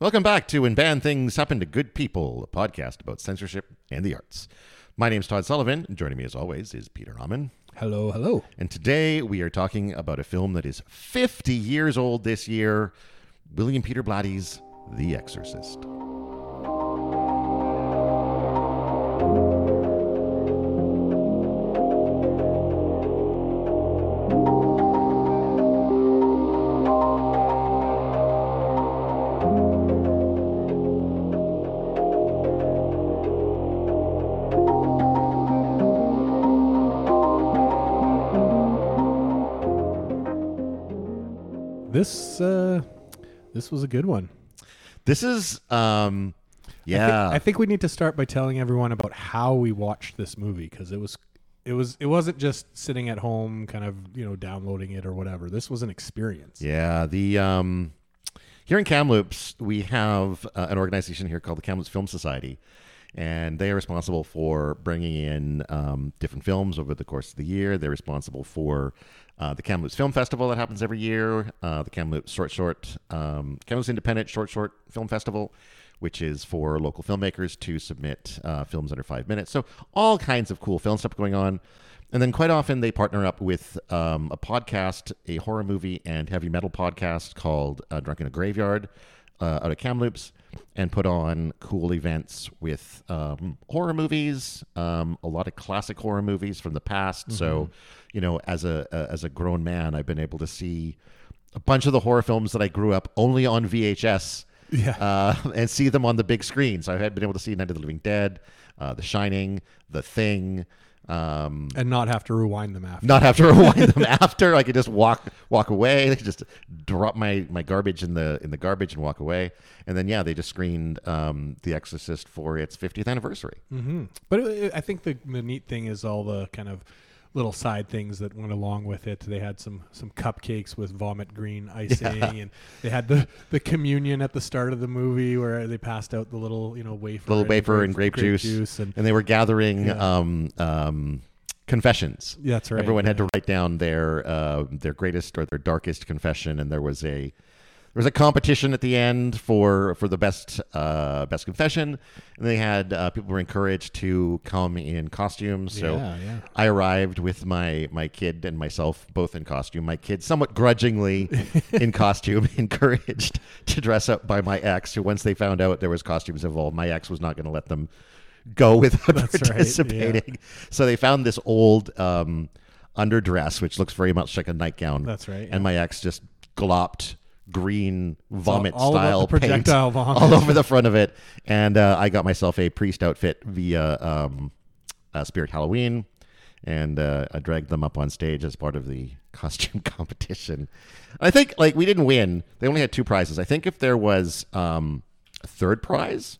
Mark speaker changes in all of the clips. Speaker 1: Welcome back to When Bad Things Happen to Good People, a podcast about censorship and the arts. My name's Todd Sullivan, and joining me as always is Peter Rahman.
Speaker 2: Hello, hello.
Speaker 1: And today we are talking about a film that is 50 years old this year William Peter Blatty's The Exorcist.
Speaker 2: This uh, this was a good one.
Speaker 1: This is, um,
Speaker 2: I think-
Speaker 1: yeah.
Speaker 2: I think we need to start by telling everyone about how we watched this movie because it was it was it wasn't just sitting at home, kind of you know downloading it or whatever. This was an experience.
Speaker 1: Yeah, the um, here in Kamloops, we have uh, an organization here called the Kamloops Film Society, and they are responsible for bringing in um, different films over the course of the year. They're responsible for uh, the Kamloops Film Festival that happens every year, uh, the Kamloops Short Short um, Kamloops Independent Short Short Film Festival. Which is for local filmmakers to submit uh, films under five minutes. So, all kinds of cool film stuff going on. And then quite often they partner up with um, a podcast, a horror movie and heavy metal podcast called uh, Drunk in a Graveyard uh, out of Kamloops and put on cool events with um, horror movies, um, a lot of classic horror movies from the past. So, you know, as a, a as a grown man, I've been able to see a bunch of the horror films that I grew up only on VHS
Speaker 2: Yeah.
Speaker 1: uh, and see them on the big screen. So I had been able to see Night of the Living Dead, uh, The Shining, The Thing. Um,
Speaker 2: And not have to rewind them after.
Speaker 1: not have to rewind them after. I could just walk walk away. They could just drop my, my garbage in the in the garbage and walk away. And then yeah, they just screened um, The Exorcist for its 50th anniversary.
Speaker 2: hmm But it, it- I think the, the neat thing is all the kind of little side things that went along with it. They had some some cupcakes with vomit green icing, and they had the the communion at the start of the movie where they passed out the little you know wafer,
Speaker 1: Little
Speaker 2: and
Speaker 1: wafer and grape, juice.
Speaker 2: and
Speaker 1: and they were gathering um, um, confessions.
Speaker 2: yeah, that's right.
Speaker 1: Everyone had to write down their uh, their greatest or their darkest confession, and there was a there was a competition at the end for for the best uh, best confession. And they had uh, people were encouraged to come in costumes. So
Speaker 2: Yeah, yeah.
Speaker 1: I arrived with my my kid and myself both in costume. My kid somewhat grudgingly in costume, encouraged to dress up by my ex, who once they found out there was costumes involved, my ex was not going to let them go without
Speaker 2: That's right, yeah.
Speaker 1: participating. So they found this old um, underdress, which looks very much like a nightgown.
Speaker 2: That's right, yeah.
Speaker 1: And my ex just glopped green
Speaker 2: all-
Speaker 1: vomit
Speaker 2: all about the
Speaker 1: style paint
Speaker 2: projectile vomit.
Speaker 1: all over the front of it. And uh, I got myself a priest outfit via um, uh, Spirit Halloween. And uh, I dragged them up on stage as part of the costume competition. I think, like, we didn't win. They only had two prizes. I think if there was um, a third prize,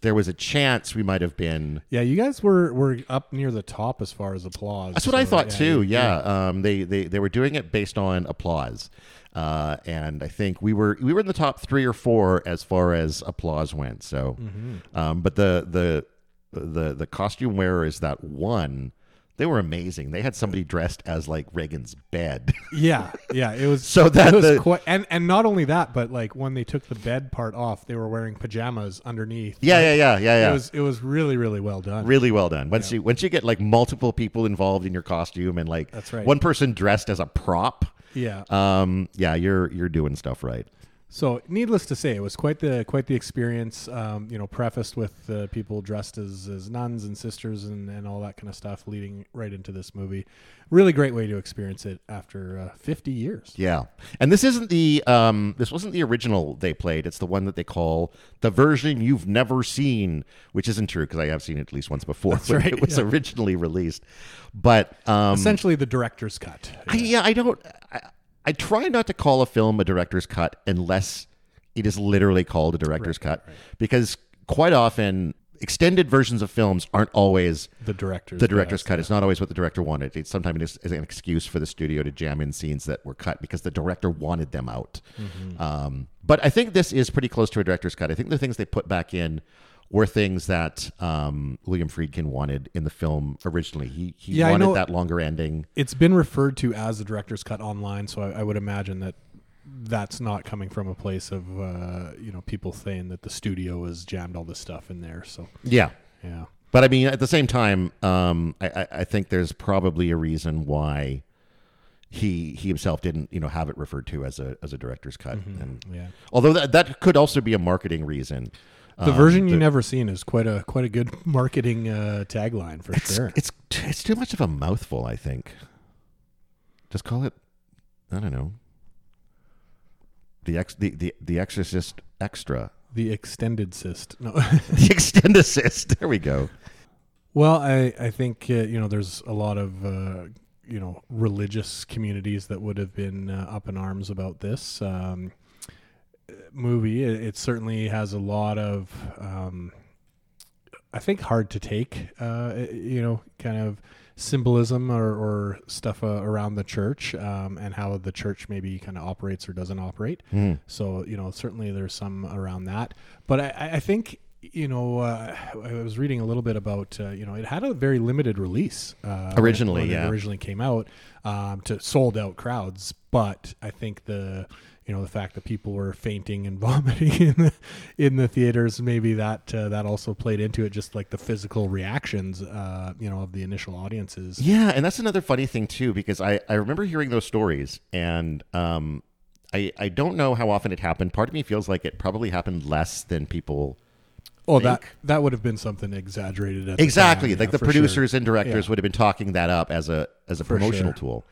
Speaker 1: there was a chance we might have been
Speaker 2: Yeah, you guys were were up near the top as far as applause.
Speaker 1: That's what I
Speaker 2: so,
Speaker 1: thought
Speaker 2: yeah,
Speaker 1: too.
Speaker 2: you-
Speaker 1: Yeah, Um, they, they they were doing it based on applause, uh, and I think we were we were in the top three or four as far as applause went. So,
Speaker 2: Mm-hmm.
Speaker 1: um, but the the the the costume wearers that won, they were amazing. They had somebody dressed as like Reagan's bed.
Speaker 2: Yeah, yeah, it was
Speaker 1: So that
Speaker 2: it was
Speaker 1: the-
Speaker 2: quite, and and not only that, but like when they took the bed part off, they were wearing pajamas underneath.
Speaker 1: yeah, yeah, yeah, yeah, yeah.
Speaker 2: It was it was really really well done.
Speaker 1: Really well done. Once you once you get like multiple people involved in your costume and like
Speaker 2: That's right.
Speaker 1: one person dressed as a prop,
Speaker 2: yeah.
Speaker 1: um, yeah, you're you're doing stuff right.
Speaker 2: So needless to say, it was quite the quite the experience. Um, you know, prefaced with uh, people dressed as, as nuns and sisters and, and all that kind of stuff, leading right into this movie. Really great way to experience it after uh, 50 years.
Speaker 1: Yeah, and this isn't the um, this wasn't the original they played. It's the one that they call the version you've never seen, which isn't true because I have seen it at least once before when
Speaker 2: right,
Speaker 1: it was
Speaker 2: yeah.
Speaker 1: originally released. But um,
Speaker 2: Essentially, the director's cut.
Speaker 1: I, yeah, I don't. I, I try not to call a film a director's cut unless it is literally called a director's cut, because quite often extended versions of films aren't always
Speaker 2: The director's
Speaker 1: the director's cut. It's not always what the director wanted. It's sometimes it is, is an excuse for the studio to jam in scenes that were cut because the director wanted them out.
Speaker 2: Mm-hmm.
Speaker 1: Um, but I think this is pretty close to a director's cut. I think the things they put back in were things that um, William Friedkin wanted in the film originally. He he
Speaker 2: Yeah, I
Speaker 1: wanted
Speaker 2: know-
Speaker 1: that longer ending.
Speaker 2: It's been referred to as the director's cut online, so I, I would imagine that that's not coming from a place of uh, you know people saying that the studio has jammed all this stuff in there. So
Speaker 1: Yeah.
Speaker 2: yeah,
Speaker 1: But I mean, at the same time, um, I, I, I think there's probably a reason why he he himself didn't you know have it referred to as a as a director's cut.
Speaker 2: Mm-hmm.
Speaker 1: And
Speaker 2: yeah.
Speaker 1: although that that could also be a marketing reason.
Speaker 2: The
Speaker 1: Um,
Speaker 2: version you
Speaker 1: the-
Speaker 2: never seen is quite a quite a good marketing uh, tagline for
Speaker 1: It's
Speaker 2: sure.
Speaker 1: it's t- it's too much of a mouthful. I think. Just call it. I don't know. The ex the the, the Exorcist extra
Speaker 2: The extended cyst. No.
Speaker 1: the extend assist. There we go.
Speaker 2: well, I I think uh, you know there's a lot of uh, you know religious communities that would have been uh, up in arms about this um, uh, movie. It, it certainly has a lot of um, I think hard to take. Uh, y- you know, kind of symbolism or, or stuff uh, around the church um, and how the church maybe kind of operates or doesn't operate.
Speaker 1: Mm.
Speaker 2: So you know, certainly there's some around that, but I- I, I think you know uh, I was reading a little bit about uh, you know it had a very limited release uh, when it-
Speaker 1: Originally,
Speaker 2: when it
Speaker 1: yeah.
Speaker 2: originally came out um, to sold out crowds, but I think the you know the fact that people were fainting and vomiting in the, in the theaters maybe that uh, that also played into it, just like the physical reactions uh, you know of the initial audiences.
Speaker 1: Yeah, and that's another funny thing too, because I, I remember hearing those stories, and um, I I don't know how often it happened. Part of me feels like it probably happened less than people.
Speaker 2: Oh, that
Speaker 1: think-
Speaker 2: that would have been something exaggerated. At the
Speaker 1: Exactly,
Speaker 2: time,
Speaker 1: like
Speaker 2: yeah,
Speaker 1: the
Speaker 2: for sure.
Speaker 1: producers and directors
Speaker 2: Yeah.
Speaker 1: would have been talking that up as a as a promotional
Speaker 2: sure.
Speaker 1: tool.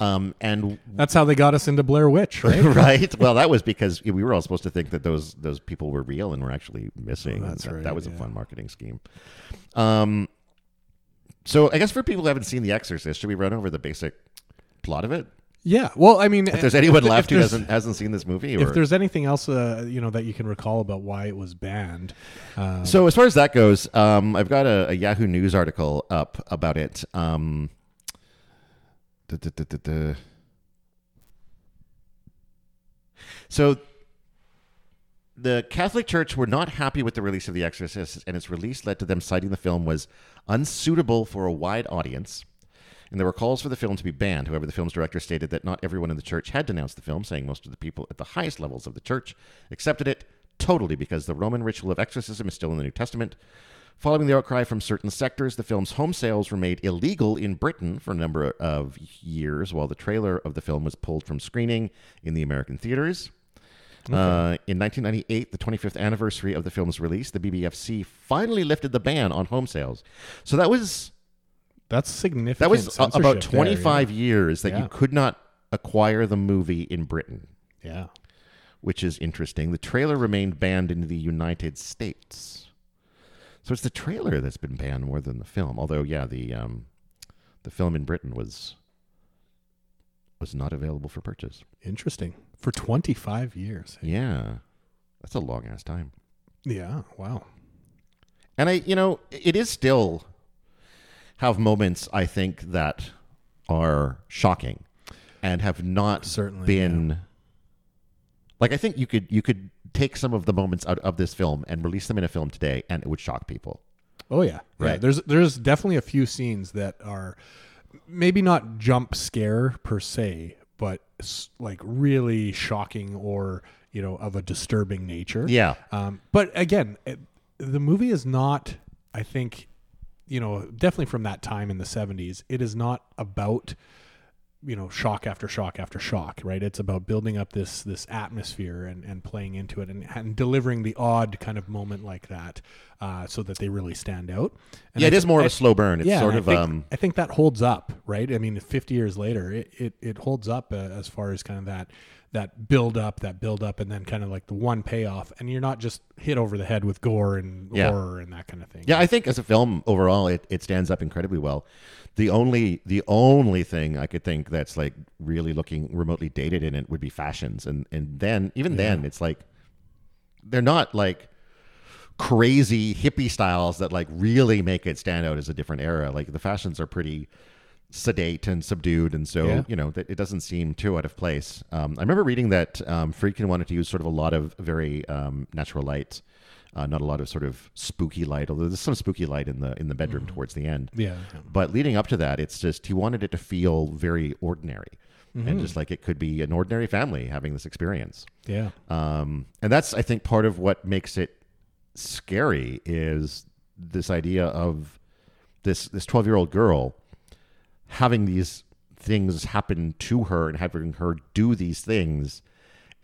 Speaker 1: Um, and
Speaker 2: That's how they got us into Blair Witch, right?
Speaker 1: right, well, that was because we were all supposed to think that those those people were real and were actually missing.
Speaker 2: That's
Speaker 1: that,
Speaker 2: right,
Speaker 1: That was a
Speaker 2: yeah.
Speaker 1: fun marketing scheme. Um, so I guess for people who haven't seen The Exorcist, should we run over the basic plot of it?
Speaker 2: Yeah. Well, I mean,
Speaker 1: if there's anyone
Speaker 2: Eh, if
Speaker 1: left who
Speaker 2: there's-
Speaker 1: hasn't hasn't seen this movie,
Speaker 2: if
Speaker 1: or-
Speaker 2: there's anything else, uh, you know, that you can recall about why it was banned, um,
Speaker 1: so as far as that goes, um, I've got a, a Yahoo News article up about it. Um, duh, duh, duh, duh, duh. So the Catholic Church were not happy with the release of The Exorcist, and its release led to them citing the film was unsuitable for a wide audience. And there were calls for the film to be banned. However, the film's director stated that not everyone in the church had denounced the film, saying most of the people at the highest levels of the church accepted it totally because the Roman ritual of exorcism is still in the New Testament. Following the outcry from certain sectors, the film's home sales were made illegal in Britain for a number of years, while the trailer of the film was pulled from screening in the American theaters. Uh, in 1998, the 25th anniversary of the film's release, the BBFC finally lifted the ban on home sales. So that was
Speaker 2: that's significant.
Speaker 1: that was a- about
Speaker 2: censorship there,
Speaker 1: 25 years that you
Speaker 2: Yeah.
Speaker 1: could not acquire the movie in Britain,
Speaker 2: Yeah. yeah.
Speaker 1: which is interesting. The trailer remained banned in the United States. So it's the trailer that's been banned more than the film. Although, yeah, the um, the film in Britain was was not available for purchase.
Speaker 2: Interesting. For 25 years.
Speaker 1: Yeah, that's a long ass time.
Speaker 2: Yeah. Wow.
Speaker 1: And I, you know, it is still have moments I think that are shocking and have not
Speaker 2: Certainly,
Speaker 1: been like I think you could you could take some of the moments out of this film and release them in a film today and it would shock people.
Speaker 2: Oh yeah. Yeah.
Speaker 1: Right.
Speaker 2: There's there's definitely a few scenes that are maybe not jump scare per se, but s- like really shocking or you know of a disturbing nature.
Speaker 1: Yeah.
Speaker 2: Um, but again, it, the movie is not, I think, you know, definitely from that time in the 70s, it is not about you know shock after shock after shock right it's about building up this this atmosphere and and playing into it and, and delivering the odd kind of moment like that uh so that they really stand out and
Speaker 1: yeah,
Speaker 2: I
Speaker 1: it is
Speaker 2: th-
Speaker 1: more of
Speaker 2: I-
Speaker 1: a slow burn. It's
Speaker 2: yeah,
Speaker 1: sort
Speaker 2: and
Speaker 1: of
Speaker 2: I think,
Speaker 1: um
Speaker 2: I think that holds up, right? I mean, 50 years later, it it, it holds up uh, as far as kind of that that build up, that build up, and then kind of like the one payoff, and you're not just hit over the head with gore and
Speaker 1: Yeah.
Speaker 2: horror and that kind of thing.
Speaker 1: yeah, I think as a film overall it, it stands up incredibly well. The only the only thing I could think that's like really looking remotely dated in it would be fashions and and then even then it's like they're not like crazy hippie styles that like really make it stand out as a different era. Like the fashions are pretty sedate and subdued, and so
Speaker 2: Yeah.
Speaker 1: you know that it doesn't seem too out of place. Um, I remember reading that um, Friedkin wanted to use sort of a lot of very um, natural light. Uh, not a lot of sort of spooky light, although there's some spooky light in the in the bedroom towards the end.
Speaker 2: yeah,
Speaker 1: But leading up to that, it's just he wanted it to feel very ordinary. and just like it could be an ordinary family having this experience.
Speaker 2: Yeah.
Speaker 1: Um, and that's I think part of what makes it scary is this idea of this this twelve year old girl having these things happen to her and having her do these things,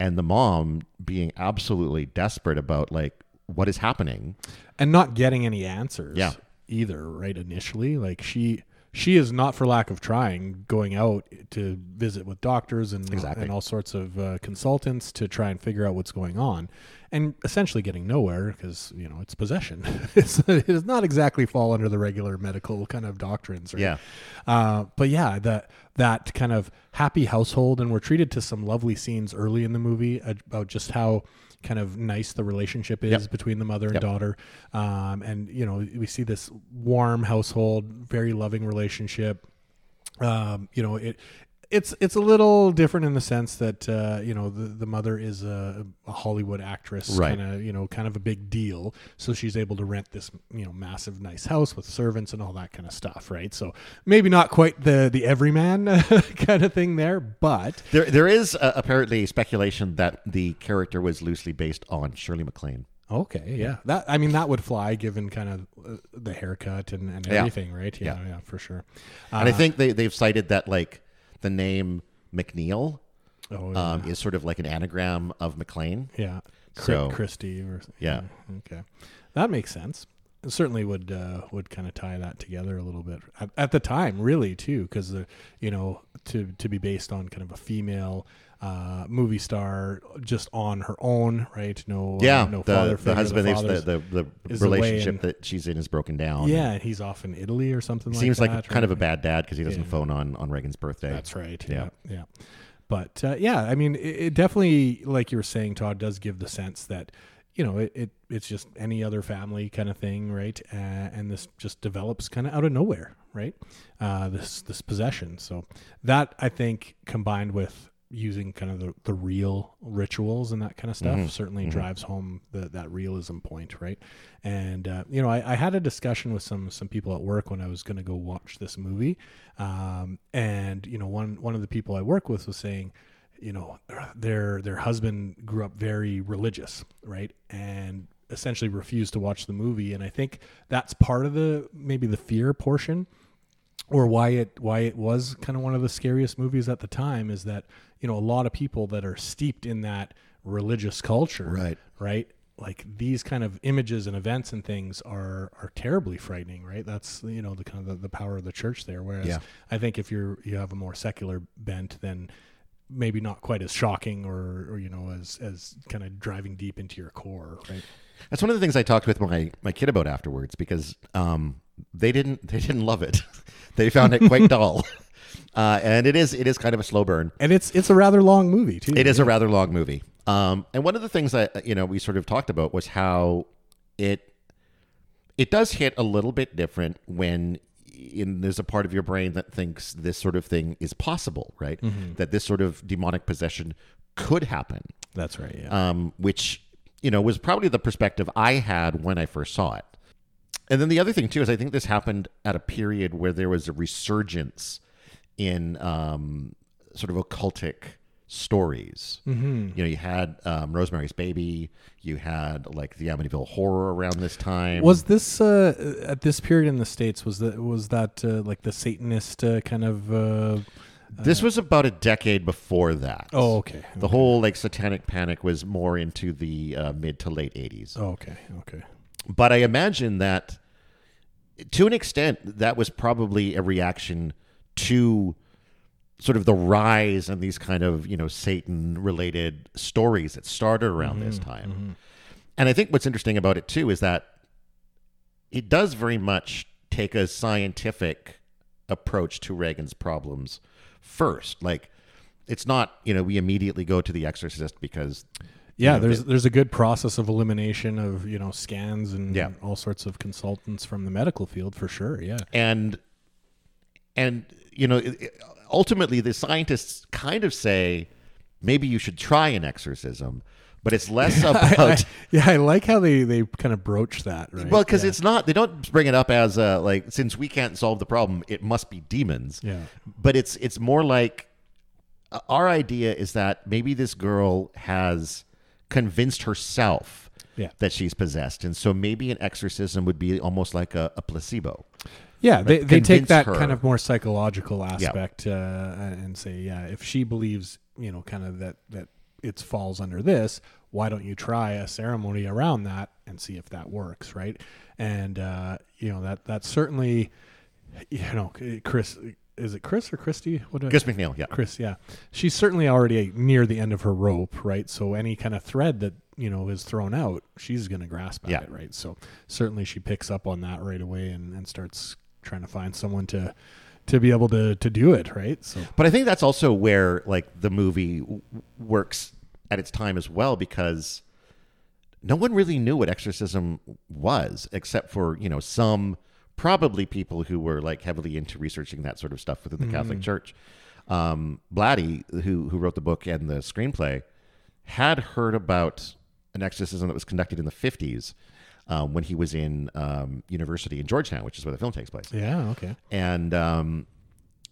Speaker 1: and the mom being absolutely desperate about like what is happening.
Speaker 2: and not getting any answers
Speaker 1: Yeah.
Speaker 2: either right initially like she she is not for lack of trying going out to visit with doctors and
Speaker 1: Exactly.
Speaker 2: and all sorts of uh, consultants to try and figure out what's going on and essentially getting nowhere because you know it's possession it's, it does not exactly fall under the regular medical kind of doctrines right?
Speaker 1: Yeah.
Speaker 2: Uh, but yeah, that that kind of happy household, and we're treated to some lovely scenes early in the movie uh, about just how kind of nice the relationship is between the mother and daughter, um, and you know we see this warm household, very loving relationship. Um, you know it. It's it's a little different in the sense that uh, you know the, the mother is a, a Hollywood actress,
Speaker 1: Right.
Speaker 2: Kind of you know kind of a big deal, so she's able to rent this you know massive nice house with servants and all that kind of stuff, right? So maybe not quite the the everyman kind of thing there, but
Speaker 1: There, there is uh, apparently speculation that the character was loosely based on Shirley MacLaine.
Speaker 2: okay, yeah, that I mean that would fly given kind of uh, the haircut and, and
Speaker 1: Yeah.
Speaker 2: everything, right? Yeah,
Speaker 1: Yeah.
Speaker 2: yeah, for sure.
Speaker 1: and I think they, they've cited that like the name McNeil
Speaker 2: Oh, yeah.
Speaker 1: um, is sort of like an anagram of McLean.
Speaker 2: Yeah.
Speaker 1: So-
Speaker 2: So, Christie or
Speaker 1: Yeah.
Speaker 2: Okay. That makes sense. It certainly would uh, would kind of tie that together a little bit at, at the time, really too, because you know to to be based on kind of a female uh, movie star just on her own, right? No, uh,
Speaker 1: yeah,
Speaker 2: no father
Speaker 1: the,
Speaker 2: figure,
Speaker 1: the husband, the
Speaker 2: father's-
Speaker 1: the, the,
Speaker 2: is away
Speaker 1: relationship
Speaker 2: and-
Speaker 1: that she's in is broken down.
Speaker 2: yeah, and he's off in Italy or something.
Speaker 1: He
Speaker 2: like
Speaker 1: seems like,
Speaker 2: that,
Speaker 1: kind of
Speaker 2: right?
Speaker 1: a bad dad because he doesn't
Speaker 2: Yeah.
Speaker 1: phone on, on Reagan's birthday.
Speaker 2: That's right.
Speaker 1: Yeah.
Speaker 2: Yeah. Yeah. But uh, yeah, I mean, it, it definitely, like you were saying, Todd, does give the sense that, you know, it, it it's just any other family kind of thing, right? Uh, and this just develops kind of out of nowhere, right? Uh, this this possession. So that I think combined with using kind of the, the real rituals and that kind of stuff certainly drives home the, that realism point right and uh, you know I, I had a discussion with some some people at work when i was going to go watch this movie um, and you know one one of the people i work with was saying you know their their husband grew up very religious right and essentially refused to watch the movie and i think that's part of the maybe the fear portion or why it why it was kind of one of the scariest movies at the time is that you know a lot of people that are steeped in that religious culture
Speaker 1: Right.
Speaker 2: right like these kind of images and events and things are are terribly frightening right that's you know the kind of the, the power of the church there whereas
Speaker 1: Yeah.
Speaker 2: i think if you're you have a more secular bent then maybe not quite as shocking or or you know as as kind of driving deep into your core right
Speaker 1: That's one of the things I talked with my, my kid about afterwards because um, they didn't they didn't love it. they found it quite dull, uh, and it is it is kind of a slow burn.
Speaker 2: and it's it's a rather long movie too
Speaker 1: It is a rather long movie. Um, and one of the things that you know we sort of talked about was how it it does hit a little bit different when in there's a part of your brain that thinks this sort of thing is possible, right? That this sort of demonic possession could happen,
Speaker 2: that's right yeah
Speaker 1: um, which you know was probably the perspective I had when I first saw it. And then the other thing too is I think this happened at a period where there was a resurgence in um, sort of occultic stories. Mm-hmm. You know, you had um, Rosemary's Baby, you had like the Amityville Horror around this time.
Speaker 2: Was this uh, at this period in the states? Was that was that uh, like the Satanist uh, kind of? Uh,
Speaker 1: this was about a decade before that.
Speaker 2: oh, okay.
Speaker 1: The whole like satanic panic was more into the uh, mid to late 80s.
Speaker 2: Oh, okay. Okay.
Speaker 1: but I imagine that to an extent that was probably a reaction to sort of the rise in these kind of you know Satan related stories that started around this time. And I think what's interesting about it too is that it does very much take a scientific approach to Reagan's problems first. Like it's not, you know, we immediately go to the exorcist because
Speaker 2: Yeah, there's there's a good process of elimination of you know scans and
Speaker 1: Yeah.
Speaker 2: all sorts of consultants from the medical field for sure. Yeah.
Speaker 1: and and you know it- it- ultimately the scientists kind of say maybe you should try an exorcism but it's less about
Speaker 2: Yeah, I like how they they kind of broach that. Right.
Speaker 1: well because it's not they don't bring it up as uh like since we can't solve the problem it must be demons
Speaker 2: yeah.
Speaker 1: but it's it's more like uh, our idea is that maybe this girl has convinced herself
Speaker 2: Yeah.
Speaker 1: that she's possessed, and so maybe an exorcism would be almost like a, a placebo.
Speaker 2: Yeah, they, they
Speaker 1: convince
Speaker 2: take that
Speaker 1: her.
Speaker 2: kind of more psychological aspect uh, and say, yeah, if she believes, you know, kind of that that it falls under this, why don't you try a ceremony around that and see if that works, right? And uh, you know that that certainly, you know, Chris is it Chris or Christy? What do I-
Speaker 1: Gus McNeil, yeah.
Speaker 2: Chris, yeah. She's certainly already near the end of her rope, right? So any kind of thread that, you know, is thrown out, she's going to grasp at
Speaker 1: Yeah.
Speaker 2: it, right? So certainly she picks up on that right away and, and starts trying to find someone to to be able to to do it, right? So
Speaker 1: But I think that's also where like the movie w- works at its time as well because no one really knew what exorcism was except for, you know, some probably people who were like heavily into researching that sort of stuff within the Catholic Church. Um, Blatty, who who wrote the book and the screenplay, had heard about an exorcism that was conducted in the 50s um, when he was in um, university in Georgetown, which is where the film takes place
Speaker 2: yeah, okay.
Speaker 1: and um,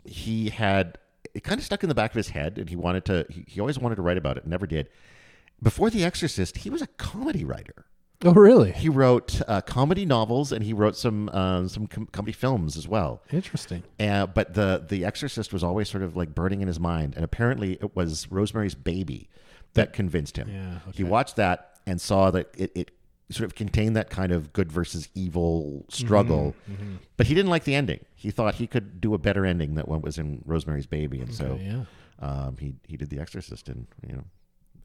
Speaker 1: he had it kind of stuck in the back of his head, and he wanted to. He, he always wanted to write about it, never did. Before The Exorcist, he was a comedy writer.
Speaker 2: Oh, really?
Speaker 1: He wrote uh, comedy novels, and he wrote some uh, some com- comedy films as well.
Speaker 2: Interesting.
Speaker 1: Uh, but the The Exorcist was always sort of like burning in his mind, and apparently it was Rosemary's Baby that convinced him.
Speaker 2: Yeah,
Speaker 1: He
Speaker 2: okay.
Speaker 1: watched that and saw that it, it sort of contained that kind of good versus evil struggle,
Speaker 2: Mm-hmm,
Speaker 1: but he didn't like the ending. He thought he could do a better ending than what was in Rosemary's Baby, and so
Speaker 2: yeah.
Speaker 1: um, he he did The Exorcist, and you know.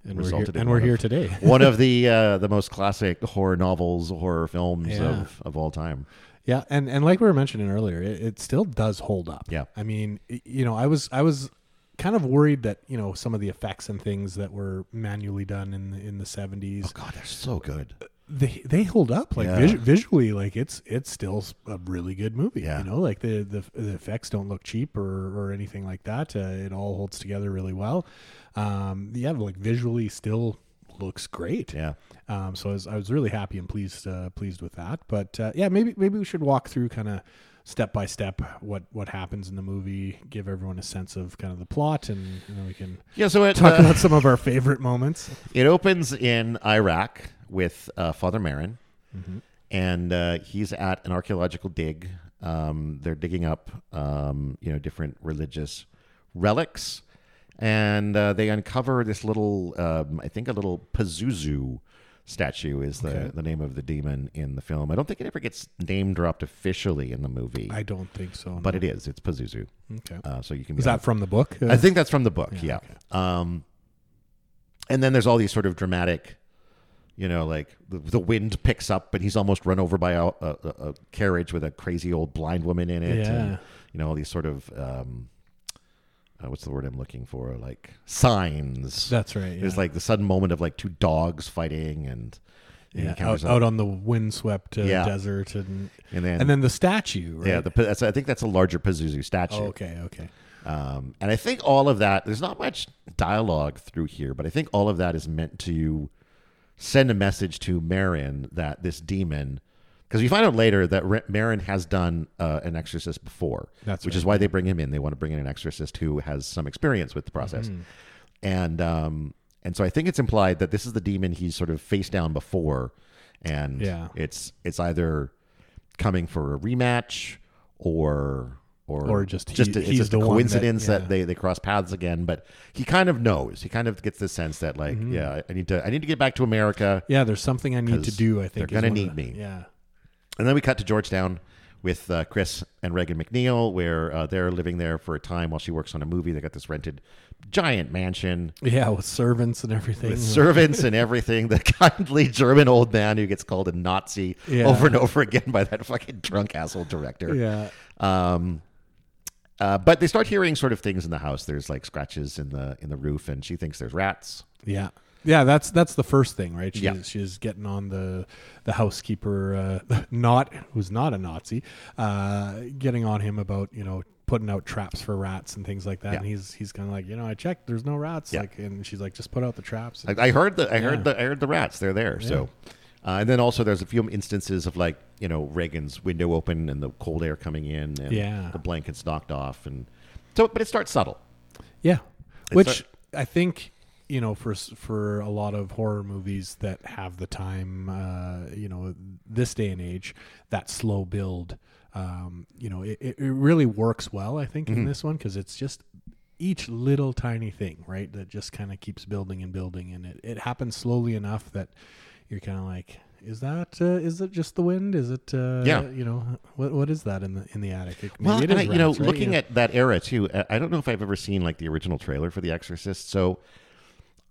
Speaker 2: And we're here,
Speaker 1: resulted in
Speaker 2: and we're
Speaker 1: one of-
Speaker 2: here today.
Speaker 1: One of the uh, the most classic horror novels, horror films
Speaker 2: Yeah.
Speaker 1: of, of all time.
Speaker 2: Yeah, and and like we were mentioning earlier, it, it still does hold up.
Speaker 1: Yeah.
Speaker 2: I mean, y- you know, I was I was kind of worried that you know some of the effects and things that were manually done in the, in the seventies,
Speaker 1: God, they're so good.
Speaker 2: they they hold up like
Speaker 1: Yeah.
Speaker 2: visu- visually, like it's it's still a really good movie.
Speaker 1: Yeah.
Speaker 2: You know, like the, the the effects don't look cheap or or anything like that. Uh, it all holds together really well. Um, yeah, like visually still looks great.
Speaker 1: Yeah.
Speaker 2: Um, so I was, I was really happy and pleased uh, pleased with that. But uh, yeah, maybe maybe we should walk through kind of step by step what what happens in the movie, give everyone a sense of kind of the plot, and you know, we can
Speaker 1: Yeah, so it,
Speaker 2: talk
Speaker 1: uh,
Speaker 2: about some of our favorite moments.
Speaker 1: It opens in Iraq with uh, Father Marin, Mm-hmm. and uh, he's at an archaeological dig. Um, they're digging up, um, you know, different religious relics, and uh, they uncover this little, um, I think, a little Pazuzu statue is the,
Speaker 2: Okay.
Speaker 1: the name of the demon in the film. I don't think it ever gets name dropped officially in the movie,
Speaker 2: I don't think so.
Speaker 1: but it is. It's Pazuzu,
Speaker 2: okay.
Speaker 1: uh, so you can.
Speaker 2: Is
Speaker 1: be on-
Speaker 2: that from the book?
Speaker 1: I think that's from the book.
Speaker 2: Yeah,
Speaker 1: Yeah. Um, and then there's all these sort of dramatic, you know, like the, the wind picks up and he's almost run over by a, a, a carriage with a crazy old blind woman in it.
Speaker 2: Yeah.
Speaker 1: And, you know, all these sort of um, uh, what's the word I'm looking for? Like signs.
Speaker 2: that's right. Yeah.
Speaker 1: There's like the sudden moment of like two dogs fighting and and he
Speaker 2: yeah, out,
Speaker 1: counters
Speaker 2: out on the windswept uh,
Speaker 1: Yeah.
Speaker 2: desert, and
Speaker 1: and then.
Speaker 2: and then the statue. Right?
Speaker 1: yeah, the, that's, I think that's a larger Pazuzu statue.
Speaker 2: oh, okay, okay.
Speaker 1: Um, and I think all of that, there's not much dialogue through here, but I think all of that is meant to send a message to Marin that this demon, because we find out later that Re- Marin has done uh, an exorcist before,
Speaker 2: That's
Speaker 1: which
Speaker 2: right.
Speaker 1: is why they bring him in. They want to bring in an exorcist who has some experience with the process.
Speaker 2: Mm-hmm.
Speaker 1: And, um, and so I think it's implied that this is the demon he's sort of faced down before. And
Speaker 2: Yeah.
Speaker 1: it's, it's either coming for a rematch or, or,
Speaker 2: Or just he-
Speaker 1: a- it's
Speaker 2: he's
Speaker 1: just
Speaker 2: the
Speaker 1: a
Speaker 2: one that-
Speaker 1: coincidence that,
Speaker 2: yeah.
Speaker 1: they, they cross paths again, but he kind of knows. He kind of gets the sense that like,
Speaker 2: Mm-hmm.
Speaker 1: yeah, I need to I need to get back to America.
Speaker 2: Yeah, there's something I need to
Speaker 1: 'Cause
Speaker 2: do. I think
Speaker 1: they're
Speaker 2: is
Speaker 1: gonna
Speaker 2: one
Speaker 1: need
Speaker 2: of the-
Speaker 1: me.
Speaker 2: Yeah,
Speaker 1: And then we cut to Georgetown with uh, Chris and Reagan McNeil, where uh, they're living there for a time while she works on a movie. They got this rented giant mansion
Speaker 2: yeah, with servants and everything.
Speaker 1: with servants and everything. The kindly German old man who gets called a Nazi
Speaker 2: Yeah.
Speaker 1: over and over again by that fucking drunk asshole director.
Speaker 2: yeah.
Speaker 1: Um, uh, but they start hearing sort of things in the house. There's like scratches in the in the roof, and she thinks there's rats.
Speaker 2: Yeah. Yeah, that's that's the first thing, right? She's
Speaker 1: Yeah.
Speaker 2: she's getting on the the housekeeper, uh, not who's not a Nazi, uh, getting on him about you know putting out traps for rats and things like that.
Speaker 1: Yeah.
Speaker 2: And he's he's kind of like, you know, I checked, there's no rats.
Speaker 1: Yeah.
Speaker 2: Like, and she's like, just put out the traps.
Speaker 1: I, I heard the I heard
Speaker 2: Yeah.
Speaker 1: the I heard the rats. They're there. So, uh, and then also there's a few instances of like you know Reagan's window open and the cold air coming in and
Speaker 2: Yeah.
Speaker 1: the blankets knocked off and so. But it starts subtle.
Speaker 2: yeah,
Speaker 1: They
Speaker 2: which
Speaker 1: start-
Speaker 2: I think you know for s- for a lot of horror movies that have the time, uh, you know, this day and age, that slow build, um, you know, it, it it really works well. I think
Speaker 1: Mm-hmm.
Speaker 2: in this one because it's just each little tiny thing, right, that just kind of keeps building and building, and it it happens slowly enough that you're kind of like. Is that uh, is it just the wind? Is it uh,
Speaker 1: Yeah.
Speaker 2: You know what what is that in the in the attic? It- maybe
Speaker 1: well,
Speaker 2: it
Speaker 1: and
Speaker 2: is
Speaker 1: I- you know,
Speaker 2: rats, right?
Speaker 1: looking
Speaker 2: Yeah.
Speaker 1: at that era too, I- I don't know if I've ever seen like the original trailer for The Exorcist. So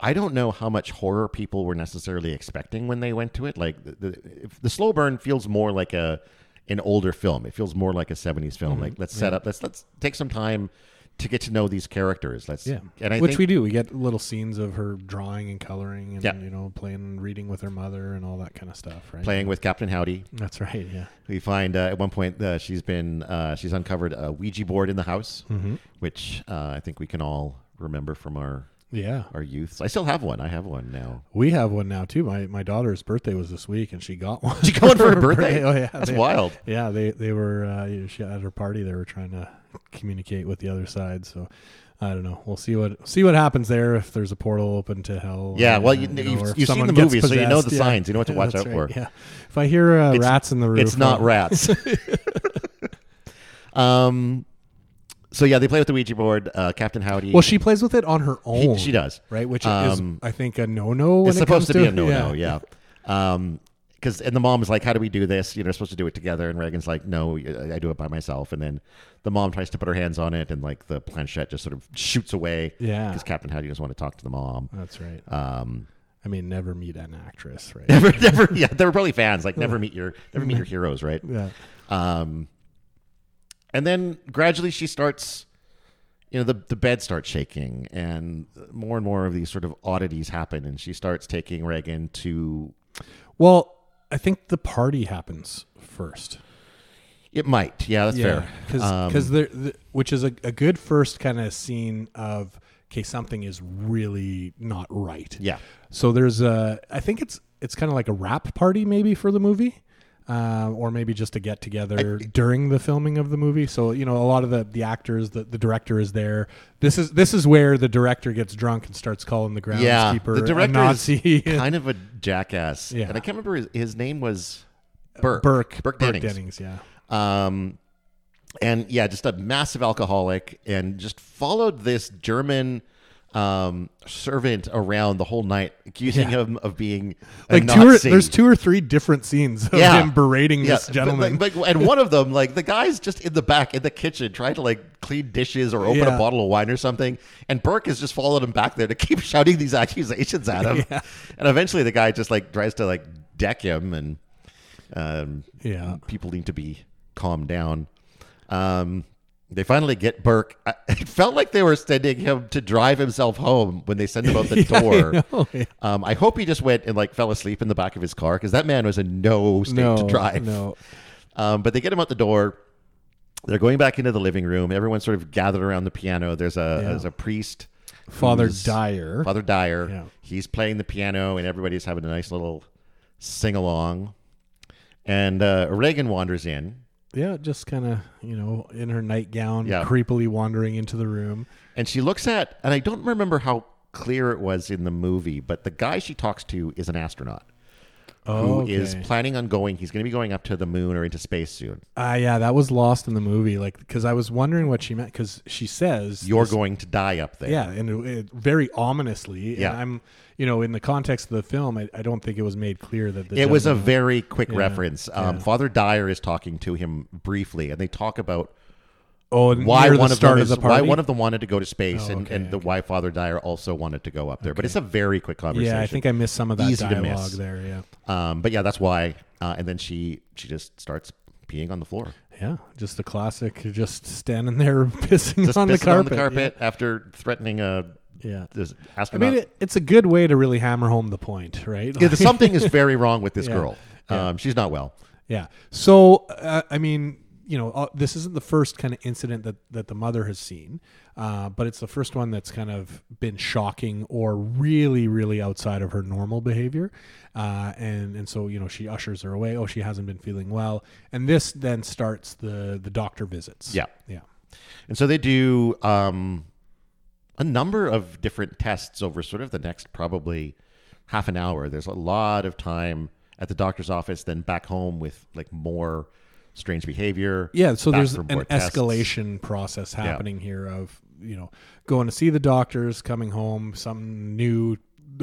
Speaker 1: I don't know how much horror people were necessarily expecting when they went to it. Like the the, if the slow burn feels more like a an older film. It feels more like a '70s film.
Speaker 2: Mm-hmm.
Speaker 1: Like let's set up. Let's let's take some time to get to know these characters. Let's
Speaker 2: Yeah,
Speaker 1: And I
Speaker 2: which
Speaker 1: think,
Speaker 2: we do. We get little scenes of her drawing and coloring, and
Speaker 1: Yeah.
Speaker 2: you know, playing, reading with her mother, and all that kind of stuff. Right?
Speaker 1: playing with Captain Howdy.
Speaker 2: That's right. Yeah.
Speaker 1: We find uh, at one point uh, she's been uh, she's uncovered a Ouija board in the house,
Speaker 2: Mm-hmm.
Speaker 1: which uh, I think we can all remember from our
Speaker 2: Yeah.
Speaker 1: our youths. I still have one. I have one now.
Speaker 2: We have one now too. My my daughter's birthday was this week, and she got one.
Speaker 1: She got one for her birthday?
Speaker 2: Oh yeah,
Speaker 1: That's
Speaker 2: they-
Speaker 1: wild.
Speaker 2: Yeah, they they were uh, you know, she, at her party. They were trying to communicate with the other side. So I don't know. We'll see what see what happens there. If there's a portal open to hell.
Speaker 1: Yeah, well, you-
Speaker 2: know,
Speaker 1: you've-
Speaker 2: or if
Speaker 1: you've seen
Speaker 2: someone
Speaker 1: the
Speaker 2: gets
Speaker 1: movie, so you know the
Speaker 2: possessed.
Speaker 1: signs. You know what to watch
Speaker 2: That's
Speaker 1: out
Speaker 2: right,
Speaker 1: for.
Speaker 2: Yeah. If I hear uh,
Speaker 1: It's-
Speaker 2: rats in the roof,
Speaker 1: It's not
Speaker 2: I'll-
Speaker 1: rats. um, so yeah, they play with the Ouija board. Uh, Captain Howdy.
Speaker 2: Well, she plays with it on her own.
Speaker 1: she does.
Speaker 2: right? Which
Speaker 1: Um,
Speaker 2: is, I think, a no-no. When
Speaker 1: it's
Speaker 2: it
Speaker 1: supposed
Speaker 2: comes
Speaker 1: to be a no-no.
Speaker 2: Yeah.
Speaker 1: Yeah. Um, because and the mom is like, "How do we do this? You know, we're supposed to do it together." And Reagan's like, "No, I I do it by myself." And then the mom tries to put her hands on it, and like the planchette just sort of shoots away.
Speaker 2: Yeah.
Speaker 1: because Captain Howdy doesn't want to talk to the mom.
Speaker 2: that's right.
Speaker 1: Um,
Speaker 2: I mean, never meet an actress, right?
Speaker 1: never, never, yeah, they were probably fans. Like, never meet your, never meet your heroes, right?
Speaker 2: yeah,
Speaker 1: Um, and then gradually she starts, you know, the, the bed starts shaking and more and more of these sort of oddities happen. And she starts taking Reagan to,
Speaker 2: Well, I think the party happens first.
Speaker 1: it might. Yeah, that's fair. Um,
Speaker 2: because the, which is a, a good first kind of scene of okay, something is really not right.
Speaker 1: Yeah.
Speaker 2: So there's a, I think it's it's kind of like a wrap party maybe for the movie, uh, or maybe just a get together during the filming of the movie. So you know a lot of the the actors, the, the director is there. This is this is where the director gets drunk and starts calling the groundskeeper
Speaker 1: Yeah.
Speaker 2: a
Speaker 1: The director
Speaker 2: Nazi.
Speaker 1: is kind of a jackass.
Speaker 2: Yeah. Uh,
Speaker 1: And I can't remember his, his name was Burke. Burke
Speaker 2: Burke Burke
Speaker 1: Dennings.
Speaker 2: Dennings, yeah.
Speaker 1: um, and yeah, just a massive alcoholic, and just followed this German um, servant around the whole night, accusing him of being a
Speaker 2: Like two or,
Speaker 1: Nazi.
Speaker 2: there's two or three different scenes of him berating
Speaker 1: Yeah.
Speaker 2: this gentleman.
Speaker 1: Like- like- and one of them, like the guy's just in the back in the kitchen trying to like clean dishes or open a
Speaker 2: Yeah.
Speaker 1: bottle of wine or something, and Burke has just followed him back there to keep shouting these accusations at him, and eventually the guy just like tries to like deck him, and um,
Speaker 2: Yeah.
Speaker 1: people need to be calmed down. Um, they finally get Burke. I, it felt like they were sending him to drive himself home when they sent him out the door. I, Um, I hope he just went and like fell asleep in the back of his car because that man was in no state to drive.
Speaker 2: no.
Speaker 1: Um, but they get him out the door. They're going back into the living room. Everyone's sort of gathered around the piano. There's a there's a priest,
Speaker 2: Father
Speaker 1: who's-
Speaker 2: Dyer.
Speaker 1: Father Dyer.
Speaker 2: Yeah.
Speaker 1: He's playing the piano, and everybody's having a nice little sing along. And uh, Reagan wanders in.
Speaker 2: Yeah, just kind of, you know, in her nightgown,
Speaker 1: Yeah.
Speaker 2: creepily wandering into the room.
Speaker 1: And she looks at, and I don't remember how clear it was in the movie, but the guy she talks to is an astronaut who
Speaker 2: Oh,
Speaker 1: is
Speaker 2: okay.
Speaker 1: planning on going. He's going to be going up to the moon or into space soon.
Speaker 2: Ah, yeah, that was lost in the movie. Like, because I was wondering what she meant, because she says,
Speaker 1: You're going to die up there.
Speaker 2: yeah, and it, very ominously.
Speaker 1: Yeah.
Speaker 2: And I'm, you know, in the context of the film, I, I don't think it was made clear that the
Speaker 1: It was a
Speaker 2: gentleman-
Speaker 1: very quick reference. Um, Father Dyer is talking to him briefly, and they talk about
Speaker 2: oh,
Speaker 1: why one
Speaker 2: near the
Speaker 1: of them
Speaker 2: start
Speaker 1: is,
Speaker 2: of the
Speaker 1: why
Speaker 2: party.
Speaker 1: one of them wanted to go to space,
Speaker 2: Oh,
Speaker 1: and,
Speaker 2: okay,
Speaker 1: and the why Father Dyer also wanted to go up there. But it's a very quick conversation.
Speaker 2: yeah, I think I missed some of that
Speaker 1: Easy to miss.
Speaker 2: dialogue there. Yeah,
Speaker 1: Um, but yeah, that's why. Uh, and then she she just starts peeing on the floor.
Speaker 2: yeah, just the classic, just standing there pissing,
Speaker 1: just
Speaker 2: on, the
Speaker 1: pissing on
Speaker 2: carpet.
Speaker 1: the carpet after threatening a
Speaker 2: Yeah.
Speaker 1: this
Speaker 2: I
Speaker 1: astronaut.
Speaker 2: mean, it, it's a good way to really hammer home the point, right?
Speaker 1: Yeah, something is very wrong with this girl.
Speaker 2: yeah.
Speaker 1: Um, she's not well.
Speaker 2: Yeah. So, uh, I mean, you know, uh, this isn't the first kind of incident that, that the mother has seen, uh, but it's the first one that's kind of been shocking or really, really outside of her normal behavior. Uh, and, and so, you know, she ushers her away. Oh, she hasn't been feeling well. And this then starts the, the doctor visits.
Speaker 1: Yeah.
Speaker 2: Yeah.
Speaker 1: And so they do um, a number of different tests over sort of the next probably half an hour. There's a lot of time at the doctor's office, then back home with like more strange behavior.
Speaker 2: Yeah, so
Speaker 1: back
Speaker 2: there's
Speaker 1: for
Speaker 2: an
Speaker 1: more tests.
Speaker 2: escalation process happening here of, you know, going to see the doctors, coming home, something new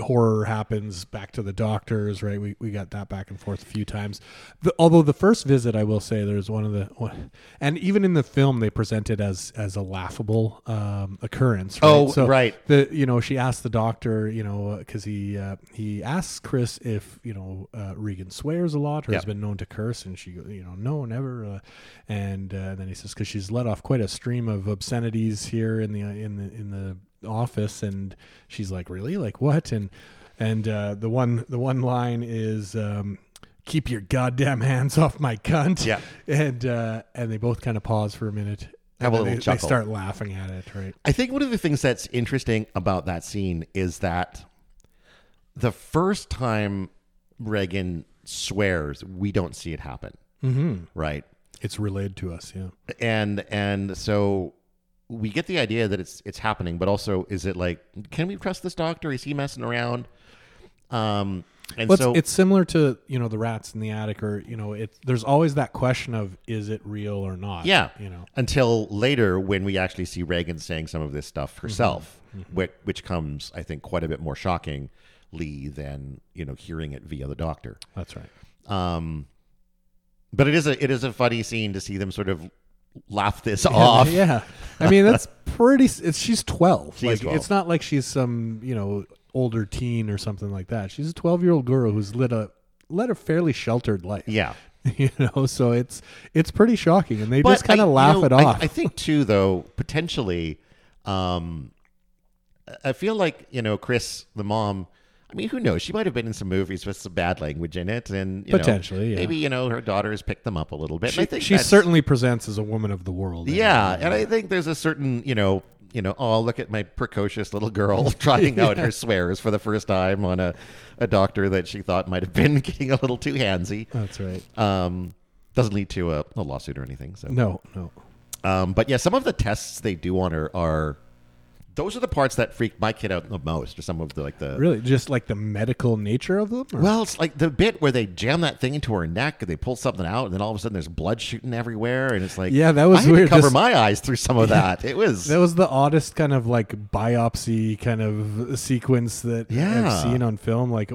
Speaker 2: horror happens, back to the doctors, right? We, we got that back and forth a few times. The, although the first visit, I will say, there's one of the, one, and even in the film, they present it as as a laughable um, occurrence. Right?
Speaker 1: Oh, right.
Speaker 2: the you know she asked the doctor you know because he uh, he asks Chris if you know uh, Regan swears a lot or has
Speaker 1: Yeah.
Speaker 2: been known to curse and she go- you know no never uh, and uh, then he says because she's let off quite a stream of obscenities here in the in the in the office and she's like really like what and and uh, the one the one line is. Um, Keep your goddamn hands off my cunt.
Speaker 1: Yeah.
Speaker 2: and uh, and they both kind of pause for a minute.
Speaker 1: Have a
Speaker 2: and then
Speaker 1: little
Speaker 2: they, they
Speaker 1: chuckle.
Speaker 2: start laughing at it, right?
Speaker 1: I think one of the things that's interesting about that scene is that the first time Reagan swears, we don't see it happen. Mm-hmm. Right.
Speaker 2: It's relayed to us, yeah.
Speaker 1: and and so we get the idea that it's it's happening but also is it like can we trust this doctor is he messing around um and
Speaker 2: Well, it's,
Speaker 1: so
Speaker 2: it's similar to you know the rats in the attic, or you know, it. There's always that question of is it real or not?
Speaker 1: yeah
Speaker 2: you know,
Speaker 1: until later when we actually see reagan saying some of this stuff
Speaker 2: Mm-hmm.
Speaker 1: herself which which comes i think quite a bit more shockingly than you know hearing it via the doctor
Speaker 2: that's right.
Speaker 1: um but it is a it is a funny scene to see them sort of laugh this off
Speaker 2: yeah. I mean, that's pretty. s- It's she's twelve.
Speaker 1: She
Speaker 2: like,
Speaker 1: is 12.
Speaker 2: It's not like she's some you know older teen or something like that. She's a twelve year old girl who's led a led a fairly sheltered life.
Speaker 1: yeah.
Speaker 2: you know, so it's it's pretty shocking, and they just kind
Speaker 1: I-
Speaker 2: of
Speaker 1: you
Speaker 2: laugh
Speaker 1: know,
Speaker 2: it
Speaker 1: I-
Speaker 2: off.
Speaker 1: I, think too, though, potentially, um, I feel like you know Chris, the mom. I mean, who knows? She might have been in some movies with some bad language in it, and you know,
Speaker 2: Potentially, yeah.
Speaker 1: maybe you know her daughter has picked them up a little bit. and
Speaker 2: she
Speaker 1: I think
Speaker 2: she
Speaker 1: that's-
Speaker 2: certainly presents as a woman of the world. anyway.
Speaker 1: yeah, and I think there's a certain you know. You know, oh, look at my precocious little girl trying out her swears for the first time on a, a doctor that she thought might have been getting a little too handsy.
Speaker 2: that's right.
Speaker 1: Um, doesn't lead to a, a lawsuit or anything. So
Speaker 2: No, no.
Speaker 1: um, but yeah, some of the tests they do on her are those are the parts that freaked my kid out the most. Or some of the like the
Speaker 2: Really, just like the medical nature of them. or-
Speaker 1: well, it's like the bit where they jam that thing into her neck and they pull something out, and then all of a sudden there's blood shooting everywhere, and it's like
Speaker 2: Yeah, that was
Speaker 1: I had to
Speaker 2: weird.
Speaker 1: cover
Speaker 2: This-
Speaker 1: my eyes through some of that. It was
Speaker 2: That was the oddest kind of like biopsy kind of sequence that
Speaker 1: Yeah.
Speaker 2: I've seen on film. Like,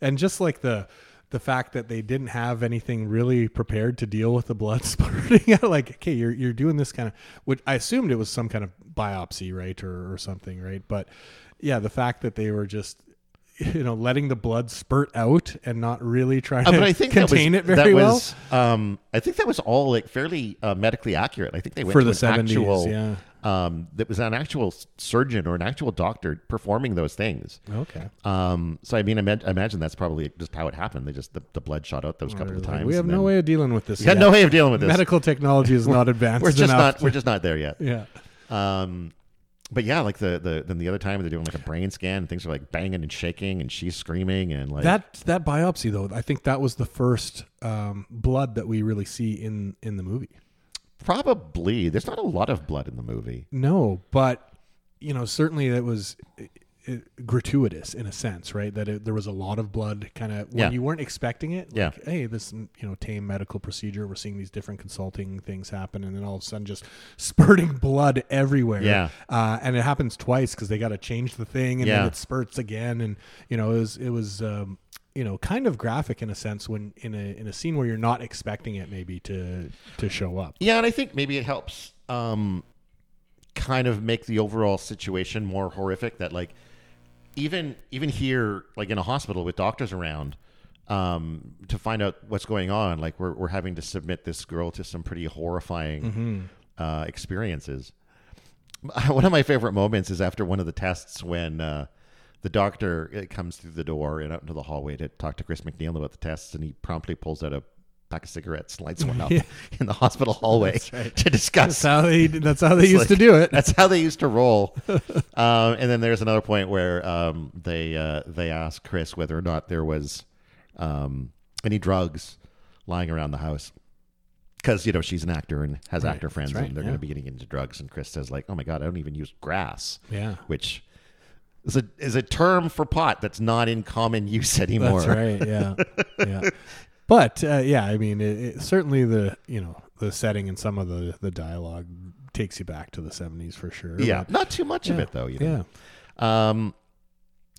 Speaker 2: and just like the the fact that they didn't have anything really prepared to deal with the blood spurting out. Like, okay, you're you're doing this kind of, which I assumed it was some kind of biopsy, right, or or something, right? But yeah, the fact that they were just you know letting the blood spurt out and not really trying
Speaker 1: Uh,
Speaker 2: to
Speaker 1: but I think
Speaker 2: contain
Speaker 1: that was,
Speaker 2: it very
Speaker 1: that
Speaker 2: well
Speaker 1: Was, um, I think that was all like fairly uh, medically accurate. I think they went
Speaker 2: For
Speaker 1: to
Speaker 2: the
Speaker 1: an
Speaker 2: 70s,
Speaker 1: actual.
Speaker 2: yeah.
Speaker 1: Um, that was an actual s- surgeon or an actual doctor performing those things.
Speaker 2: okay
Speaker 1: Um, so I mean, I ima- imagine that's probably just how it happened. They just the, the blood shot out those couple of
Speaker 2: Like,
Speaker 1: times.
Speaker 2: we have
Speaker 1: and
Speaker 2: no
Speaker 1: then-
Speaker 2: way of dealing with this
Speaker 1: We had
Speaker 2: yet.
Speaker 1: no way of dealing with this.
Speaker 2: medical technology is not advanced
Speaker 1: we're just
Speaker 2: enough
Speaker 1: not. We're just not there yet.
Speaker 2: yeah
Speaker 1: Um, but yeah, like the the then the other time they're doing like a brain scan and things are like banging and shaking and she's screaming and like
Speaker 2: that that biopsy though i think that was the first um, blood that we really see in in the movie
Speaker 1: probably there's not a lot of blood in the movie.
Speaker 2: no but you know certainly that was i- i- gratuitous in a sense right that it, there was a lot of blood kind of when
Speaker 1: Yeah.
Speaker 2: you weren't expecting it
Speaker 1: Yeah.
Speaker 2: like, hey this you know tame medical procedure we're seeing these different consulting things happen and then all of a sudden just spurting blood everywhere
Speaker 1: Yeah.
Speaker 2: uh, and it happens twice because they got to change the thing and
Speaker 1: Yeah.
Speaker 2: then it spurts again and you know it was it was um, you know kind of graphic in a sense when in a in a scene where you're not expecting it maybe to to show up
Speaker 1: Yeah, and I think maybe it helps um, kind of make the overall situation more horrific. That like even even here, like in a hospital with doctors around, um, to find out what's going on, like we're we're having to submit this girl to some pretty horrifying uh, experiences. One of my favorite moments is after one of the tests when uh, the doctor uh, comes through the door and out into the hallway to talk to Chris McNeil about the tests, and he promptly pulls out a pack of cigarettes, lights one up in the hospital hallway to
Speaker 2: that's
Speaker 1: discuss.
Speaker 2: how they that's how they
Speaker 1: It's
Speaker 2: used to
Speaker 1: like-
Speaker 2: do it
Speaker 1: That's how they used to roll. um, and then there's another point where um, they uh, they ask Chris whether or not there was um, any drugs lying around the house because you know she's an actor and has
Speaker 2: Right,
Speaker 1: actor friends,
Speaker 2: that's right,
Speaker 1: and they're
Speaker 2: yeah.
Speaker 1: going to be getting into drugs. And Chris says like, "Oh my god, I don't even use grass,"
Speaker 2: Yeah.
Speaker 1: which is a is a term for pot that's not in common use anymore.
Speaker 2: That's right. Yeah, yeah. But uh, yeah, I mean, it, it, certainly the you know the setting and some of the the dialogue takes you back to the '70s for sure.
Speaker 1: Yeah,
Speaker 2: But,
Speaker 1: not too much of
Speaker 2: yeah,
Speaker 1: it though. You know?
Speaker 2: yeah.
Speaker 1: Um,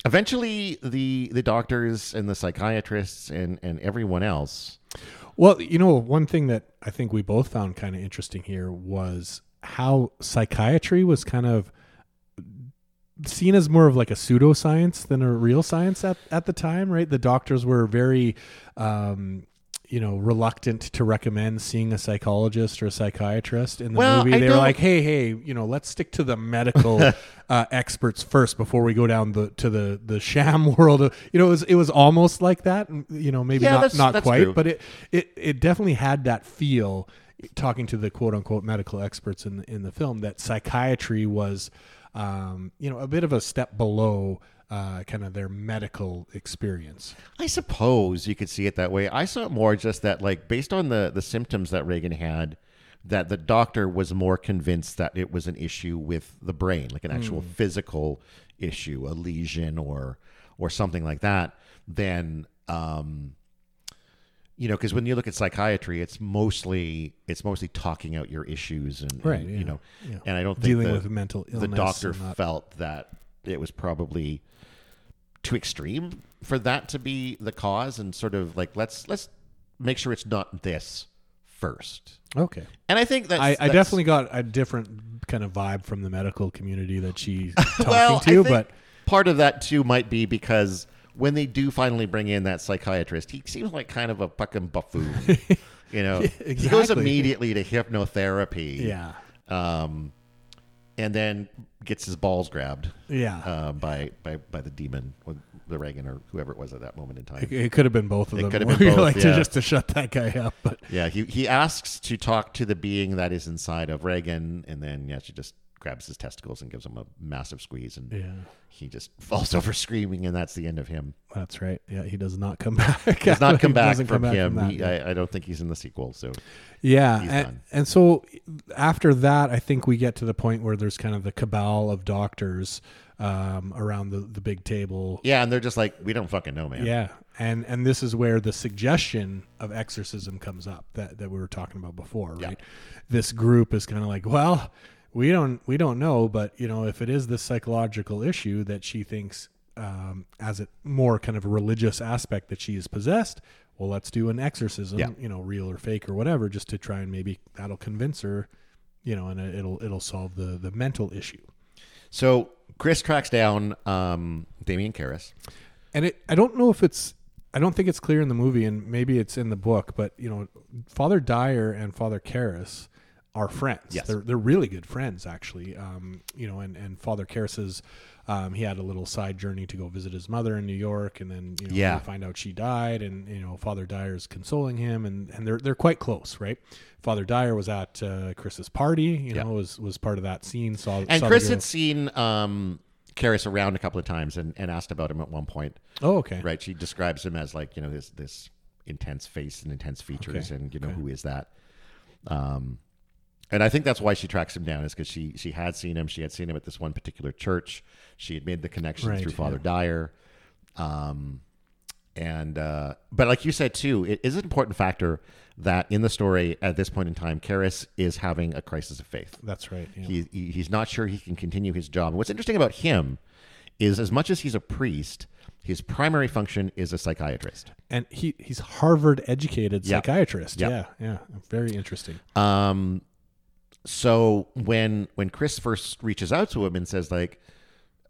Speaker 1: eventually, the the doctors and the psychiatrists and and everyone else.
Speaker 2: Well, you know, one thing that I think we both found kind of interesting here was how psychiatry was kind of seen as more of like a pseudoscience than a real science at, at the time, right? The doctors were very, um, you know, reluctant to recommend seeing a psychologist or a psychiatrist in the
Speaker 1: Well,
Speaker 2: movie.
Speaker 1: I
Speaker 2: they were
Speaker 1: don't-
Speaker 2: like, hey, hey, you know, let's stick to the medical uh, experts first before we go down the to the the sham world. Of, you know, it was it was almost like that. and, You know, maybe
Speaker 1: Yeah,
Speaker 2: not
Speaker 1: that's-
Speaker 2: not
Speaker 1: that's
Speaker 2: quite,
Speaker 1: true.
Speaker 2: but it it it definitely had that feel. Talking to the quote unquote medical experts in in the film, that psychiatry was, um, you know, a bit of a step below. Uh, kind of their medical experience.
Speaker 1: I suppose you could see it that way. I saw it more just that, like, based on the the symptoms that Reagan had, that the doctor was more convinced that it was an issue with the brain, like an actual
Speaker 2: Hmm.
Speaker 1: physical issue, a lesion or or something like that, than um, you know, because when you look at psychiatry, it's mostly it's mostly talking out your issues and, and,
Speaker 2: Right, yeah,
Speaker 1: you know,
Speaker 2: yeah.
Speaker 1: and I don't think
Speaker 2: Dealing
Speaker 1: the-
Speaker 2: with mental illness.
Speaker 1: the doctor
Speaker 2: and uh, not-
Speaker 1: felt that it was probably too extreme for that to be the cause and sort of like let's let's make sure it's not this first
Speaker 2: okay.
Speaker 1: and i think that's
Speaker 2: I, I
Speaker 1: that's-
Speaker 2: definitely got a different kind of vibe from the medical community that she's talking
Speaker 1: well, I
Speaker 2: to,
Speaker 1: think
Speaker 2: but
Speaker 1: part of that too might be because when they do finally bring in that psychiatrist he seems like kind of a fucking buffoon you know he goes
Speaker 2: exactly.
Speaker 1: immediately to hypnotherapy
Speaker 2: yeah,
Speaker 1: um and then gets his balls grabbed
Speaker 2: yeah.
Speaker 1: uh, by by by the demon or the Reagan or whoever it was at that moment in time.
Speaker 2: It could have been both of
Speaker 1: It
Speaker 2: them.
Speaker 1: could have been both,
Speaker 2: like to
Speaker 1: yeah.
Speaker 2: just to shut that guy up, but
Speaker 1: Yeah, he he asks to talk to the being that is inside of Reagan, and then yeah, she just grabs his testicles and gives him a massive squeeze, and
Speaker 2: yeah,
Speaker 1: he just falls over screaming, and that's the end of him.
Speaker 2: that's right. Yeah, he does not come back.
Speaker 1: Does not come back
Speaker 2: doesn't
Speaker 1: from him.
Speaker 2: that.
Speaker 1: He- I, I don't think he's in the sequel. So
Speaker 2: yeah,
Speaker 1: he's
Speaker 2: and,
Speaker 1: done.
Speaker 2: and so after that, I think we get to the point where there's kind of the cabal of doctors um, around the the big table.
Speaker 1: yeah, and they're just like, we don't fucking know, man.
Speaker 2: Yeah. And and this is where the suggestion of exorcism comes up that, that we were talking about before,
Speaker 1: Yeah.
Speaker 2: right? This group is kind of like, well, we don't we don't know, but you know, if it is this psychological issue that she thinks um, as a more kind of religious aspect that she is possessed, well, let's do an exorcism,
Speaker 1: Yeah.
Speaker 2: you know, real or fake or whatever, just to try and maybe that'll convince her, you know, and it'll it'll solve the the mental issue.
Speaker 1: So Chris tracks down um, Damien Karras.
Speaker 2: and it i don't know if it's i don't think it's clear in the movie and maybe it's in the book but you know father dyer and father Karras are friends
Speaker 1: Yes.
Speaker 2: they're, they're really good friends actually um, you know and, and father Karras's, um, he had a little side journey to go visit his mother in new york and then you know
Speaker 1: Yeah.
Speaker 2: we find out she died and you know father dyer's consoling him and, and they're, they're quite close right father dyer was at uh, chris's party you
Speaker 1: Yeah.
Speaker 2: know was was part of that scene saw
Speaker 1: And
Speaker 2: saw the
Speaker 1: Chris
Speaker 2: girl-
Speaker 1: had seen um, Karras around a couple of times and, and asked about him at one point.
Speaker 2: oh okay
Speaker 1: right she describes him as like you know this this intense face and intense features
Speaker 2: Okay,
Speaker 1: and you know
Speaker 2: okay.
Speaker 1: who is that um and i think that's why she tracks him down is because she she had seen him she had seen him at this one particular church she had made the connection
Speaker 2: Right,
Speaker 1: through
Speaker 2: yeah.
Speaker 1: father dyer um and uh but like you said too it is an important factor that in the story at this point in time Karis is having a crisis of faith
Speaker 2: that's right yeah.
Speaker 1: he, he- he's not sure he can continue his job. What's interesting about him is as much as he's a priest, his primary function is a psychiatrist.
Speaker 2: and he he's Harvard educated
Speaker 1: Yeah.
Speaker 2: psychiatrist.
Speaker 1: Yeah.
Speaker 2: Yeah, yeah, very interesting.
Speaker 1: Um, so when when Chris first reaches out to him and says like,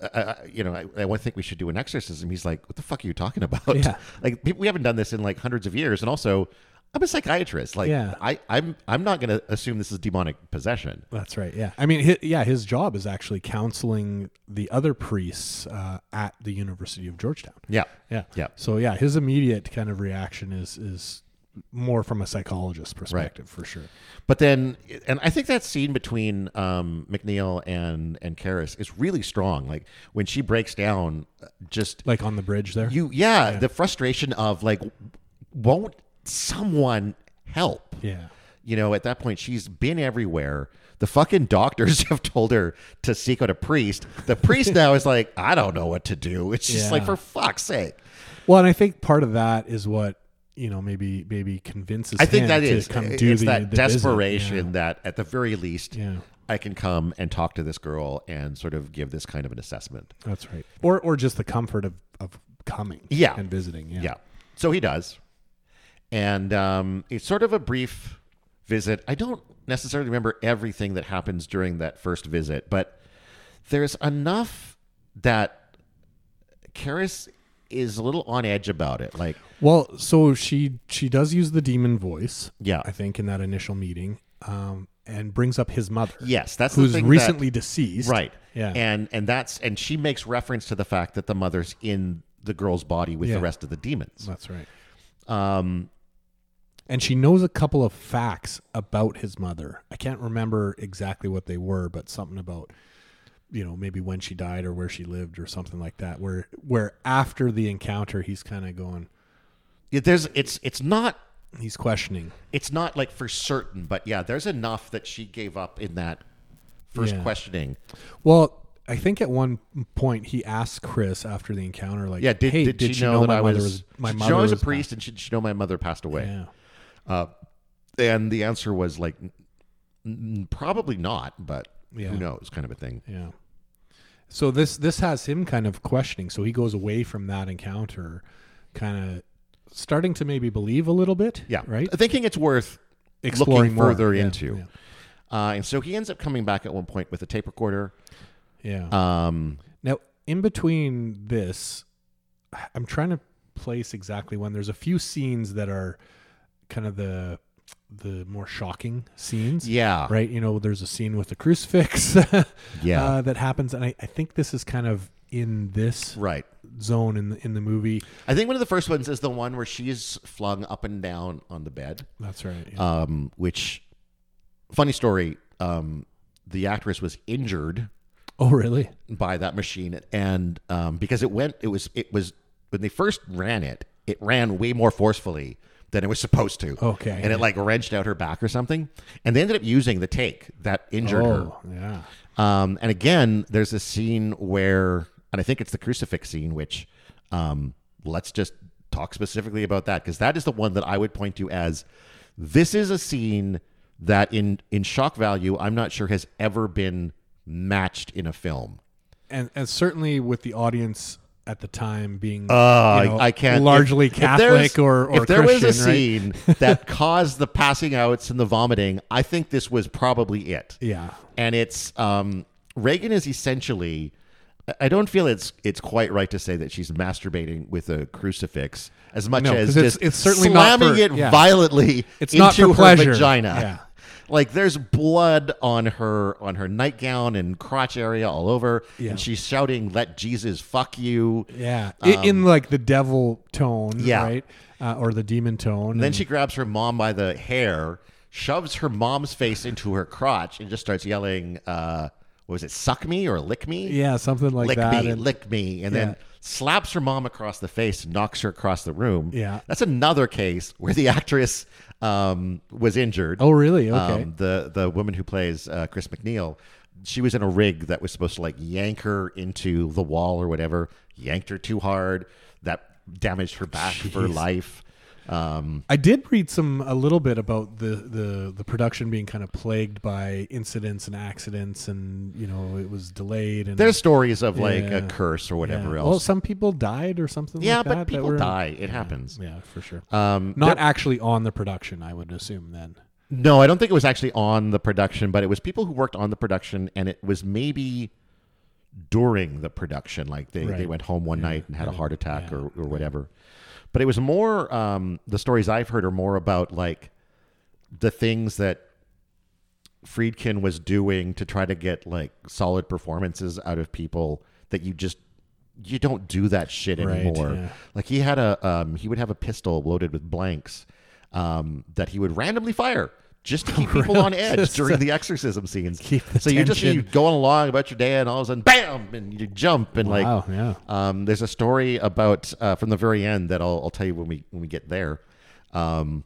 Speaker 1: I, I, you know, I, I would think we should do an exorcism. He's like, what the fuck are you talking about?
Speaker 2: Yeah.
Speaker 1: like we- we haven't done this in like hundreds of years, and also. I'm a psychiatrist. Like,
Speaker 2: Yeah.
Speaker 1: I, I'm, I'm not going to assume this is demonic possession.
Speaker 2: That's right. Yeah, I mean, hi yeah, his job is actually counseling the other priests uh, at the University of Georgetown.
Speaker 1: Yeah,
Speaker 2: Yeah,
Speaker 1: Yeah.
Speaker 2: So yeah, his immediate kind of reaction is is more from a psychologist perspective for sure.
Speaker 1: But then, and I think that scene between um, McNeil and and Karis is really strong. Like when she breaks down, uh, just
Speaker 2: Like on the bridge there.
Speaker 1: you, yeah, the frustration of like, won't someone help?
Speaker 2: yeah.
Speaker 1: you know, at that point, she's been everywhere. The fucking doctors have told her to seek out a priest. The priest now is like, I don't know what to do. It's just like, for
Speaker 2: Yeah.
Speaker 1: fuck's sake.
Speaker 2: Well, and I think part of that is what you know maybe maybe convinces.
Speaker 1: I think
Speaker 2: him
Speaker 1: that
Speaker 2: to
Speaker 1: is uh,
Speaker 2: come do
Speaker 1: it's
Speaker 2: the,
Speaker 1: that
Speaker 2: the visit.
Speaker 1: desperation that at the very least
Speaker 2: Yeah. yeah,
Speaker 1: I can come and talk to this girl and sort of give this kind of an assessment.
Speaker 2: that's right. Or or just the comfort of of coming.
Speaker 1: Yeah.
Speaker 2: and visiting. Yeah,
Speaker 1: Yeah. So he does. And um, it's sort of a brief visit. I don't necessarily remember everything that happens during that first visit, but there's enough that Karis is a little on edge about it. Like,
Speaker 2: Well, so she she does use the demon voice.
Speaker 1: Yeah.
Speaker 2: I think in that initial meeting, um, and brings up his mother.
Speaker 1: yes, that's the
Speaker 2: who's
Speaker 1: thing that-
Speaker 2: recently deceased.
Speaker 1: right.
Speaker 2: Yeah.
Speaker 1: And and that's and she makes reference to the fact that the mother's in the girl's body with
Speaker 2: Yeah.
Speaker 1: the rest of the demons.
Speaker 2: that's right.
Speaker 1: Um,
Speaker 2: And she knows a couple of facts about his mother. I can't remember exactly what they were, but something about you know maybe when she died or where she lived or something like that. Where where after the encounter, he's kind of going,
Speaker 1: it- there's it's it's not
Speaker 2: he's questioning.
Speaker 1: it's not like for certain, but yeah, there's enough that she gave up in that first
Speaker 2: Yeah.
Speaker 1: questioning.
Speaker 2: Well, I think at one point he asked Chris after the encounter, like,
Speaker 1: Yeah, did,
Speaker 2: hey,
Speaker 1: did,
Speaker 2: did,
Speaker 1: she
Speaker 2: you
Speaker 1: know, that
Speaker 2: my
Speaker 1: I
Speaker 2: mother
Speaker 1: was,
Speaker 2: my
Speaker 1: did
Speaker 2: mother
Speaker 1: she know I was
Speaker 2: was
Speaker 1: a priest, and should she know my mother passed away?
Speaker 2: Yeah,
Speaker 1: And the answer was like, n- n- probably not, but
Speaker 2: Yeah.
Speaker 1: who knows, kind of a thing.
Speaker 2: yeah. So this this has him kind of questioning. So he goes away from that encounter, kind of starting to maybe believe a little bit.
Speaker 1: Yeah, Uh,
Speaker 2: right.
Speaker 1: Thinking it's worth
Speaker 2: Exploring
Speaker 1: looking
Speaker 2: more.
Speaker 1: further
Speaker 2: Yeah,
Speaker 1: into, Uh, and so he ends up coming back at one point with a tape recorder.
Speaker 2: Yeah.
Speaker 1: Um,
Speaker 2: now, in between this, I- I'm trying to place exactly when. There's a few scenes that are kind of the the more shocking scenes.
Speaker 1: yeah,
Speaker 2: Right. You know, there's a scene with the crucifix
Speaker 1: yeah,
Speaker 2: uh, that happens, and I, I think this is kind of in this
Speaker 1: right.
Speaker 2: zone in the, in the movie.
Speaker 1: I think one of the first ones is the one where she's flung up and down on the bed.
Speaker 2: That's right. Yeah.
Speaker 1: um, which funny story um, the actress was injured
Speaker 2: oh, really?
Speaker 1: by that machine and um, because it went it was it was when they first ran it it ran way more forcefully than it was supposed to
Speaker 2: Okay,
Speaker 1: and it like wrenched out her back or something and they ended up using the take that injured her
Speaker 2: Oh, yeah.
Speaker 1: um, and again, there's a scene where, and I think it's the crucifix scene, which um, let's just talk specifically about that because that is the one that I would point to as this is a scene that in in shock value, I'm not sure has ever been matched in a film.
Speaker 2: And and certainly with the audience at the time being
Speaker 1: Uh,
Speaker 2: you know,
Speaker 1: I, I can't.
Speaker 2: Oh, largely
Speaker 1: if- if
Speaker 2: Catholic
Speaker 1: there's-
Speaker 2: or or
Speaker 1: if there
Speaker 2: Christian,
Speaker 1: was a
Speaker 2: right?
Speaker 1: scene that caused the passing outs and the vomiting, I think this was probably it.
Speaker 2: Yeah.
Speaker 1: and it's um, Reagan is essentially. I- I don't feel it's it's quite right to say that she's masturbating with a crucifix as much
Speaker 2: No,
Speaker 1: as
Speaker 2: 'cause it's-
Speaker 1: just
Speaker 2: it's certainly not
Speaker 1: slamming
Speaker 2: for-
Speaker 1: it
Speaker 2: yeah.
Speaker 1: violently
Speaker 2: It's
Speaker 1: into
Speaker 2: not for
Speaker 1: her
Speaker 2: pleasure.
Speaker 1: vagina.
Speaker 2: Yeah.
Speaker 1: Like there's blood on her on her nightgown and crotch area all over,
Speaker 2: Yeah.
Speaker 1: and she's shouting, "Let Jesus fuck you!"
Speaker 2: Yeah. I- in like the devil tone,
Speaker 1: Um, Yeah.
Speaker 2: right? Uh, or the demon tone.
Speaker 1: And then she grabs her mom by the hair, shoves her mom's face into her crotch, and just starts yelling, uh, "What was it? Suck me or lick me?"
Speaker 2: yeah, something like
Speaker 1: lick
Speaker 2: that.
Speaker 1: me,
Speaker 2: and-
Speaker 1: lick me, and
Speaker 2: Yeah.
Speaker 1: then slaps her mom across the face, and knocks her across the room.
Speaker 2: Yeah.
Speaker 1: that's another case where the actress um, was injured.
Speaker 2: oh, really? Okay.
Speaker 1: Um, the the woman who plays uh, Chris McNeil, she was in a rig that was supposed to like yank her into the wall or whatever. Yanked her too hard, that damaged her back for life. Um,
Speaker 2: I did read some a little bit about the, the the production being kind of plagued by incidents and accidents, and you know it was delayed. And
Speaker 1: there's stories of like a
Speaker 2: Yeah.
Speaker 1: curse or
Speaker 2: yeah.
Speaker 1: whatever else.
Speaker 2: Well, some people died or something.
Speaker 1: yeah,
Speaker 2: like
Speaker 1: but
Speaker 2: that, that
Speaker 1: people
Speaker 2: were-
Speaker 1: die. It happens.
Speaker 2: Yeah, for sure.
Speaker 1: Um,
Speaker 2: Not actually on the production, I would assume. Then
Speaker 1: No, I don't think it was actually on the production, but it was people who worked on the production, and it was maybe during the production. Like they, they
Speaker 2: Right.
Speaker 1: went home one night and had a heart attack
Speaker 2: Yeah.
Speaker 1: or, or whatever. But it was more, um, the stories I've heard are more about like the things that Friedkin was doing to try to get like solid performances out of people that you just. You don't do that shit
Speaker 2: Right,
Speaker 1: anymore.
Speaker 2: yeah.
Speaker 1: Like he had a, um, he would have a pistol loaded with blanks, um, that he would randomly fire just to keep people on edge during the exorcism scenes.
Speaker 2: keep the
Speaker 1: so you just
Speaker 2: tension.
Speaker 1: you going along about your day, and all of a sudden, bam, and you jump, and
Speaker 2: wow,
Speaker 1: like,
Speaker 2: Oh, yeah,
Speaker 1: um, there's a story about uh, from the very end that I'll, I'll tell you when we when we get there, um,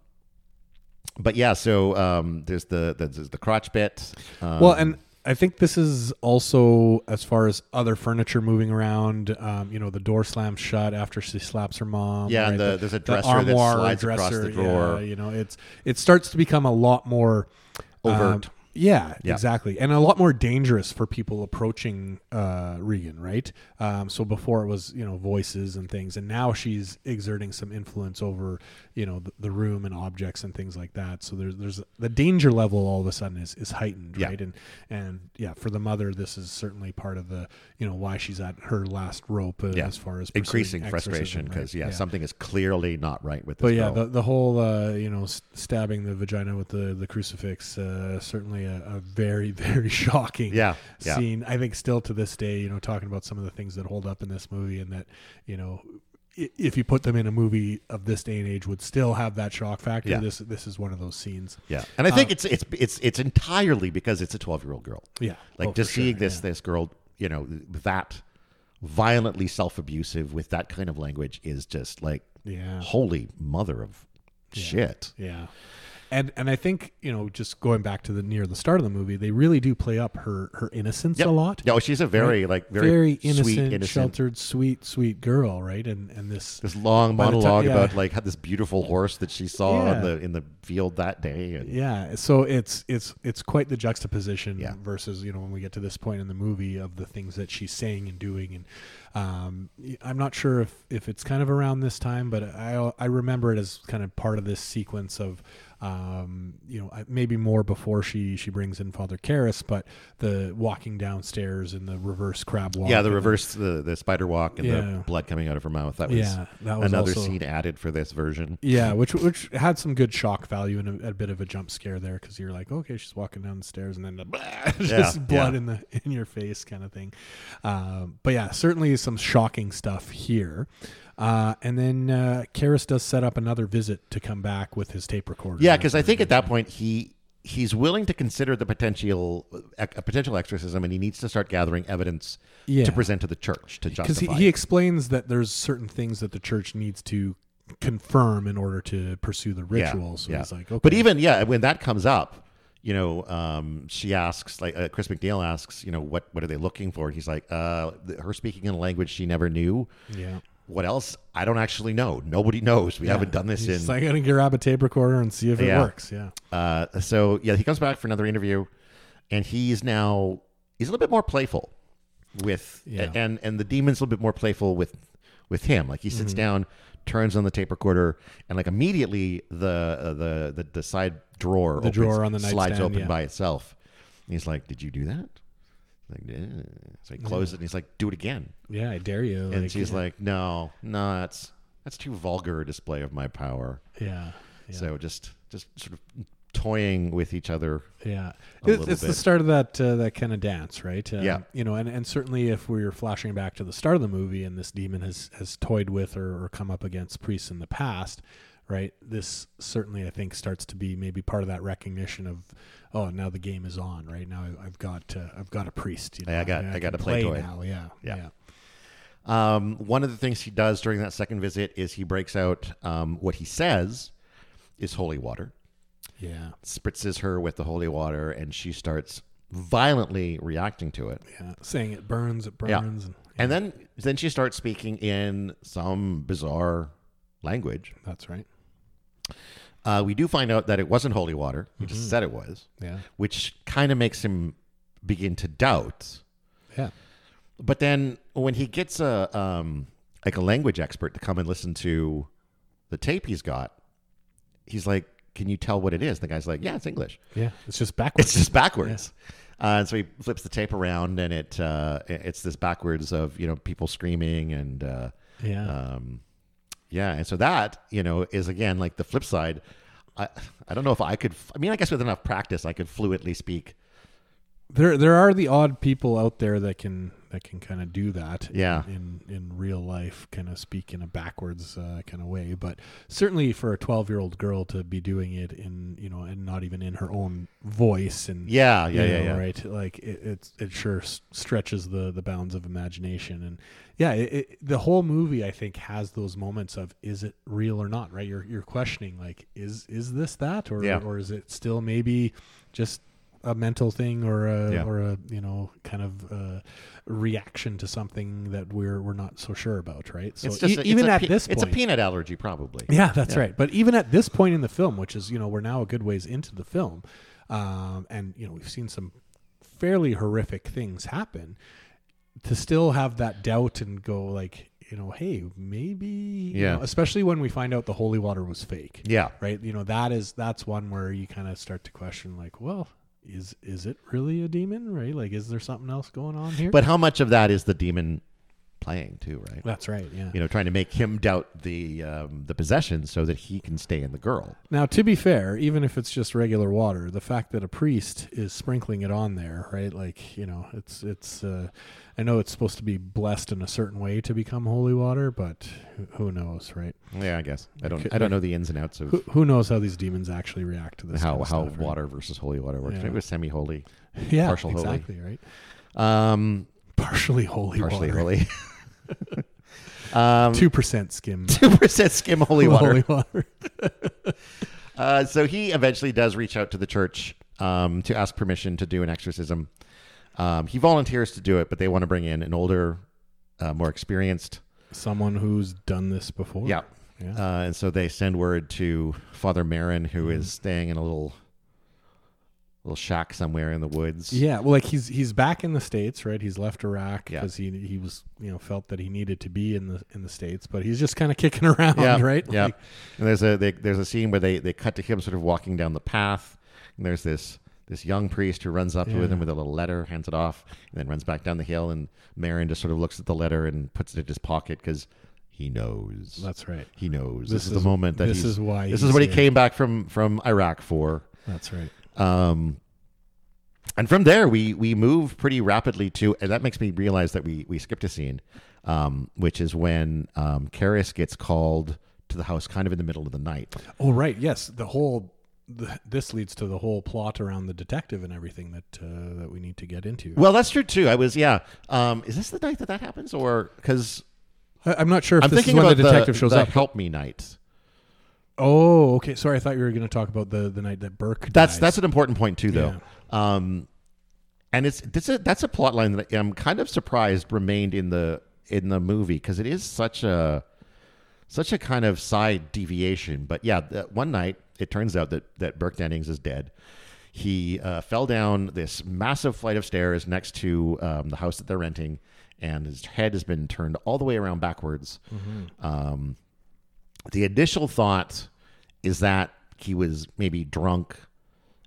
Speaker 1: but yeah, so um, there's the there's the crotch bit. Um,
Speaker 2: well, and I think this is also as far as other furniture moving around. Um, you know, the door slams shut after she slaps her mom.
Speaker 1: Yeah, and the- there's a dresser that
Speaker 2: armoire or
Speaker 1: slides across the drawer.
Speaker 2: Yeah, you know, it's it starts to become a lot more um,
Speaker 1: Overt.
Speaker 2: yeah,
Speaker 1: Yeah.
Speaker 2: exactly, and a lot more dangerous for people approaching uh, Regan, right? Um, so before it was you know voices and things, and now she's exerting some influence over you know the, the room and objects and things like that. So there's there's the danger level all of a sudden is is heightened,
Speaker 1: Yeah.
Speaker 2: right? And and yeah, for the mother, this is certainly part of the you know why she's at her last rope uh,
Speaker 1: Yeah.
Speaker 2: as far as pursuing
Speaker 1: increasing
Speaker 2: exorcism,
Speaker 1: frustration
Speaker 2: right?
Speaker 1: because yeah, something is clearly not right with this
Speaker 2: But yeah,
Speaker 1: girl.
Speaker 2: the, the whole uh, you know s- stabbing the vagina with the the crucifix uh, certainly a, a very very shocking
Speaker 1: yeah, yeah.
Speaker 2: scene. I think still to this day, you know, talking about some of the things that hold up in this movie and that you know i- if you put them in a movie of this day and age would still have that shock factor.
Speaker 1: Yeah.
Speaker 2: This this is one of those scenes.
Speaker 1: Yeah, and I think it's it's it's it's entirely because it's a twelve year old girl.
Speaker 2: Yeah,
Speaker 1: Like
Speaker 2: Um, Oh, for
Speaker 1: just seeing
Speaker 2: sure,
Speaker 1: this
Speaker 2: yeah.
Speaker 1: this girl, you know, that violently self abusive with that kind of language is just like
Speaker 2: Yeah.
Speaker 1: holy mother of shit.
Speaker 2: Yeah. And and I think, you know, just going back to the near the start of the movie, they really do play up her her innocence
Speaker 1: Yep.
Speaker 2: a lot.
Speaker 1: No, she's a very like very,
Speaker 2: innocent,
Speaker 1: sweet, innocent.
Speaker 2: sheltered, sweet, sweet girl, right? And and this
Speaker 1: This long
Speaker 2: By the time-
Speaker 1: monologue
Speaker 2: yeah.
Speaker 1: about like had this beautiful horse that she saw
Speaker 2: Yeah.
Speaker 1: in the in the field that day, and
Speaker 2: yeah, so it's it's it's quite the juxtaposition
Speaker 1: Yeah.
Speaker 2: versus you know when we get to this point in the movie of the things that she's saying and doing, and um, I'm not sure if if it's kind of around this time, but I I remember it as kind of part of this sequence of um, you know I- maybe more before she she brings in Father Karras, but the walking downstairs and the reverse crab walk,
Speaker 1: yeah, the
Speaker 2: and
Speaker 1: reverse the the spider walk and
Speaker 2: Yeah.
Speaker 1: the blood coming out of her mouth. That was,
Speaker 2: yeah, that was
Speaker 1: another
Speaker 2: also-
Speaker 1: scene added for this version.
Speaker 2: Yeah, which which had some good shock value and a, a bit of a jump scare there because you're like, okay, she's walking down the stairs and then the just
Speaker 1: Yeah,
Speaker 2: blood
Speaker 1: yeah.
Speaker 2: in the in your face kind of thing. Um, but yeah, certainly some shocking stuff here. Uh, and then uh, Karis does set up another visit to come back with his tape recorder.
Speaker 1: Yeah, because I think at that point he he's willing to consider the potential uh, a potential exorcism, and he needs to start gathering evidence
Speaker 2: Yeah.
Speaker 1: to present to the church to justify.
Speaker 2: because he,
Speaker 1: it.
Speaker 2: he explains that there's certain things that the church needs to confirm in order to pursue the
Speaker 1: Yeah,
Speaker 2: ritual. so
Speaker 1: yeah.
Speaker 2: he's like, okay,
Speaker 1: but even yeah, when that comes up, you know, um, she asks like uh, Chris McNeil asks, you know, what what are they looking for? He's like, uh, th- her speaking in a language she never knew.
Speaker 2: yeah.
Speaker 1: What else? I don't actually know. Nobody knows. We haven't done this
Speaker 2: He's
Speaker 1: in
Speaker 2: just like, I'm gonna grab a tape recorder and see if it
Speaker 1: Yeah.
Speaker 2: works. Yeah.
Speaker 1: Uh, so yeah, he comes back for another interview, and he's now he's a little bit more playful with
Speaker 2: Yeah.
Speaker 1: and and the demon's a little bit more playful with with him. Like he sits
Speaker 2: Mm-hmm.
Speaker 1: down, turns on the tape recorder, and like immediately the uh, the, the the side drawer the
Speaker 2: drawer on the
Speaker 1: slides
Speaker 2: nightstand,
Speaker 1: open
Speaker 2: yeah.
Speaker 1: by itself. And he's like, "Did you do that?" Like, "Yeah." so he closes it, and he's like, "Do it again."
Speaker 2: Yeah, I dare you.
Speaker 1: And she's like, "No, no, that's that's too vulgar a display of my power."
Speaker 2: yeah, yeah,
Speaker 1: So just just sort of toying with each other
Speaker 2: yeah.
Speaker 1: a
Speaker 2: It's,
Speaker 1: little
Speaker 2: it's the
Speaker 1: bit.
Speaker 2: start of that uh, that kind of dance, right? Uh,
Speaker 1: Yeah.
Speaker 2: you know, and, and certainly if we are flashing back to the start of the movie, and this demon has has toyed with or, or come up against priests in the past, right? This certainly, I think, starts to be maybe part of that recognition of, oh, now the game is on, right? Now I- I've got uh, I've got a priest. You know,
Speaker 1: Yeah, I got- I got
Speaker 2: can
Speaker 1: a play toy.
Speaker 2: now. Yeah,
Speaker 1: Yeah.
Speaker 2: yeah,
Speaker 1: Um, one of the things he does during that second visit is he breaks out um, what he says is holy water,
Speaker 2: yeah. yeah.
Speaker 1: spritzes her with the holy water, and she starts violently reacting to it.
Speaker 2: saying it burns, it burns, and
Speaker 1: And then then she starts speaking in some bizarre language.
Speaker 2: that's right.
Speaker 1: Uh, we do find out that it wasn't holy water; he just said it was,
Speaker 2: Yeah,
Speaker 1: which kind of makes him begin to doubt.
Speaker 2: yeah,
Speaker 1: But then when he gets a um, like a language expert to come and listen to the tape he's got, he's like, "Can you tell what it is?" The guy's like, "Yeah, it's English.
Speaker 2: yeah. It's just backwards.
Speaker 1: It's just backwards." Uh, and so he flips the tape around, and it uh, it's this backwards of you know people screaming and uh,
Speaker 2: yeah.
Speaker 1: um, yeah, and so that you know is again like the flip side. I I don't know if I could. I mean, I guess with enough practice, I could fluently speak
Speaker 2: There, there are the odd people out there that can that can kind of do that.
Speaker 1: Yeah.
Speaker 2: In in, in real life, kind of speak in a backwards uh, kind of way, but certainly for a twelve year old girl to be doing it in you know and not even in her own voice and
Speaker 1: Yeah, yeah,
Speaker 2: you
Speaker 1: yeah,
Speaker 2: know,
Speaker 1: yeah.
Speaker 2: right like it, it's it sure s- stretches the the bounds of imagination and yeah it, it, the whole movie i think has those moments of is it real or not right you're you're questioning like is is this that or
Speaker 1: Yeah.
Speaker 2: or is it still maybe just a mental thing or a
Speaker 1: Yeah.
Speaker 2: or a you know kind of uh, reaction to something that we're we're not so sure about right so
Speaker 1: it's just
Speaker 2: e-
Speaker 1: a- it's
Speaker 2: even
Speaker 1: a
Speaker 2: at
Speaker 1: pe-
Speaker 2: this point
Speaker 1: it's a peanut allergy, probably.
Speaker 2: yeah, that's
Speaker 1: Yeah.
Speaker 2: right. But even at this point in the film, which is you know we're now a good ways into the film, um, and you know we've seen some fairly horrific things happen, to still have that doubt and go like you know hey maybe you
Speaker 1: Yeah.
Speaker 2: know, especially when we find out the holy water was fake
Speaker 1: Yeah.
Speaker 2: right you know that is that's one where you kind of start to question like well is is it really a demon right like is there something else going on here
Speaker 1: But how much of that is the demon playing too, right?
Speaker 2: that's right yeah
Speaker 1: You know, trying to make him doubt the um, the possession so that he can stay in the girl.
Speaker 2: Now, to be fair, even if it's just regular water, the fact that a priest is sprinkling it on there, right? Like you know, it's it's. Uh, I know it's supposed to be blessed in a certain way to become holy water, but who- who knows, right?
Speaker 1: Yeah, I guess I don't
Speaker 2: Okay.
Speaker 1: I don't know the ins and outs of
Speaker 2: Who, who knows how these demons actually react to this?
Speaker 1: how
Speaker 2: kind of
Speaker 1: how
Speaker 2: stuff, right?
Speaker 1: water versus holy water works.
Speaker 2: Yeah.
Speaker 1: Maybe it was semi holy,
Speaker 2: yeah,
Speaker 1: partial holy.
Speaker 2: exactly right.
Speaker 1: um,
Speaker 2: Partially holy
Speaker 1: partially
Speaker 2: water,
Speaker 1: holy. um,
Speaker 2: two percent skim
Speaker 1: two percent skim holy water.
Speaker 2: Holy water.
Speaker 1: Uh, so he eventually does reach out to the church um, to ask permission to do an exorcism. Um, he volunteers to do it, but they want to bring in an older, uh, more experienced.
Speaker 2: Someone who's done this before.
Speaker 1: Yeah.
Speaker 2: yeah.
Speaker 1: Uh, and so they send word to Father Marin, who is
Speaker 2: Mm-hmm.
Speaker 1: staying in a little little shack somewhere in the woods.
Speaker 2: Yeah, well, like he's he's back in the states, right? He's left Iraq
Speaker 1: Yeah.
Speaker 2: because he he was you know felt that he needed to be in the in the states, but he's just kind of kicking around,
Speaker 1: yeah,
Speaker 2: right?
Speaker 1: Yeah.
Speaker 2: Like,
Speaker 1: and there's a they, there's a scene where they they cut to him sort of walking down the path, and there's this this young priest who runs up with
Speaker 2: Yeah.
Speaker 1: him with a little letter, hands it off, and then runs back down the hill. And Marin just sort of looks at the letter and puts it in his pocket because he knows.
Speaker 2: that's right.
Speaker 1: he knows. This,
Speaker 2: This
Speaker 1: is, the
Speaker 2: is-
Speaker 1: moment that
Speaker 2: this
Speaker 1: he's-
Speaker 2: is why
Speaker 1: This
Speaker 2: he's
Speaker 1: is what he
Speaker 2: here.
Speaker 1: came back from from Iraq for.
Speaker 2: That's right.
Speaker 1: Um, and from there, we we move pretty rapidly to, and that makes me realize that we we skipped a scene, um, which is when um, Karis gets called to the house, kind of in the middle of the night.
Speaker 2: Oh, right. Yes, the whole the, this leads to the whole plot around the detective and everything that uh, that we need to get into.
Speaker 1: Well, that's true too. I was, yeah. Um, is this the night that that happens, or because
Speaker 2: I, I'm not sure if
Speaker 1: I'm
Speaker 2: this
Speaker 1: thinking
Speaker 2: is when
Speaker 1: about
Speaker 2: the detective shows
Speaker 1: the
Speaker 2: up.
Speaker 1: Help me night.
Speaker 2: Oh, okay. Sorry, I thought you were going to talk about the the night that Burke.
Speaker 1: That's
Speaker 2: dies.
Speaker 1: that's an important point too, though. Um, and it's that's a that's a plot line that I'm kind of surprised remained in the in the movie because it is such a such a kind of side deviation. But yeah, that one night it turns out that that Burke Dennings is dead. He uh, fell down this massive flight of stairs next to um, the house that they're renting, and his head has been turned all the way around backwards. Um, the initial thought is that he was maybe drunk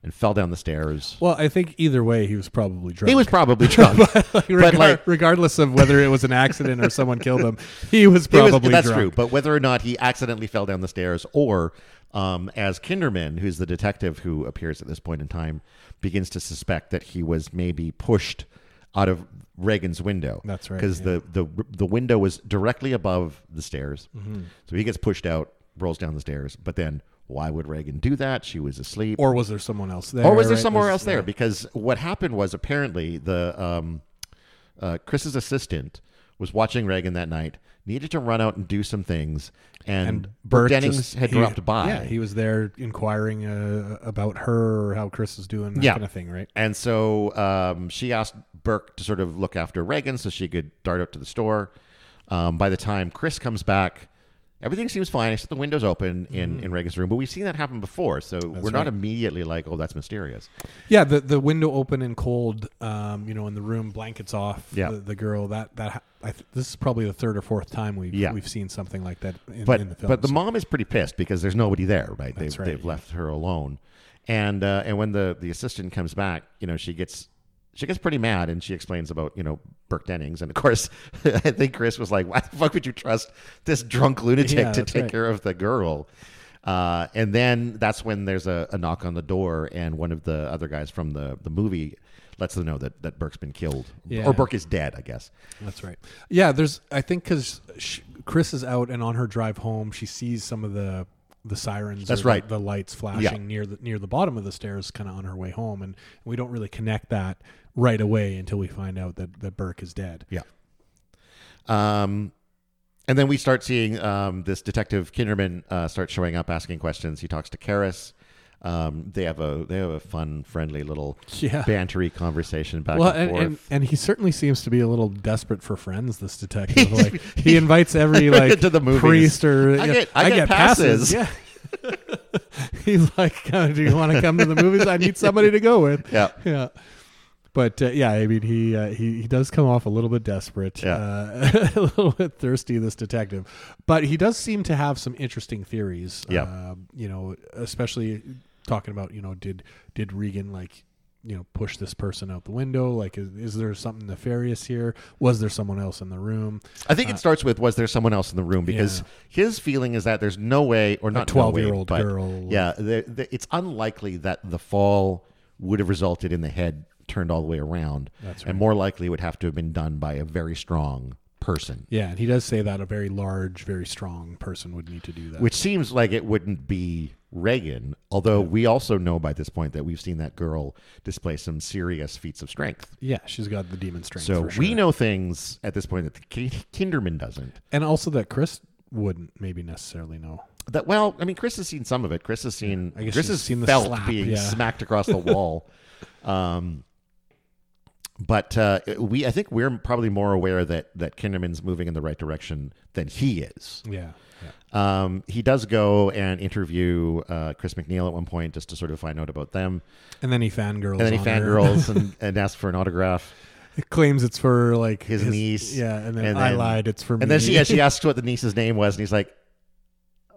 Speaker 1: and fell down the stairs.
Speaker 2: Well, I think either way, he was probably drunk.
Speaker 1: He was probably drunk.
Speaker 2: like,
Speaker 1: But,
Speaker 2: regar-
Speaker 1: like-
Speaker 2: regardless of whether it was an accident or someone killed him, he was
Speaker 1: He was-
Speaker 2: probably
Speaker 1: that's
Speaker 2: drunk.
Speaker 1: true. But whether or not he accidentally fell down the stairs, or um, as Kinderman, who's the detective who appears at this point in time, begins to suspect that he was maybe pushed out of Reagan's window.
Speaker 2: That's right,
Speaker 1: Because the, the the window was directly above the stairs, so he gets pushed out, rolls down the stairs. But then, why would Reagan do that? She was asleep.
Speaker 2: Or was there someone else there?
Speaker 1: or was there
Speaker 2: right?
Speaker 1: somewhere
Speaker 2: Was-
Speaker 1: else there? Because what happened was apparently the um, uh, Chris's assistant was watching Reagan that night, needed to run out and do some things, and, Bert
Speaker 2: Bert
Speaker 1: Dennings
Speaker 2: just-
Speaker 1: had
Speaker 2: he-
Speaker 1: dropped by.
Speaker 2: Yeah, he was there inquiring uh, about her or how Chris is doing, that
Speaker 1: Yeah.
Speaker 2: kind of thing, right?
Speaker 1: and so um, she asked Burke to sort of look after Reagan so she could dart out to the store. Um, by the time Chris comes back, everything seems fine except the windows open in, in Reagan's room. But we've seen that happen before, so we're not
Speaker 2: Mm. right.
Speaker 1: immediately like, "Oh, that's mysterious."
Speaker 2: Yeah, the the window open and cold, um, you know, in the room, blankets off.
Speaker 1: Yeah.
Speaker 2: the, the girl that that ha- I th- this is probably the third or fourth time we've
Speaker 1: Yeah.
Speaker 2: we've seen something like that in,
Speaker 1: but
Speaker 2: in the film.
Speaker 1: but the
Speaker 2: so-
Speaker 1: mom is pretty pissed because there's nobody there, right?
Speaker 2: That's
Speaker 1: they've,
Speaker 2: right,
Speaker 1: They've
Speaker 2: yeah.
Speaker 1: left her alone, and uh, and when the the assistant comes back, you know, she gets she gets pretty mad and she explains about you know Burke Dennings, and of course, I think Chris was like, "Why the fuck would you trust this drunk lunatic
Speaker 2: Yeah,
Speaker 1: to
Speaker 2: that's
Speaker 1: take
Speaker 2: right.
Speaker 1: care of the girl?" Uh, and then that's when there's a, a knock on the door, and one of the other guys from the, the movie lets them know that, that Burke's been killed.
Speaker 2: Yeah.
Speaker 1: Or Burke is dead, I guess.
Speaker 2: That's right. Yeah, there's. I think because Chris is out, and on her drive home, she sees some of the the sirens.
Speaker 1: That's
Speaker 2: or the-
Speaker 1: right.
Speaker 2: The, lights flashing near the near the bottom of the stairs, kind of on her way home, and we don't really connect that right away until we find out that that Burke is dead.
Speaker 1: Yeah. Um, and then we start seeing um, this detective Kinderman uh, start showing up, asking questions. He talks to Karis. Um, they have a they have a fun, friendly little
Speaker 2: Yeah.
Speaker 1: bantery conversation back
Speaker 2: Ah. well,
Speaker 1: and
Speaker 2: and,
Speaker 1: forth.
Speaker 2: and, and he certainly seems to be a little desperate for friends. This detective, like he invites every like
Speaker 1: To the movies.
Speaker 2: priest or
Speaker 1: I get- I get passes.
Speaker 2: Yeah, he's like, "Uh, do you want to come to the movies? I need somebody to go with.
Speaker 1: yeah.
Speaker 2: yeah. But uh, yeah, I mean, he uh, he he does come off a little bit desperate,
Speaker 1: Yeah.
Speaker 2: uh, a little bit thirsty. This detective, but he does seem to have some interesting theories.
Speaker 1: Yeah.
Speaker 2: uh, you know, especially talking about you know, did did Regan like you know push this person out the window? Like, is, is there something nefarious here? Was there someone else in the room?
Speaker 1: I
Speaker 2: Uh,
Speaker 1: think it starts with was there someone else in the room because his feeling is that there's no way or not no way,
Speaker 2: 12-year-old
Speaker 1: but-
Speaker 2: girl.
Speaker 1: Yeah, the, the, it's unlikely that the fall would have resulted in the head turned all the way around.
Speaker 2: That's
Speaker 1: And
Speaker 2: right.
Speaker 1: more likely would have to have been done by a very strong person,
Speaker 2: Yeah, and he does say that a very large, very strong person would need to do that.
Speaker 1: which seems like it wouldn't be Reagan, although we also know by this point that we've seen that girl display some serious feats of strength.
Speaker 2: yeah, she's got the demon strength.
Speaker 1: So
Speaker 2: for sure.
Speaker 1: we know things at this point that the Ki- Kinderman doesn't.
Speaker 2: and also that Chris wouldn't maybe necessarily know.
Speaker 1: That well, I mean, Chris has seen some of it. Chris has seen.
Speaker 2: I guess
Speaker 1: Chris
Speaker 2: she's
Speaker 1: has
Speaker 2: seen the
Speaker 1: felt
Speaker 2: slap,
Speaker 1: being
Speaker 2: yeah.
Speaker 1: smacked across the wall. um, but uh, we, I think, we're probably more aware that that Kinderman's moving in the right direction than he is.
Speaker 2: Yeah. yeah.
Speaker 1: Um, he does go and interview uh, Chris McNeil at one point just to sort of find out about them,
Speaker 2: And then he fangirls.
Speaker 1: and then he
Speaker 2: on her.
Speaker 1: fangirls and, and asks for an autograph.
Speaker 2: It claims it's for like
Speaker 1: His niece.
Speaker 2: Yeah, and then
Speaker 1: And
Speaker 2: I
Speaker 1: then-
Speaker 2: lied. It's for me.
Speaker 1: And then she, yeah, she asks what the niece's name was, and he's like,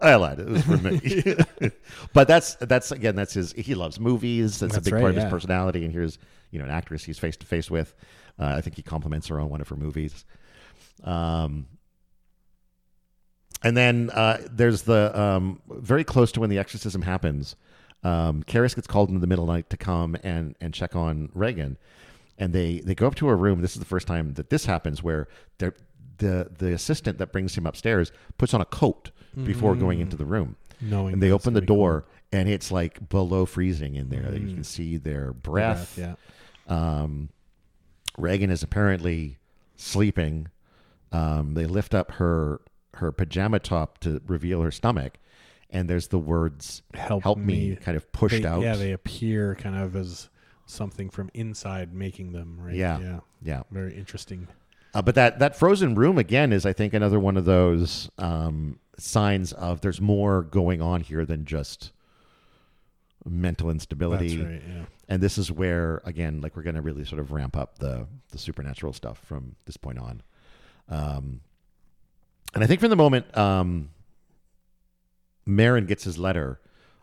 Speaker 1: "I lied. It was for me." but that's that's again, that's his. He loves movies. That's,
Speaker 2: That's
Speaker 1: a big
Speaker 2: right,
Speaker 1: part of his
Speaker 2: yeah.
Speaker 1: personality. And here's you know an actress he's face to face with. Uh, I think he compliments her on one of her movies. Um, and then uh, there's the um, very close to when the exorcism happens. Um, Karis gets called in the middle of the night to come and and check on Reagan, and they they go up to her room. This is the first time that this happens, where they're- the the assistant that brings him upstairs puts on a coat before going into the room,
Speaker 2: knowing
Speaker 1: and they
Speaker 2: that
Speaker 1: open the
Speaker 2: it's gonna be
Speaker 1: door, and it's like below freezing in there. You can see their breath.
Speaker 2: death, Yeah.
Speaker 1: Um, Reagan is apparently sleeping. Um, they lift up her her pajama top to reveal her stomach, and there's the words
Speaker 2: Help
Speaker 1: me,"
Speaker 2: me.
Speaker 1: kind of pushed
Speaker 2: They-
Speaker 1: out.
Speaker 2: Yeah, they appear kind of as something from inside making them. Right.
Speaker 1: Yeah.
Speaker 2: Yeah.
Speaker 1: yeah.
Speaker 2: Very interesting.
Speaker 1: Uh, but that that frozen room again is, I think, another one of those um, signs of there's more going on here than just mental instability.
Speaker 2: That's right. Yeah.
Speaker 1: And this is where, again, like we're going to really sort of ramp up the the supernatural stuff from this point on. Um, and I think from the moment um, Marin gets his letter,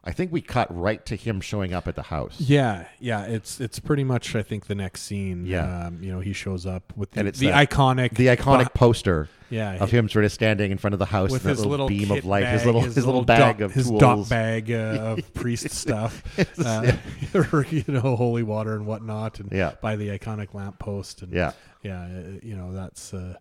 Speaker 1: I think we cut right to him showing up at the house.
Speaker 2: Yeah, yeah, it's it's pretty much I think the next scene.
Speaker 1: Yeah.
Speaker 2: um, you know he shows up with the,
Speaker 1: And it's
Speaker 2: the
Speaker 1: that-
Speaker 2: iconic,
Speaker 1: The iconic poster
Speaker 2: yeah,
Speaker 1: of him sort of standing in front of the house
Speaker 2: with
Speaker 1: and that
Speaker 2: his little,
Speaker 1: beam
Speaker 2: kit
Speaker 1: of light, his
Speaker 2: bag,
Speaker 1: little his, little bag
Speaker 2: doc-
Speaker 1: of
Speaker 2: his
Speaker 1: tools.
Speaker 2: doc bag uh, of priest stuff, uh, you know, holy water and whatnot, and
Speaker 1: Yeah.
Speaker 2: by the iconic lamppost, and
Speaker 1: Yeah.
Speaker 2: yeah, uh, you know that's uh,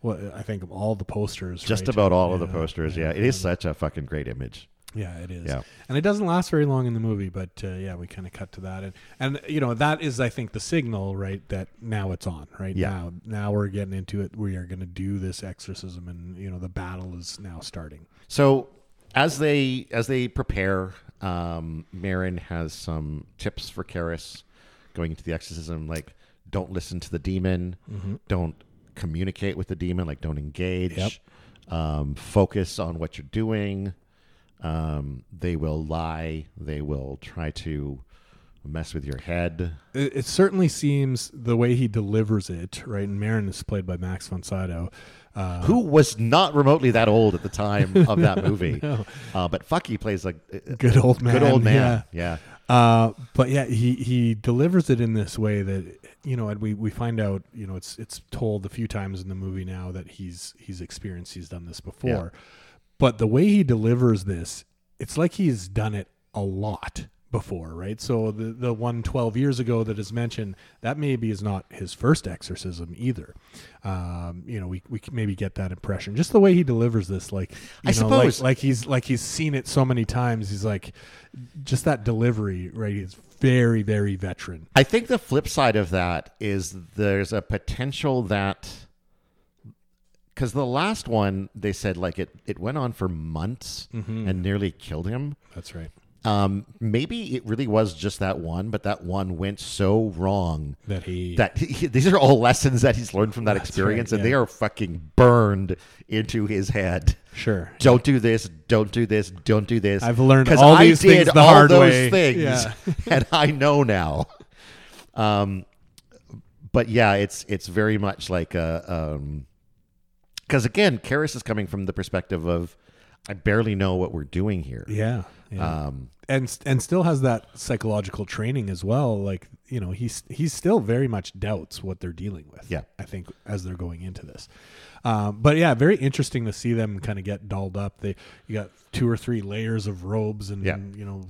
Speaker 2: what I think of all the posters,
Speaker 1: Just
Speaker 2: right?
Speaker 1: about all of the
Speaker 2: Yeah,
Speaker 1: posters. Yeah, it is such a fucking great image.
Speaker 2: Yeah, it is.
Speaker 1: Yeah.
Speaker 2: And it doesn't last very long in the movie, but uh, yeah, we kind of cut to that. And, and, you know, that is, I think, the signal, right, that now it's on, right?
Speaker 1: Yeah.
Speaker 2: Now, now we're getting into it. We are going to do this exorcism, and, you know, the battle is now starting.
Speaker 1: So as they as they prepare, um, Marin has some tips for Karis going into the exorcism, like don't listen to the demon, don't communicate with the demon, like don't engage,
Speaker 2: Mm-hmm. Yep.
Speaker 1: um, focus on what you're doing. Um, they will lie. They will try to mess with your head.
Speaker 2: It, it certainly seems the way he delivers it, right? And Marin is played by Max von Sydow. Uh,
Speaker 1: who was not remotely that old at the time of that movie. uh, but fuck, he plays like a
Speaker 2: good old man.
Speaker 1: good old
Speaker 2: Yeah.
Speaker 1: man. Yeah.
Speaker 2: Uh, but yeah, he, he delivers it in this way that you know, and we, we find out you know it's it's told a few times in the movie now that he's he's experienced he's done this before, but the way he delivers this it's like he's done it a lot before, right? So the the one 12 years ago that is mentioned, that maybe is not his first exorcism either. Um, you know, we we can maybe get that impression just the way he delivers this, like you
Speaker 1: I
Speaker 2: know, like-
Speaker 1: suppose.
Speaker 2: like he's like he's seen it so many times. He's like, just that delivery, right? He's very very veteran.
Speaker 1: I think the flip side of that is there's a potential that because the last one they said like it it went on for months
Speaker 2: Mm-hmm.
Speaker 1: and nearly killed him.
Speaker 2: That's right.
Speaker 1: Um, maybe it really was just that one, but that one went so wrong
Speaker 2: That he
Speaker 1: that these are all lessons that he's learned from that
Speaker 2: That's
Speaker 1: experience,
Speaker 2: right,
Speaker 1: and they
Speaker 2: yeah.
Speaker 1: are fucking burned into his head.
Speaker 2: sure.
Speaker 1: Don't do this. Don't do this. Don't do this.
Speaker 2: I've learned
Speaker 1: 'Cause
Speaker 2: all
Speaker 1: I
Speaker 2: these
Speaker 1: did
Speaker 2: things the
Speaker 1: all
Speaker 2: hard
Speaker 1: those
Speaker 2: way.
Speaker 1: things,
Speaker 2: Yeah.
Speaker 1: and I know now. Um, but yeah, it's it's very much like a um, because again, Karis is coming from the perspective of I barely know what we're doing here.
Speaker 2: Yeah. yeah.
Speaker 1: Um,
Speaker 2: and and still has that psychological training as well. Like you know, he's he's still very much doubts what they're dealing with.
Speaker 1: Yeah.
Speaker 2: I think as they're going into this, um, but yeah, very interesting to see them kind of get dolled up. They you got two or three layers of robes and
Speaker 1: Yeah.
Speaker 2: you know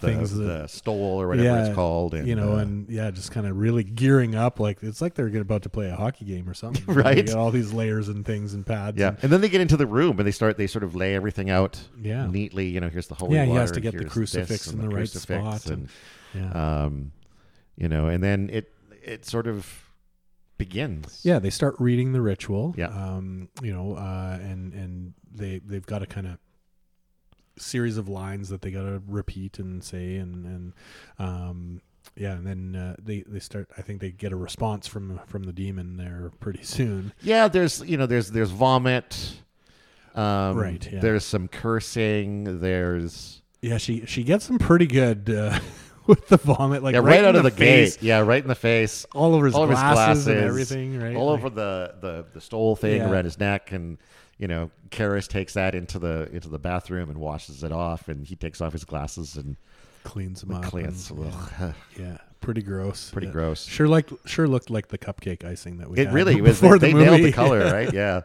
Speaker 1: the,
Speaker 2: things that.
Speaker 1: the stole or whatever
Speaker 2: Yeah,
Speaker 1: it's called, and,
Speaker 2: you know,
Speaker 1: uh,
Speaker 2: and yeah, just kind of really gearing up. Like it's like they're about to play a hockey game or something, You
Speaker 1: Right.
Speaker 2: got all these layers and things and pads.
Speaker 1: yeah,
Speaker 2: and-
Speaker 1: and then they get into the room and they start they sort of lay everything out
Speaker 2: Yeah.
Speaker 1: neatly. You know, here's the holy
Speaker 2: yeah. He
Speaker 1: water,
Speaker 2: has to get the
Speaker 1: here's
Speaker 2: crucifix
Speaker 1: this
Speaker 2: in
Speaker 1: and
Speaker 2: the, right
Speaker 1: crucifix
Speaker 2: spot. And,
Speaker 1: and
Speaker 2: yeah.
Speaker 1: um, you know, and then it it sort of begins.
Speaker 2: Yeah, they start reading the ritual.
Speaker 1: Yeah.
Speaker 2: Um, you know, uh, and and they they've got a kind of series of lines that they got to repeat and say and and um yeah, and then uh, they they start I think they get a response from from the demon there pretty soon.
Speaker 1: yeah. There's you know there's there's vomit. Um,
Speaker 2: Right, yeah.
Speaker 1: There's some cursing. There's
Speaker 2: Yeah, she she gets them pretty good uh, with the vomit like
Speaker 1: yeah, right,
Speaker 2: in
Speaker 1: out of the,
Speaker 2: face,
Speaker 1: gate. Yeah, right in the face.
Speaker 2: All over his,
Speaker 1: all over his
Speaker 2: glasses, and
Speaker 1: glasses,
Speaker 2: everything, right?
Speaker 1: all
Speaker 2: Like-
Speaker 1: over the, the the stole thing
Speaker 2: Yeah.
Speaker 1: around his neck, and you know, Karis takes that into the into the bathroom and washes it off, and he takes off his glasses and
Speaker 2: cleans them
Speaker 1: the
Speaker 2: up. and-
Speaker 1: cleans. Ugh,
Speaker 2: yeah, pretty gross.
Speaker 1: pretty
Speaker 2: Yeah.
Speaker 1: gross.
Speaker 2: Sure, like sure looked like the cupcake icing that we.
Speaker 1: It
Speaker 2: had
Speaker 1: really was.
Speaker 2: before
Speaker 1: they
Speaker 2: the
Speaker 1: they nailed the
Speaker 2: movie.
Speaker 1: color, right? Yeah.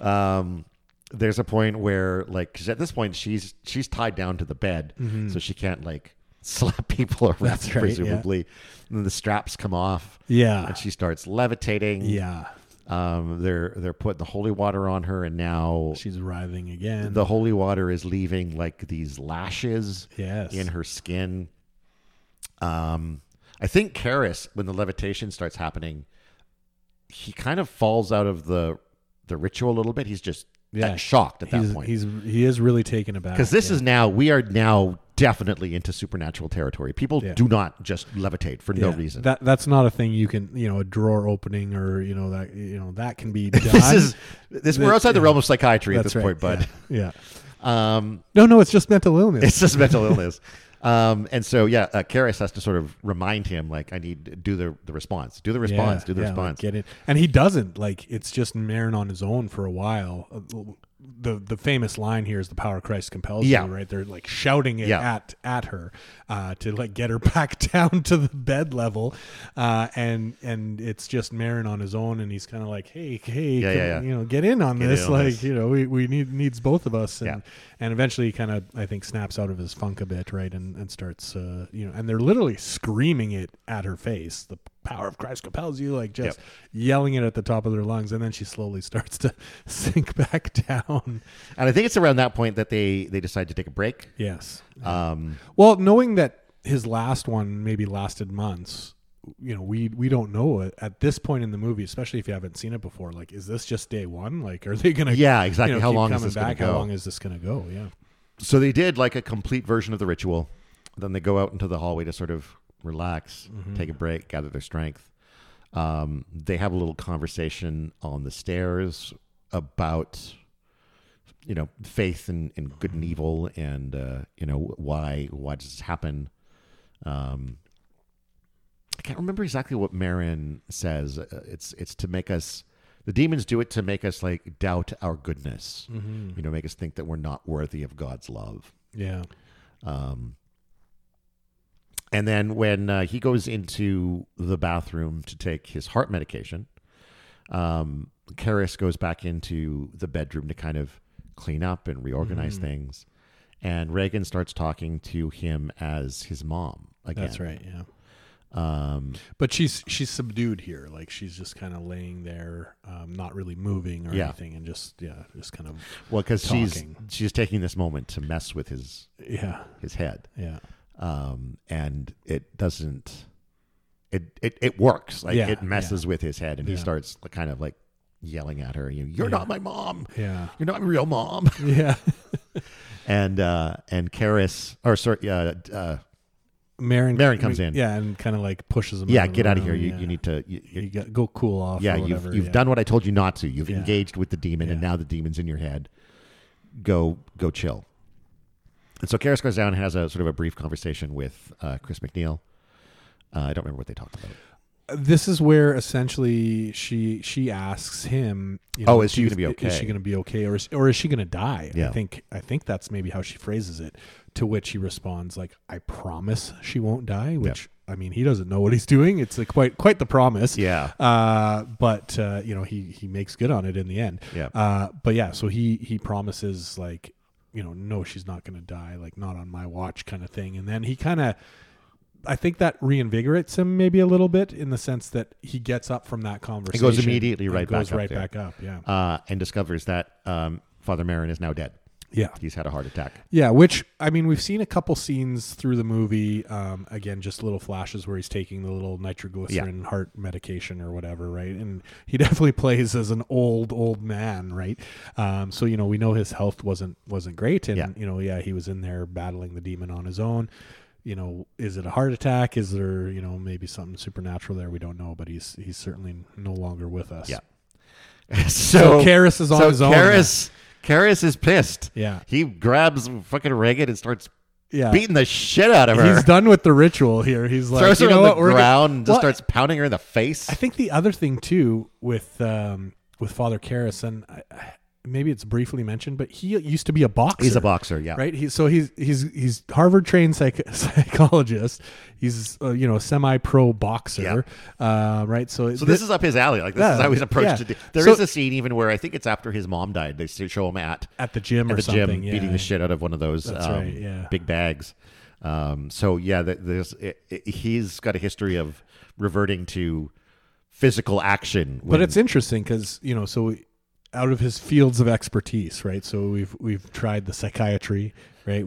Speaker 1: Um, there's a point where, like, 'cause at this point she's she's tied down to the bed,
Speaker 2: Mm-hmm.
Speaker 1: so she can't like slap people around,
Speaker 2: Mm. That's right, yeah.
Speaker 1: presumably. And then the straps come off,
Speaker 2: Yeah,
Speaker 1: and she starts levitating.
Speaker 2: yeah.
Speaker 1: Um, they're they're putting the holy water on her, and now
Speaker 2: She's writhing again.
Speaker 1: the holy water is leaving like these lashes
Speaker 2: yes,
Speaker 1: in her skin. Um, I think Karis, when the levitation starts happening, he kind of falls out of the the ritual a little bit. He's just
Speaker 2: Yeah.
Speaker 1: uh, shocked at
Speaker 2: he's,
Speaker 1: that point
Speaker 2: he's he is really taken aback
Speaker 1: because this
Speaker 2: yeah.
Speaker 1: is now we are now definitely into supernatural territory. People
Speaker 2: Yeah.
Speaker 1: do not just levitate for no
Speaker 2: Yeah.
Speaker 1: reason.
Speaker 2: That that's not a thing you can you know a drawer opening or you know that you know that can be done.
Speaker 1: this is this we're
Speaker 2: This-
Speaker 1: outside the
Speaker 2: yeah.
Speaker 1: realm of psychiatry at
Speaker 2: that's
Speaker 1: this
Speaker 2: right.
Speaker 1: point, bud.
Speaker 2: yeah. yeah.
Speaker 1: Um,
Speaker 2: No, no, it's just mental illness.
Speaker 1: it's just mental illness. Um, and so yeah, uh, Karis has to sort of remind him like I need do the the response, do the
Speaker 2: Yeah,
Speaker 1: response, do the
Speaker 2: yeah, like,
Speaker 1: response.
Speaker 2: get it, and he doesn't. Like it's just Marin on his own for a while. Uh, The the famous line here is the power of Christ compels
Speaker 1: Yeah.
Speaker 2: you. Right, they're like shouting it
Speaker 1: Yeah.
Speaker 2: at at her uh, to like get her back down to the bed level, uh, and and it's just Marin on his own, and he's kind of like, hey, hey,
Speaker 1: Yeah,
Speaker 2: come-
Speaker 1: yeah, yeah.
Speaker 2: you know, get in on
Speaker 1: Get in
Speaker 2: this.
Speaker 1: on
Speaker 2: like
Speaker 1: this.
Speaker 2: you know, we, we need needs both of us, and
Speaker 1: Yeah.
Speaker 2: and eventually he kind of I think snaps out of his funk a bit, right, and and starts uh, you know, and they're literally screaming it at her face. The power of Christ compels you, like just yelling it at the top of their lungs, and then she slowly starts to sink back down.
Speaker 1: And I think it's around that point that they they decide to take a break.
Speaker 2: Yes.
Speaker 1: Um,
Speaker 2: Well, knowing that his last one maybe lasted months, you know, we we don't know it at this point in the movie, especially if you haven't seen it before. Like, is this just day one? Like, are they gonna
Speaker 1: yeah,
Speaker 2: you
Speaker 1: exactly.
Speaker 2: know,
Speaker 1: how
Speaker 2: keep
Speaker 1: long is
Speaker 2: coming
Speaker 1: this going to
Speaker 2: back?
Speaker 1: go?
Speaker 2: How long is this gonna go? Yeah.
Speaker 1: so they did like a complete version of the ritual. Then they go out into the hallway to sort of relax, take a break, gather their strength. Um, they have a little conversation on the stairs about you know faith and, and good and evil and uh, you know why why does this happen. Um, I can't remember exactly what Marin says. Uh, It's it's to make us the demons do it to make us like doubt our goodness
Speaker 2: Mm-hmm.
Speaker 1: you know, make us think that we're not worthy of God's love.
Speaker 2: Yeah.
Speaker 1: Um, and then when uh, he goes into the bathroom to take his heart medication, um,
Speaker 2: Mm-hmm.
Speaker 1: Karis goes back into the bedroom to kind of clean up and reorganize things. and Reagan starts talking to him as his mom again.
Speaker 2: That's right. Yeah.
Speaker 1: Um,
Speaker 2: But she's she's subdued here. Like she's just kind of laying there, um, not really moving or
Speaker 1: Yeah.
Speaker 2: anything, and just yeah, just kind of
Speaker 1: well, because she's
Speaker 2: Talking.
Speaker 1: she's taking this moment to mess with his
Speaker 2: yeah,
Speaker 1: his head,
Speaker 2: yeah,
Speaker 1: um, and it doesn't. It it, it works. Like
Speaker 2: Yeah,
Speaker 1: it messes with his head, and he
Speaker 2: Yeah.
Speaker 1: starts like, kind of like yelling at her. You you're
Speaker 2: Yeah.
Speaker 1: not my mom.
Speaker 2: yeah,
Speaker 1: You're not my real mom.
Speaker 2: yeah.
Speaker 1: and uh, and Karis or sorry, uh, uh,
Speaker 2: Marin
Speaker 1: Marin comes in.
Speaker 2: Yeah, and kind of like pushes him.
Speaker 1: yeah,
Speaker 2: the
Speaker 1: get out of
Speaker 2: room,
Speaker 1: here. You
Speaker 2: yeah.
Speaker 1: you need to. You, you-
Speaker 2: You got, go cool off.
Speaker 1: yeah,
Speaker 2: or
Speaker 1: you've
Speaker 2: whatever,
Speaker 1: you've
Speaker 2: yeah.
Speaker 1: done what I told you not to. You've
Speaker 2: Yeah.
Speaker 1: engaged with the demon, and
Speaker 2: Yeah.
Speaker 1: now the demon's in your head. Go go chill. And so Karis goes down and has a sort of a brief conversation with uh, Chris McNeil. Uh, I don't remember what they talked about.
Speaker 2: This is where essentially she she asks him. You
Speaker 1: Oh, is she
Speaker 2: she's-
Speaker 1: gonna be
Speaker 2: Is
Speaker 1: okay?
Speaker 2: she going to be okay, or is, or is she going to die?
Speaker 1: Yeah.
Speaker 2: I think I think that's maybe how she phrases it. To which he responds like, "I promise she won't die." Which I mean, he doesn't know what he's doing. It's like quite quite the promise.
Speaker 1: Yeah,
Speaker 2: Uh, but uh, you know he he makes good on it in the end.
Speaker 1: Yeah.
Speaker 2: Uh, but yeah, so he he promises like, you know, no, she's not going to die, like not on my watch, kind of thing. And then he kind of, I think that reinvigorates him maybe a little bit in the sense that he gets up from that conversation.
Speaker 1: immediately
Speaker 2: and
Speaker 1: right
Speaker 2: goes
Speaker 1: back up
Speaker 2: right
Speaker 1: there.
Speaker 2: back up. Yeah.
Speaker 1: uh, and discovers that um, Father Marin is now dead.
Speaker 2: Yeah.
Speaker 1: He's had a heart attack.
Speaker 2: Yeah, which I mean, we've seen a couple scenes through the movie. Um, again, just little flashes where he's taking the little nitroglycerin heart medication or whatever, right? And he definitely plays as an old, old man, right? Um, so you know, we know his health wasn't wasn't great, and
Speaker 1: Yeah.
Speaker 2: you know, yeah, he was in there battling the demon on his own. You know, is it a heart attack? Is there you know maybe something supernatural there? We don't know, but he's he's certainly no longer with us.
Speaker 1: Yeah. so
Speaker 2: So, Karis is on
Speaker 1: so
Speaker 2: his own.
Speaker 1: Karis, Karis is pissed.
Speaker 2: Yeah.
Speaker 1: He grabs fucking Reagan and starts
Speaker 2: yeah.
Speaker 1: beating the shit out of her.
Speaker 2: He's done with the ritual here. He's like,
Speaker 1: Throws
Speaker 2: you
Speaker 1: her
Speaker 2: know
Speaker 1: on the
Speaker 2: what? We're gonna-
Speaker 1: ground, and just
Speaker 2: Well,
Speaker 1: starts pounding her in the face.
Speaker 2: I think the other thing too with um, with Father Karras, and I, I, maybe it's briefly mentioned, but he used to be a boxer.
Speaker 1: He's a boxer, yeah.
Speaker 2: Right, he, so he's he's he's Harvard trained psych- psychologist. He's uh, you know semi pro boxer, uh, right? So,
Speaker 1: So this is up his alley. Like this is
Speaker 2: Yeah,
Speaker 1: how he's approached
Speaker 2: yeah.
Speaker 1: to do. There is
Speaker 2: So-
Speaker 1: a scene even where I think it's after his mom died. They s- show him at
Speaker 2: at the gym
Speaker 1: at
Speaker 2: or
Speaker 1: the
Speaker 2: something,
Speaker 1: gym
Speaker 2: yeah.
Speaker 1: beating the shit out of one of those
Speaker 2: That's
Speaker 1: um,
Speaker 2: right, yeah.
Speaker 1: big bags. Um, so yeah, th- there's it, it- he's got a history of reverting to physical action.
Speaker 2: But
Speaker 1: when-
Speaker 2: it's interesting because you know, so out of his fields of expertise, right? So we've we've tried the psychiatry, right?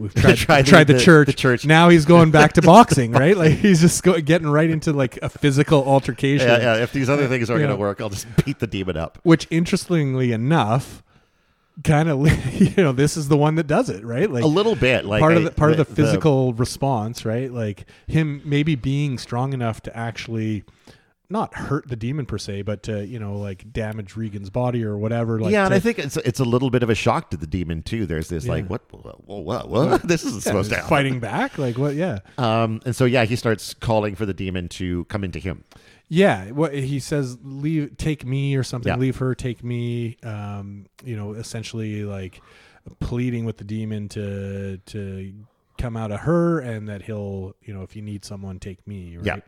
Speaker 2: We've tried,
Speaker 1: Tried
Speaker 2: tried,
Speaker 1: the-
Speaker 2: the,
Speaker 1: the-
Speaker 2: church.
Speaker 1: the church.
Speaker 2: Now he's going back to boxing, right? Like he's just go, getting right into like a physical altercation.
Speaker 1: yeah, yeah, if these other things aren't going
Speaker 2: Yeah.
Speaker 1: to work, I'll just beat the demon up.
Speaker 2: Which, interestingly enough, kind of you know, this is the one that does it, right? Like
Speaker 1: A little bit, like
Speaker 2: part of
Speaker 1: I-
Speaker 2: the part of the physical response, right? Like him maybe being strong enough to actually not hurt the demon per se, but to you know like damage Regan's body or whatever. Like
Speaker 1: yeah, and
Speaker 2: to-
Speaker 1: I think it's it's a little bit of a shock to the demon too. There's this like, what, what, what, what? This isn't
Speaker 2: yeah,
Speaker 1: supposed to
Speaker 2: just
Speaker 1: happen.
Speaker 2: fighting back. Like what? Yeah,
Speaker 1: Um, and so yeah, he starts calling for the demon to come into him.
Speaker 2: yeah. What he says, leave, take me or something.
Speaker 1: Yeah.
Speaker 2: Leave her, take me. Um, you know, essentially like pleading with the demon to to come out of her and that he'll you know if you need someone take me right Um,
Speaker 1: Yeah.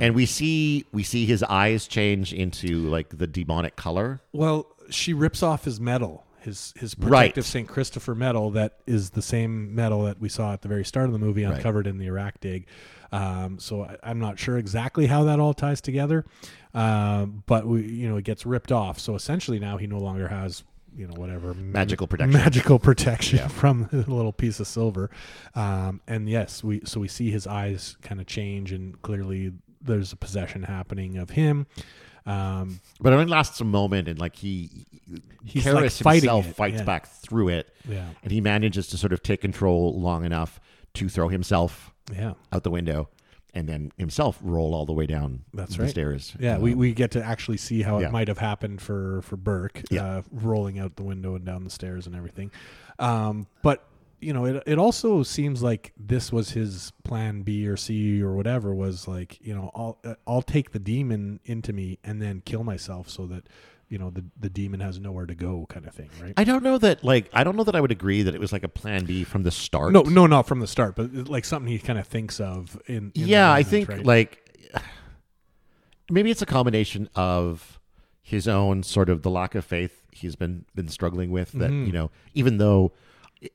Speaker 1: and we see we see his eyes change into like the demonic color.
Speaker 2: Well, she rips off his medal, his his
Speaker 1: Right.
Speaker 2: protective St. Christopher medal that is the same medal that we saw at the very start of the movie uncovered in the Iraq dig. Um, so I, I'm not sure exactly how that all ties together, um, but we, you know it gets ripped off. So essentially now he no longer has you know whatever
Speaker 1: Magical protection.
Speaker 2: magical protection from the little piece of silver. Um, and yes, we so we see his eyes kind of change, and clearly there's a possession happening of him. Um,
Speaker 1: But it only lasts a moment, and like he,
Speaker 2: He's,
Speaker 1: Karis
Speaker 2: like, fighting
Speaker 1: himself
Speaker 2: it,
Speaker 1: fights
Speaker 2: yeah.
Speaker 1: back through it,
Speaker 2: yeah,
Speaker 1: and he manages to sort of take control long enough to throw himself
Speaker 2: yeah.
Speaker 1: out the window, and then himself roll all the way down
Speaker 2: That's
Speaker 1: the
Speaker 2: right.
Speaker 1: stairs.
Speaker 2: Yeah, we,
Speaker 1: Um,
Speaker 2: we get to actually see how
Speaker 1: yeah.
Speaker 2: it might have happened for for Burke,
Speaker 1: Yeah.
Speaker 2: uh, rolling out the window and down the stairs and everything. Um, but you know, it it also seems like this was his plan B or C or whatever was like, you know, I'll uh, I'll take the demon into me and then kill myself so that you know the the demon has nowhere to go, kind of thing, right?
Speaker 1: I don't know that like I don't know that I would agree that it was like a plan B from the start.
Speaker 2: no, no, not from the start, but uh, like something he kind of thinks of in. in the
Speaker 1: yeah i
Speaker 2: moment,
Speaker 1: think
Speaker 2: right?
Speaker 1: like maybe it's a combination of
Speaker 2: Mm-hmm.
Speaker 1: his own sort of the lack of faith he's been been struggling with that you know even though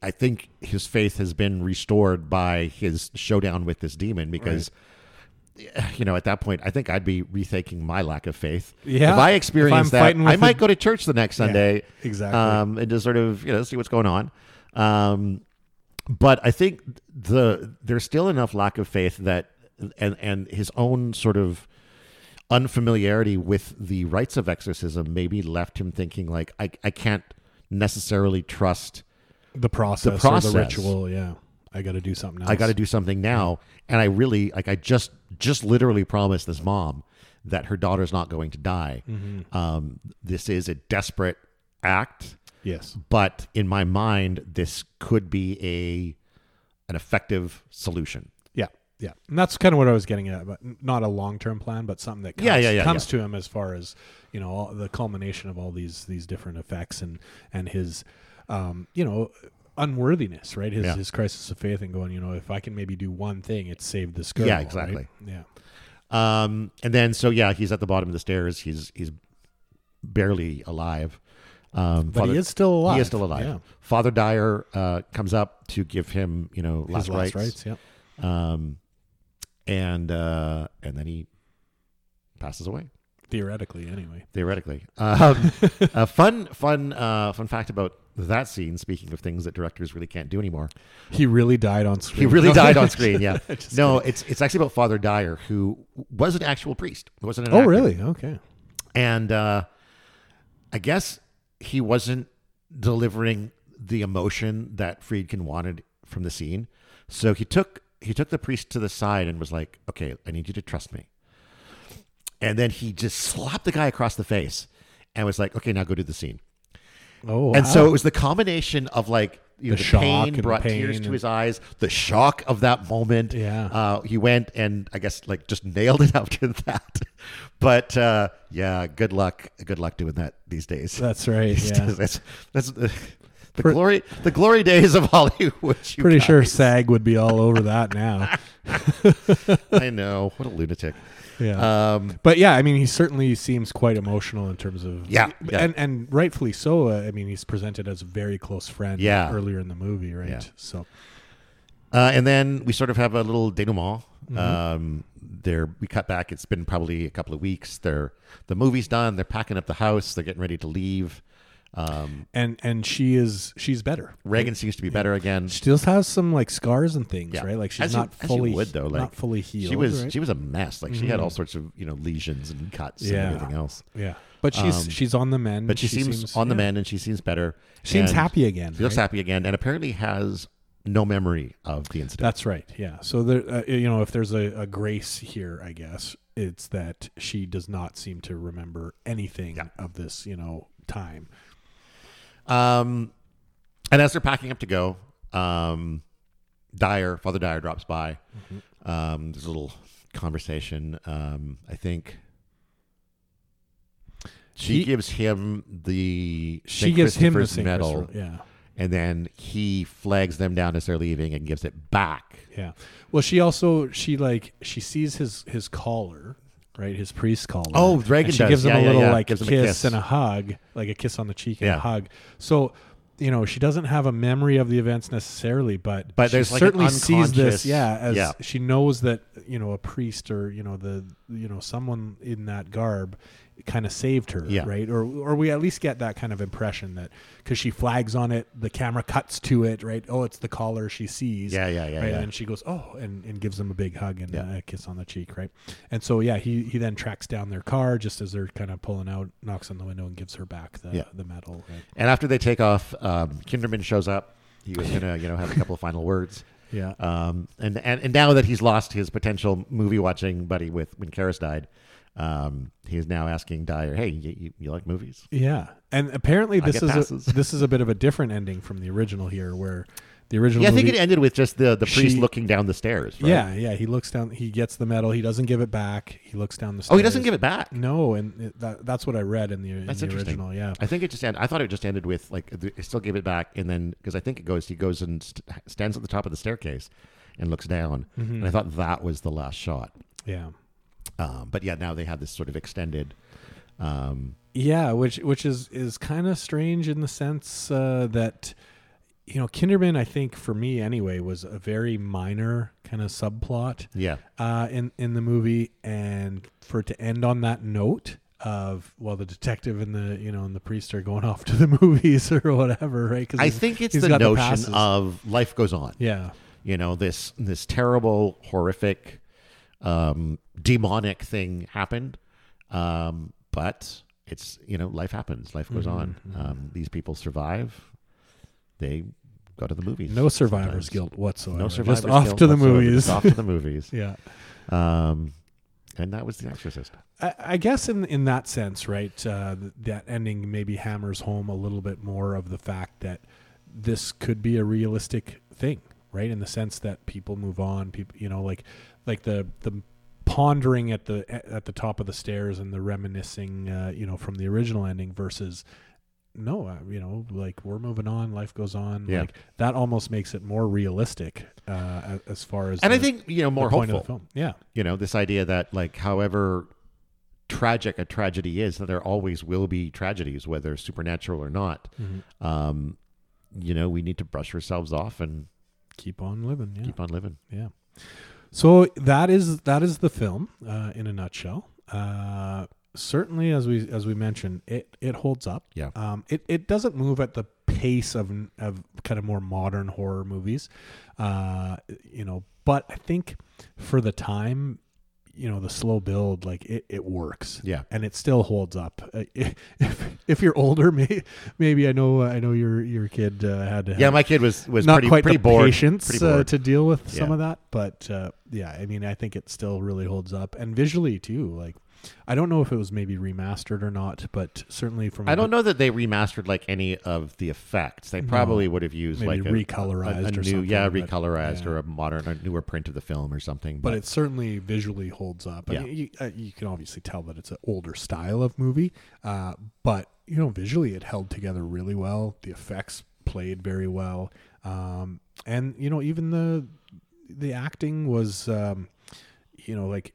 Speaker 1: I think his faith has been restored by his showdown with this demon because. You know, at that point, I think I'd be rethinking my lack of faith. If I
Speaker 2: Yeah. If I'm
Speaker 1: experience that,
Speaker 2: fighting with
Speaker 1: I
Speaker 2: the-
Speaker 1: might go to church the next Sunday.
Speaker 2: exactly.
Speaker 1: Um, and just sort of you know see what's going on. Um, but I think the there's still enough lack of faith that and and his own sort of unfamiliarity with the rites of exorcism maybe left him thinking like I I can't necessarily trust
Speaker 2: the process,
Speaker 1: process.
Speaker 2: or the ritual. Yeah, I got to do something else.
Speaker 1: I got to do something now and I really like I just just literally promised this mom that her daughter's not going to die. Um, this is a desperate act.
Speaker 2: Yes.
Speaker 1: but in my mind this could be a an effective solution
Speaker 2: Yeah. Yeah. And that's kind of what I was getting at, but n- not a long-term plan, but something that comes,
Speaker 1: Yeah, yeah, yeah,
Speaker 2: comes to him as far as, you know, all, the culmination of all these, these different effects and, and his, um, you know, unworthiness, right. His,
Speaker 1: Yeah.
Speaker 2: his crisis of faith and going, you know, if I can maybe do one thing, it's save this girl.
Speaker 1: Yeah,
Speaker 2: right?
Speaker 1: exactly.
Speaker 2: Yeah.
Speaker 1: um and then so yeah he's at the bottom of the stairs he's he's barely alive um
Speaker 2: But he is still alive.
Speaker 1: he is still alive
Speaker 2: Yeah.
Speaker 1: father dyer uh comes up to give him you know last,
Speaker 2: His last rights.
Speaker 1: rites
Speaker 2: Yeah.
Speaker 1: um and uh and then he passes away
Speaker 2: Theoretically anyway.
Speaker 1: theoretically. Um, a fun, fun, uh, fun fact about that scene. Speaking of things that directors really can't do anymore,
Speaker 2: He really died on screen.
Speaker 1: he really
Speaker 2: No.
Speaker 1: died on screen. Yeah,
Speaker 2: Just
Speaker 1: no, it's it's actually about Father Dyer, who was an actual priest, wasn't an
Speaker 2: Oh
Speaker 1: actor.
Speaker 2: really? Okay.
Speaker 1: And uh, I guess he wasn't delivering the emotion that Friedkin wanted from the scene, so he took he took the priest to the side and was like, "Okay, I need you to trust me." And then he just slapped the guy across the face and was like, "Okay, now go do the scene."
Speaker 2: Oh,
Speaker 1: And
Speaker 2: wow.
Speaker 1: so it was the combination of like you know,
Speaker 2: The
Speaker 1: the,
Speaker 2: shock and
Speaker 1: pain
Speaker 2: the
Speaker 1: brought
Speaker 2: pain
Speaker 1: tears to
Speaker 2: and-
Speaker 1: his eyes, the shock of that moment.
Speaker 2: Yeah.
Speaker 1: uh, he went and I guess like just nailed it after that. But uh, yeah, good luck, good luck doing that these days.
Speaker 2: that's right. Yeah.
Speaker 1: that's that's the, the glory, the glory days of Hollywood. you
Speaker 2: Pretty sure
Speaker 1: guys.
Speaker 2: SAG would be all over that now.
Speaker 1: I know what a lunatic.
Speaker 2: Yeah.
Speaker 1: Um,
Speaker 2: But yeah, I mean, he certainly seems quite emotional in terms of
Speaker 1: Yeah, yeah.
Speaker 2: and and rightfully so. Uh, I mean, he's presented as a very close friend.
Speaker 1: Yeah.
Speaker 2: earlier in the movie, right?
Speaker 1: Yeah.
Speaker 2: So
Speaker 1: Uh, and then we sort of have a little denouement.
Speaker 2: Mm-hmm.
Speaker 1: Um, there we cut back. It's been probably a couple of weeks. They're the movie's done. They're packing up the house. They're getting ready to leave. Um,
Speaker 2: and and she is she's better.
Speaker 1: Reagan seems to be better again.
Speaker 2: She still has some like scars and things,
Speaker 1: Yeah.
Speaker 2: right? Like she's
Speaker 1: As you-
Speaker 2: not
Speaker 1: as you
Speaker 2: fully
Speaker 1: would, though, like,
Speaker 2: not fully healed.
Speaker 1: She was
Speaker 2: right? Mm-hmm.
Speaker 1: she was a mess. Like she had all sorts of you know lesions and cuts
Speaker 2: Yeah.
Speaker 1: and everything else.
Speaker 2: yeah, but she's
Speaker 1: um,
Speaker 2: she's on the mend.
Speaker 1: But she, seems, on the
Speaker 2: yeah.
Speaker 1: mend and she seems better.
Speaker 2: Seems
Speaker 1: And
Speaker 2: happy again.
Speaker 1: She looks
Speaker 2: right?
Speaker 1: happy again and apparently has no memory of the incident.
Speaker 2: That's right. Yeah. So there, uh, you know, if there's a, a grace here, I guess it's that she does not seem to remember anything
Speaker 1: Yeah.
Speaker 2: of this, you know, time.
Speaker 1: Um, and as they're packing up to go, um, Dyer, Father Dyer drops by. Um, there's a little conversation. Um, I think she
Speaker 2: He-
Speaker 1: gives him the
Speaker 2: She
Speaker 1: St.
Speaker 2: gives him the
Speaker 1: Christopher's
Speaker 2: Saint
Speaker 1: medal,
Speaker 2: Christopher- Yeah.
Speaker 1: and then he flags them down as they're leaving and gives it back.
Speaker 2: Yeah. Well, she also she like she sees his his collar, right? His priest collar.
Speaker 1: Oh, Reagan
Speaker 2: and she
Speaker 1: does.
Speaker 2: gives him
Speaker 1: Yeah,
Speaker 2: a
Speaker 1: yeah,
Speaker 2: little
Speaker 1: yeah.
Speaker 2: like
Speaker 1: Gives him a
Speaker 2: kiss,
Speaker 1: kiss.
Speaker 2: and a hug, like a kiss on the cheek and
Speaker 1: Yeah.
Speaker 2: a hug. So. You know, she doesn't have a memory of the events necessarily, but
Speaker 1: But
Speaker 2: she
Speaker 1: there's, like, an
Speaker 2: certainly sees
Speaker 1: unconscious-
Speaker 2: this. Yeah, as
Speaker 1: yeah.
Speaker 2: she knows that you know a priest or you know the you know someone in that garb kind of saved her,
Speaker 1: Yeah.
Speaker 2: right? Or or we at least get that kind of impression that because she flags on it, the camera cuts to it, right? Oh, it's the collar she sees.
Speaker 1: Yeah, yeah, yeah,
Speaker 2: right?
Speaker 1: yeah.
Speaker 2: And she goes, "Oh," and, and gives him a big hug and
Speaker 1: Yeah.
Speaker 2: uh, a kiss on the cheek, right? And so yeah, he he then tracks down their car just as they're kind of pulling out, knocks on the window, and gives her back the
Speaker 1: Yeah.
Speaker 2: the medal. Right?
Speaker 1: And after they take off, um, Kinderman shows up. He was gonna, you know, have a couple of final words.
Speaker 2: Yeah.
Speaker 1: Um, and, and and now that he's lost his potential movie watching buddy with when Karras died, um, he is now asking Dyer, "Hey, you, you, you like movies?"
Speaker 2: Yeah, and apparently this
Speaker 1: get
Speaker 2: is a,
Speaker 1: passes.
Speaker 2: this is a bit of a different ending from the original here, where the original.
Speaker 1: Yeah, I think
Speaker 2: movie-
Speaker 1: it ended with just the the priest
Speaker 2: She-
Speaker 1: looking down the stairs. Right?
Speaker 2: Yeah, yeah. He looks down. He gets the medal. He doesn't give it back. He looks down the. Stairs.
Speaker 1: Oh, he doesn't give it back.
Speaker 2: No, and it, that, that's what I read in the, in
Speaker 1: That's
Speaker 2: the
Speaker 1: interesting.
Speaker 2: original. Yeah,
Speaker 1: I think it just ended. I thought it just ended with like th- he still gave it back, and then because I think it goes, he goes and st- stands at the top of the staircase and looks down,
Speaker 2: Mm-hmm.
Speaker 1: and I thought that was the last shot.
Speaker 2: yeah,
Speaker 1: Um, but yeah, now they have this sort of extended. Um,
Speaker 2: yeah. Which which is is kind of strange in the sense uh, that you know, Kinderman, I think for me anyway, was a very minor kind of subplot
Speaker 1: Yeah.
Speaker 2: uh, in in the movie, and for it to end on that note of well, the detective and the you know and the priest are going off to the movies or whatever, right? Because
Speaker 1: I think it's
Speaker 2: he's
Speaker 1: the
Speaker 2: got the
Speaker 1: notion
Speaker 2: passes.
Speaker 1: of life goes on.
Speaker 2: yeah,
Speaker 1: You know, this this terrible, horrific, um, demonic thing happened, um, but it's you know, life happens. Life goes on.
Speaker 2: Mm-hmm.
Speaker 1: Um, these people survive. They go to the movies.
Speaker 2: no survivor's
Speaker 1: sometimes.
Speaker 2: guilt whatsoever.
Speaker 1: No survivor's
Speaker 2: just off
Speaker 1: guilt
Speaker 2: to the
Speaker 1: whatsoever.
Speaker 2: movies.
Speaker 1: Just off to the movies.
Speaker 2: yeah.
Speaker 1: Um, and that was The Exorcist.
Speaker 2: I, I guess in in that sense, right? Uh, th- that ending maybe hammers home a little bit more of the fact that this could be a realistic thing, right? In the sense that people move on, people, you know, like like the the pondering at the at the top of the stairs and the reminiscing, uh, you know, from the original ending versus no, uh, you know, like we're moving on, life goes on.
Speaker 1: Yeah.
Speaker 2: Like that almost makes it more realistic uh, a- as far as
Speaker 1: And I
Speaker 2: the-
Speaker 1: think you know
Speaker 2: the
Speaker 1: more
Speaker 2: point of
Speaker 1: hopeful.
Speaker 2: the film. Yeah.
Speaker 1: you know this idea that like however tragic a tragedy is that there always will be tragedies whether supernatural or not um you know we need to brush ourselves off and
Speaker 2: Keep on living. Yeah.
Speaker 1: keep on living
Speaker 2: Yeah. So that is that is the film uh, in a nutshell. Uh, certainly, as we as we mentioned, it it holds up.
Speaker 1: Yeah.
Speaker 2: Um, it it doesn't move at the pace of of kind of more modern horror movies, uh, you know. But I think for the time, you know, the slow build, like it, it works
Speaker 1: yeah
Speaker 2: and it still holds up. Uh, if, if you're older, may, maybe I know I know your your kid uh, had to have
Speaker 1: yeah my kid was was
Speaker 2: not
Speaker 1: pretty
Speaker 2: quite
Speaker 1: pretty
Speaker 2: the
Speaker 1: bored
Speaker 2: patience
Speaker 1: pretty
Speaker 2: Uh,
Speaker 1: bored.
Speaker 2: to deal with some
Speaker 1: Yeah.
Speaker 2: of that. But uh, yeah, I mean, I think it still really holds up, and visually too. Like, I don't know if it was maybe remastered or not, but certainly from
Speaker 1: i don't know that they remastered like any of the effects they probably would have used
Speaker 2: Maybe
Speaker 1: like a-
Speaker 2: recolorized
Speaker 1: a, a
Speaker 2: or
Speaker 1: new
Speaker 2: something,
Speaker 1: yeah
Speaker 2: but-
Speaker 1: recolorized
Speaker 2: yeah.
Speaker 1: or a modern or newer print of the film or something
Speaker 2: But it certainly visually holds up. I
Speaker 1: Yeah.
Speaker 2: mean, you, uh, you can obviously tell that it's an older style of movie, uh, but you know, visually it held together really well. The effects played very well, um, and you know, even the the acting was, um, you know, like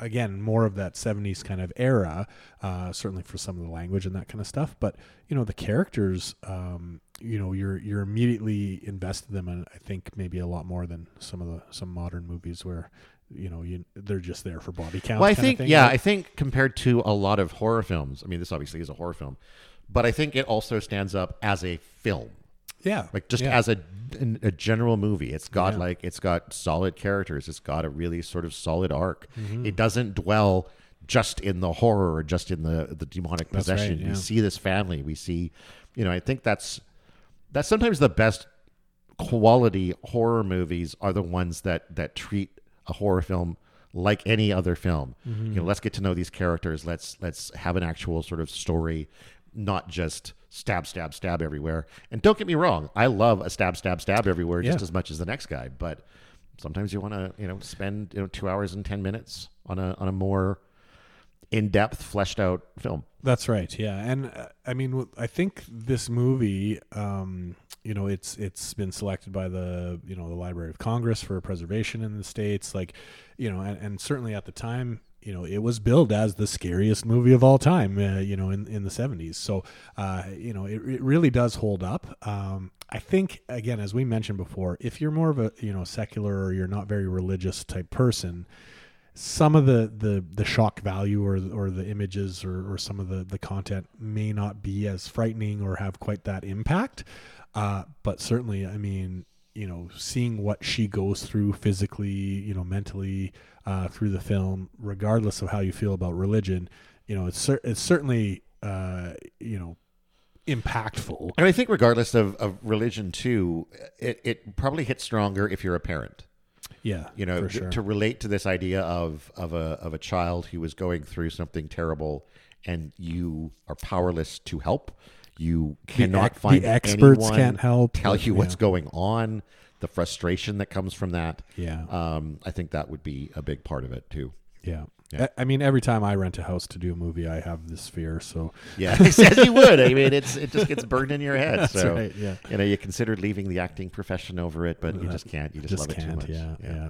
Speaker 2: again more of that 70s kind of era uh, certainly for some of the language and that kind of stuff but you know the characters um, you know you're you're immediately invested in them and i think maybe a lot more than some of the some modern movies where you know you they're just there for body count
Speaker 1: Well, I
Speaker 2: kinda
Speaker 1: think
Speaker 2: thing,
Speaker 1: yeah,
Speaker 2: right?
Speaker 1: I think compared to a lot of horror films, I mean, this obviously is a horror film, but I think it also stands up as a film,
Speaker 2: yeah
Speaker 1: like just
Speaker 2: yeah.
Speaker 1: as a an- a general movie. It's got like it's got solid characters. It's got a really sort of solid arc.
Speaker 2: Mm-hmm.
Speaker 1: It doesn't dwell just in the horror or just in the the demonic
Speaker 2: right,
Speaker 1: possession.
Speaker 2: yeah.
Speaker 1: We see this family. We see, you know, I think that's that's sometimes the best quality horror movies are the ones that that treat a horror film like any other film.
Speaker 2: Mm-hmm.
Speaker 1: You know, let's get to know these characters. Let's let's have an actual sort of story, not just stab stab stab everywhere. And don't get me wrong, I love a stab stab stab everywhere just
Speaker 2: Yeah.
Speaker 1: as much as the next guy, but sometimes you want to, you know, spend, you know, 2 hours and 10 minutes on a on a more in-depth fleshed out film.
Speaker 2: That's right. Yeah, and uh, I mean, w- I think this movie, um, you know, it's it's been selected by the you know the Library of Congress for preservation in the states. Like, you know, and, and certainly at the time, you know, it was billed as the scariest movie of all time. Uh, you know, in in the seventies. So, uh, you know, it, it really does hold up. Um, I think again, as we mentioned before, if you're more of a you know secular or you're not very religious type person, some of the the the shock value or or the images or, or some of the the content may not be as frightening or have quite that impact uh but certainly i mean you know seeing what she goes through physically you know mentally uh through the film regardless of how you feel about religion you know it's cer- it's certainly uh you know impactful
Speaker 1: And I think regardless of, of religion too, it, it probably hits stronger if you're a parent.
Speaker 2: yeah
Speaker 1: you know,
Speaker 2: for
Speaker 1: th-
Speaker 2: sure.
Speaker 1: to relate to this idea of of a of a child who is going through something terrible, and you are powerless to help. You cannot
Speaker 2: ex- the
Speaker 1: find
Speaker 2: experts
Speaker 1: anyone
Speaker 2: can't help,
Speaker 1: Tell
Speaker 2: but,
Speaker 1: you what's
Speaker 2: yeah.
Speaker 1: going on. The frustration that comes from that.
Speaker 2: Yeah.
Speaker 1: um, I think that would be a big part of it too.
Speaker 2: yeah
Speaker 1: Yeah.
Speaker 2: I I mean, every time I rent a house to do a movie, I have this fear. So,
Speaker 1: Yeah, as you would. I mean, it's it just gets burned in your head. so
Speaker 2: right, yeah.
Speaker 1: you know, you considered leaving the acting profession over it, but you
Speaker 2: That-
Speaker 1: just can't. You just,
Speaker 2: Uh, just
Speaker 1: love it too
Speaker 2: can't.
Speaker 1: much.
Speaker 2: yeah,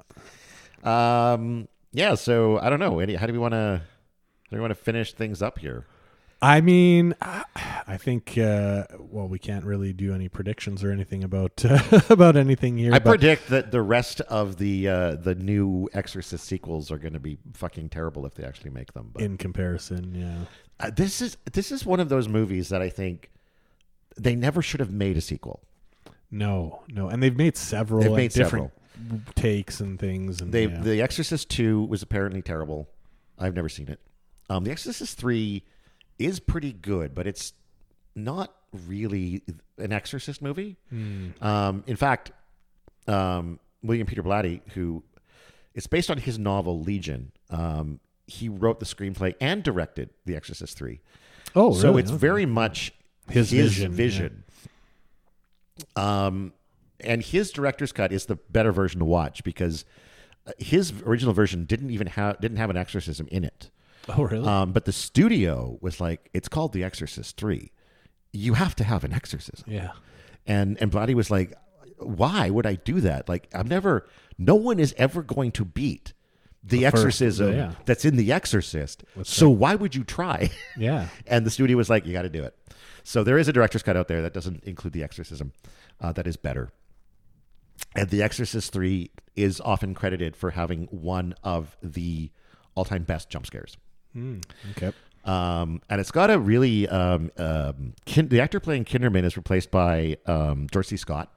Speaker 2: yeah.
Speaker 1: Um, yeah. So I don't know. Any, how do we want to? How do we want to finish things up here?
Speaker 2: I mean, I I think uh, well, we can't really do any predictions or anything about about anything here.
Speaker 1: I
Speaker 2: but-
Speaker 1: predict that the rest of the uh, the new Exorcist sequels are going to be fucking terrible if they actually make them. But
Speaker 2: in comparison, yeah.
Speaker 1: uh, this is this is one of those movies that I think they never should have made a sequel.
Speaker 2: No, no, and they've made several
Speaker 1: They've
Speaker 2: like,
Speaker 1: made
Speaker 2: different takes and things. And
Speaker 1: They
Speaker 2: yeah.
Speaker 1: The Exorcist Two was apparently terrible. I've never seen it. Um, the Exorcist Three is pretty good, but it's not really an Exorcist movie. Um, in fact, um, William Peter Blatty, who it's based on his novel Legion. Um, he wrote the screenplay and directed The Exorcist Three.
Speaker 2: oh,
Speaker 1: so
Speaker 2: really?
Speaker 1: it's
Speaker 2: Okay.
Speaker 1: very much his,
Speaker 2: His
Speaker 1: vision.
Speaker 2: vision,
Speaker 1: Um, and his director's cut is the better version to watch because uh, his original version didn't even have didn't have an exorcism in it.
Speaker 2: oh really
Speaker 1: Um, but the studio was like, it's called The Exorcist Three. You have to have an exorcism.
Speaker 2: yeah.
Speaker 1: And and Blatty was like, why would I do that? Like I'm never. No one is ever going to beat the,
Speaker 2: first,
Speaker 1: exorcism
Speaker 2: yeah.
Speaker 1: that's in The Exorcist. so why would you try?
Speaker 2: Yeah.
Speaker 1: And the studio was like, you got to do it. So there is a director's cut out there that doesn't include the exorcism. Uh, that is better. And The Exorcist 3 is often credited for having one of the all time best jump scares.
Speaker 2: Mm, okay.
Speaker 1: Um, and it's got a really. Um, um, kin- the actor playing Kinderman is replaced by um, George C. Scott.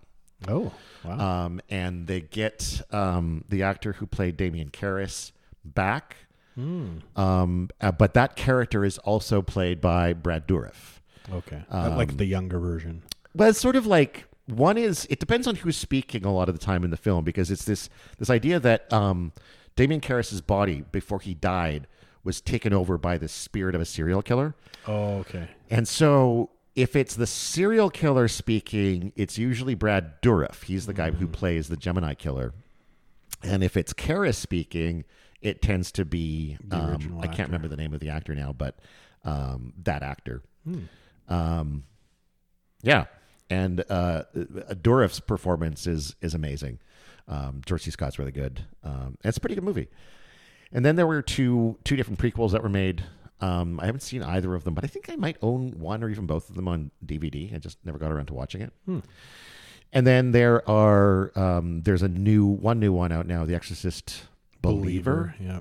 Speaker 2: Oh wow.
Speaker 1: Um, and they get um, the actor who played Damien Karras back. Um, uh, but that character is also played by Brad Dourif.
Speaker 2: okay. I
Speaker 1: um,
Speaker 2: like the younger version.
Speaker 1: Well, it's sort of like one is it depends on who's speaking a lot of the time in the film because it's this this idea that um, Damien Karras's body before he died was taken over by the spirit of a serial killer,
Speaker 2: Oh okay.
Speaker 1: and so if it's the serial killer speaking, it's usually Brad Dourif. He's the guy who
Speaker 2: Mm.
Speaker 1: plays the Gemini killer, and if it's Karras speaking, it tends to be um,
Speaker 2: original
Speaker 1: I can't
Speaker 2: actor.
Speaker 1: remember the name of the actor now, but um, that actor.
Speaker 2: Hmm.
Speaker 1: Um, yeah, and uh, Dourif's performance is is amazing. Um, George C. Scott's really good. Um, and it's a pretty good movie. And then there were two two different prequels that were made. Um, I haven't seen either of them, but I think I might own one or even both of them on DVD. I just never got around to watching it. And then there are um, there's a new one new one out now, The Exorcist Believer,
Speaker 2: Yeah.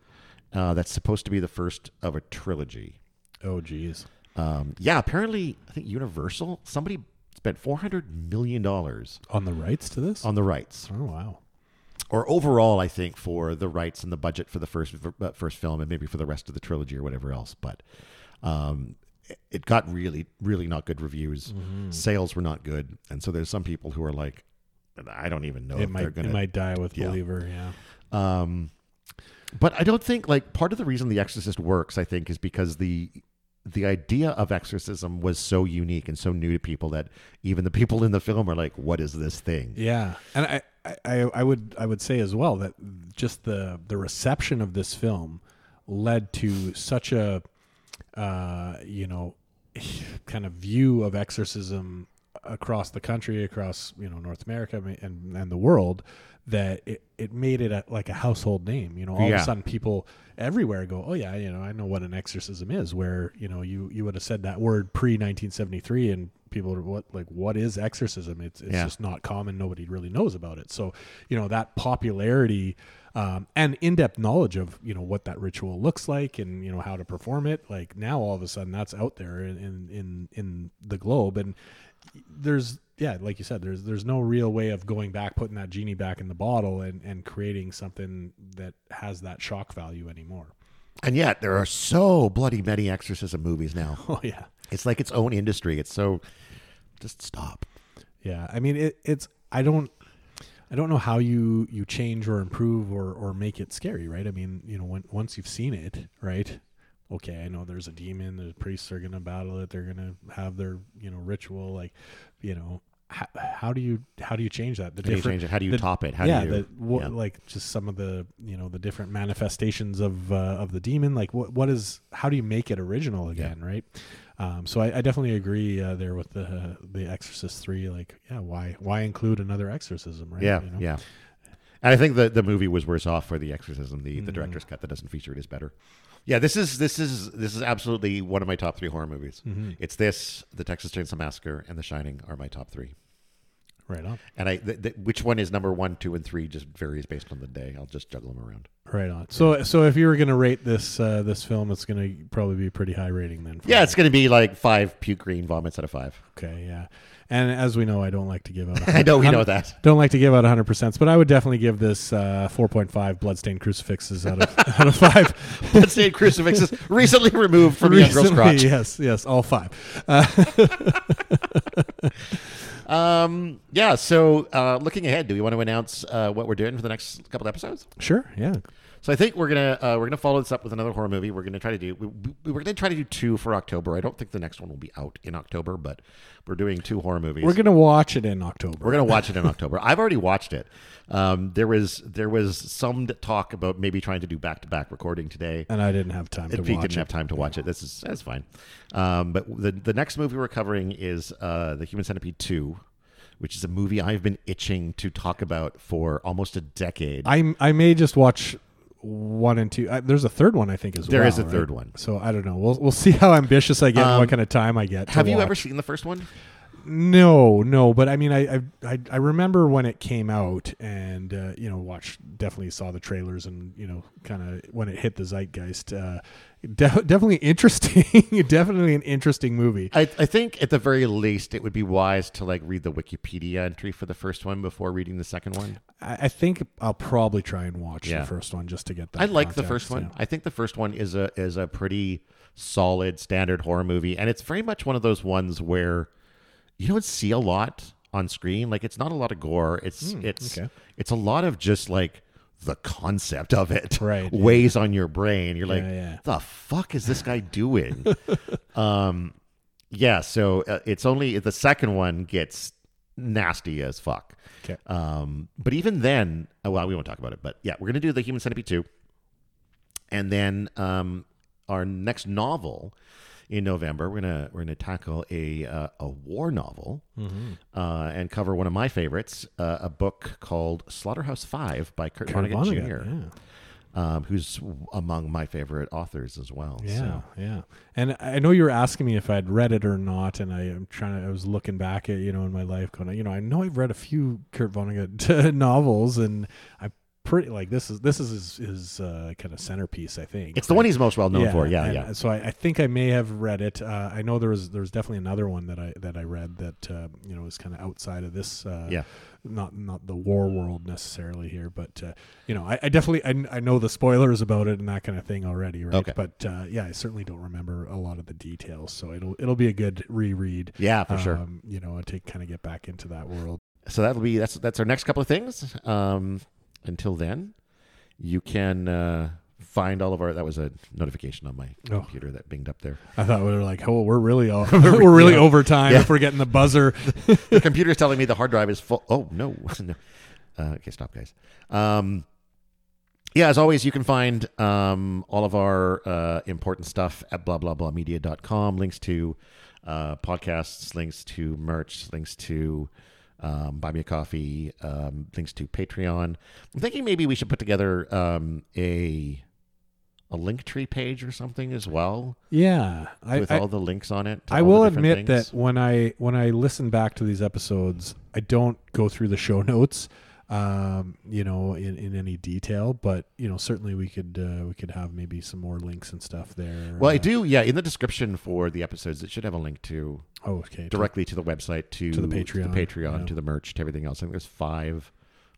Speaker 1: uh, that's supposed to be the first of a trilogy.
Speaker 2: Oh geez.
Speaker 1: Um, yeah, apparently, I think Universal, somebody spent $400 million on
Speaker 2: On the rights to this.
Speaker 1: the rights,
Speaker 2: oh wow.
Speaker 1: or overall, I think, for the rights and the budget for the first, uh, first film and maybe for the rest of the trilogy or whatever else. But um, it- it got really, really not good reviews.
Speaker 2: Mm-hmm.
Speaker 1: Sales were not good. And so there's some people who are like, I don't even know
Speaker 2: It
Speaker 1: if they're
Speaker 2: might
Speaker 1: going
Speaker 2: it might die with
Speaker 1: yeah.
Speaker 2: believer. Yeah.
Speaker 1: Um, but I don't think like part of the reason The Exorcist works, I think, is because the the idea of exorcism was so unique and so new to people that even the people in the film are like, "What is this thing?"
Speaker 2: Yeah, and I, I- I, I would, I would say as well that just the the reception of this film led to such a, uh, you know, kind of view of exorcism across the country, across you know North America and and the world that it, it made it a, like a household name. You know, all of
Speaker 1: Yeah.
Speaker 2: a sudden people everywhere go, oh yeah, you know, I know what an exorcism is. Where you know you you would have said that word pre 1973 and people are what like what is exorcism? It's it's
Speaker 1: Yeah.
Speaker 2: just not common. Nobody really knows about it. So, you know, that popularity um, and in depth knowledge of, you know, what that ritual looks like and, you know, how to perform it. Like now all of a sudden that's out there in, in, in, in the globe. And there's, yeah, like you said, there's, there's no real way of going back, putting that genie back in the bottle and, and creating something that has that shock value anymore.
Speaker 1: And yet, there are so bloody many exorcism movies now.
Speaker 2: Oh yeah.
Speaker 1: It's like its own industry. It's so just stop.
Speaker 2: Yeah, I mean it, it's I don't I don't know how you you change or improve or or make it scary, right? I mean, you know, when, once you've seen it, right? Okay, I know there's a demon. The priests are gonna battle it. They're gonna have their you know ritual, like you know. How, how do you how do you change that? The
Speaker 1: How do you change it? How do you
Speaker 2: the-
Speaker 1: top it? How
Speaker 2: yeah,
Speaker 1: do you?
Speaker 2: the, what,
Speaker 1: yeah.
Speaker 2: like just some of the you know the different manifestations of uh, of the demon. Like what what is how do you make it original again, right? Um, so I, I definitely agree uh, there with the the Exorcist three. Like yeah, why why include another exorcism, right?
Speaker 1: Yeah,
Speaker 2: You know?
Speaker 1: yeah. And I think the the movie was worse off for the exorcism. The the director's cut that doesn't feature it is better. Yeah, this is this is this is absolutely one of my top three horror movies. It's this, the Texas Chainsaw Massacre, and The Shining are my top three.
Speaker 2: Right on.
Speaker 1: And I th- th- which one is number one, two, and three just varies based on the day. I'll just juggle them around.
Speaker 2: Right on. So so if you were gonna rate this uh, this film, it's gonna probably be a pretty high rating then. for
Speaker 1: Yeah,
Speaker 2: me.
Speaker 1: it's going to be like five puke green vomits out of five.
Speaker 2: okay. Yeah, and as we know, I don't like to give out.
Speaker 1: I know we
Speaker 2: I'm-
Speaker 1: know that.
Speaker 2: Don't like to give out 100 percent, but I would definitely give this uh, 4.5 bloodstained crucifixes out of out of five.
Speaker 1: Let's say crucifixes recently removed from the girl's
Speaker 2: Recently,
Speaker 1: crotch.
Speaker 2: yes, yes, all five. Uh,
Speaker 1: Um, yeah. So, uh, looking ahead, do we want to announce uh, what we're doing for the next couple episodes?
Speaker 2: Sure, yeah,
Speaker 1: So, I think we're gonna uh, we're gonna follow this up with another horror movie. We're gonna try to do we, we- we're gonna try to do two for October. I don't think the next one will be out in October, but we're doing two horror movies.
Speaker 2: we're gonna watch it in October.
Speaker 1: We're gonna watch it in October. I've already watched it. Um, there was there was some talk about maybe trying to do back to back recording today.
Speaker 2: and I didn't have time Uh, to
Speaker 1: If he
Speaker 2: watch
Speaker 1: didn't
Speaker 2: it.
Speaker 1: have time to watch it, this is that's fine. Um, but the the next movie we're covering is uh, the Human Centipede Two, which is a movie I've been itching to talk about for almost a decade.
Speaker 2: I I may just watch one and two. I, there's a third one I think as
Speaker 1: There
Speaker 2: well.
Speaker 1: is a
Speaker 2: right?
Speaker 1: third one. Um,
Speaker 2: So I don't know. We'll we'll see how ambitious I get and what kind of time I get. to
Speaker 1: have you
Speaker 2: watch.
Speaker 1: ever seen the first one?
Speaker 2: No, no. But I mean, I I- I I remember when it came out, and uh, you know, watched definitely saw the trailers, and you know, kind of when it hit the zeitgeist. Uh, def- definitely interesting. definitely an interesting movie.
Speaker 1: I, I think at the very least it would be wise to like read the Wikipedia entry for the first one before reading the second one.
Speaker 2: I, I think I'll probably try and watch
Speaker 1: Yeah.
Speaker 2: the first one just to get that.
Speaker 1: I like the
Speaker 2: context,
Speaker 1: first one.
Speaker 2: yeah.
Speaker 1: I think the first one is a is a pretty solid standard horror movie, and it's very much one of those ones where you don't see a lot on screen. Like it's not a lot of gore. It's it's
Speaker 2: Hmm, okay.
Speaker 1: it's a lot of just like the concept of it
Speaker 2: Right, yeah.
Speaker 1: weighs on your brain. You're like,
Speaker 2: Yeah, yeah.
Speaker 1: the fuck is this guy doing? um, yeah. So uh, it's only the second one gets nasty as fuck.
Speaker 2: Okay.
Speaker 1: Um, but even then, oh, well, we won't talk about it. But yeah, we're gonna do the Human Centipede two, and then um, our next novel in November, we're gonna we're gonna tackle a uh, a war novel
Speaker 2: Mm-hmm.
Speaker 1: uh, and cover one of my favorites, uh, a book called Slaughterhouse Five by Kurt,
Speaker 2: Kurt
Speaker 1: Vonnegut,
Speaker 2: Vonnegut,
Speaker 1: Jr.,
Speaker 2: yeah.
Speaker 1: um, who's among my favorite authors as well.
Speaker 2: Yeah,
Speaker 1: So.
Speaker 2: yeah. And I know you were asking me if I'd read it or not, and I am trying to. I was looking back at you know in my life, going, you know, I know I've read a few Kurt Vonnegut novels, and I pretty like this is this is his, his uh, kind of centerpiece, I think.
Speaker 1: It's the one he's most well known
Speaker 2: yeah,
Speaker 1: for. Yeah,
Speaker 2: and
Speaker 1: yeah.
Speaker 2: So I, I think I may have read it. Uh, I know there was there was definitely another one that I that I read that uh, you know was kind of outside of this. Uh,
Speaker 1: Yeah.
Speaker 2: Not not the war world necessarily here, but uh, you know I, I definitely I, kn- I know the spoilers about it and that kind of thing already, right?
Speaker 1: Okay.
Speaker 2: But uh, yeah, I certainly don't remember a lot of the details, so it'll it'll be a good reread.
Speaker 1: Yeah, for sure.
Speaker 2: Um, You know, to kind of get back into that world.
Speaker 1: so that'll be that's that's our next couple of things. Um, until then, you can uh, find all of our. That was a notification on my
Speaker 2: Oh.
Speaker 1: computer that binged up there.
Speaker 2: I thought we were like, oh, we're really all, we're really
Speaker 1: Yeah.
Speaker 2: over time
Speaker 1: Yeah.
Speaker 2: if we're getting the buzzer.
Speaker 1: the computer's telling me the hard drive is full. Oh no, no. Uh, okay, stop, guys. Um, yeah, as always, you can find um, all of our uh, important stuff at blah blah blah media.com. Links to uh, podcasts, links to merch, links to um, buy me a coffee, um, links to Patreon. I'm thinking maybe we should put together um, a a link tree page or something as well
Speaker 2: Yeah, I,
Speaker 1: with
Speaker 2: I-
Speaker 1: all the links on it. to
Speaker 2: I
Speaker 1: all the
Speaker 2: will
Speaker 1: different
Speaker 2: admit
Speaker 1: things.
Speaker 2: that when I when I listen back to these episodes, I don't go through the show notes, um, you know, in, in any detail. But you know, certainly we could uh, we could have maybe some more links and stuff there.
Speaker 1: Well, I
Speaker 2: Uh,
Speaker 1: do. Yeah, in the description for the episodes, it should have a link to
Speaker 2: Oh, okay.
Speaker 1: directly to the website, to,
Speaker 2: To the
Speaker 1: to,
Speaker 2: Patreon,
Speaker 1: Patreon,
Speaker 2: yeah.
Speaker 1: to the merch, to everything else. I think there's five,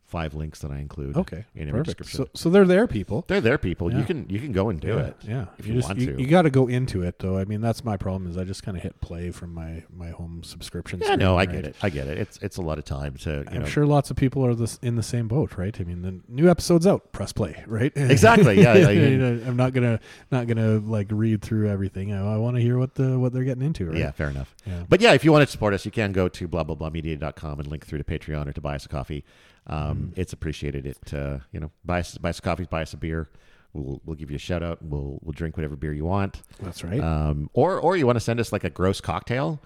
Speaker 1: five links that I include.
Speaker 2: Okay.
Speaker 1: in every
Speaker 2: Perfect.
Speaker 1: description.
Speaker 2: So, so they're there, people.
Speaker 1: They're there, people. You
Speaker 2: Yeah.
Speaker 1: can you can go and do
Speaker 2: yeah,
Speaker 1: it.
Speaker 2: Yeah.
Speaker 1: if you
Speaker 2: just,
Speaker 1: want
Speaker 2: you,
Speaker 1: to.
Speaker 2: You got to go into it though. I mean, that's my problem is I just kind of hit play from my my home subscription.
Speaker 1: Yeah,
Speaker 2: screen,
Speaker 1: no, I
Speaker 2: right?
Speaker 1: get it. I get it. It's it's a lot of time to you
Speaker 2: I'm
Speaker 1: know.
Speaker 2: sure lots of people are this, in the same boat, right? I mean, the new episode's out. Press play, right?
Speaker 1: Exactly, yeah, yeah, yeah.
Speaker 2: You know, I'm not gonna not gonna like read through everything. I, I want to hear what the what they're getting into, right?
Speaker 1: Yeah, fair enough.
Speaker 2: Yeah.
Speaker 1: But yeah, if you want to support us, you can go to blah blah blah media.com and link through to Patreon or to buy us a coffee. Um,
Speaker 2: Mm.
Speaker 1: It's appreciated. It uh, you know buy us buy us a coffee, buy us a beer. We'll we'll give you a shout out. We'll we'll drink whatever beer you want.
Speaker 2: That's right.
Speaker 1: Um, or or you want to send us like a gross cocktail,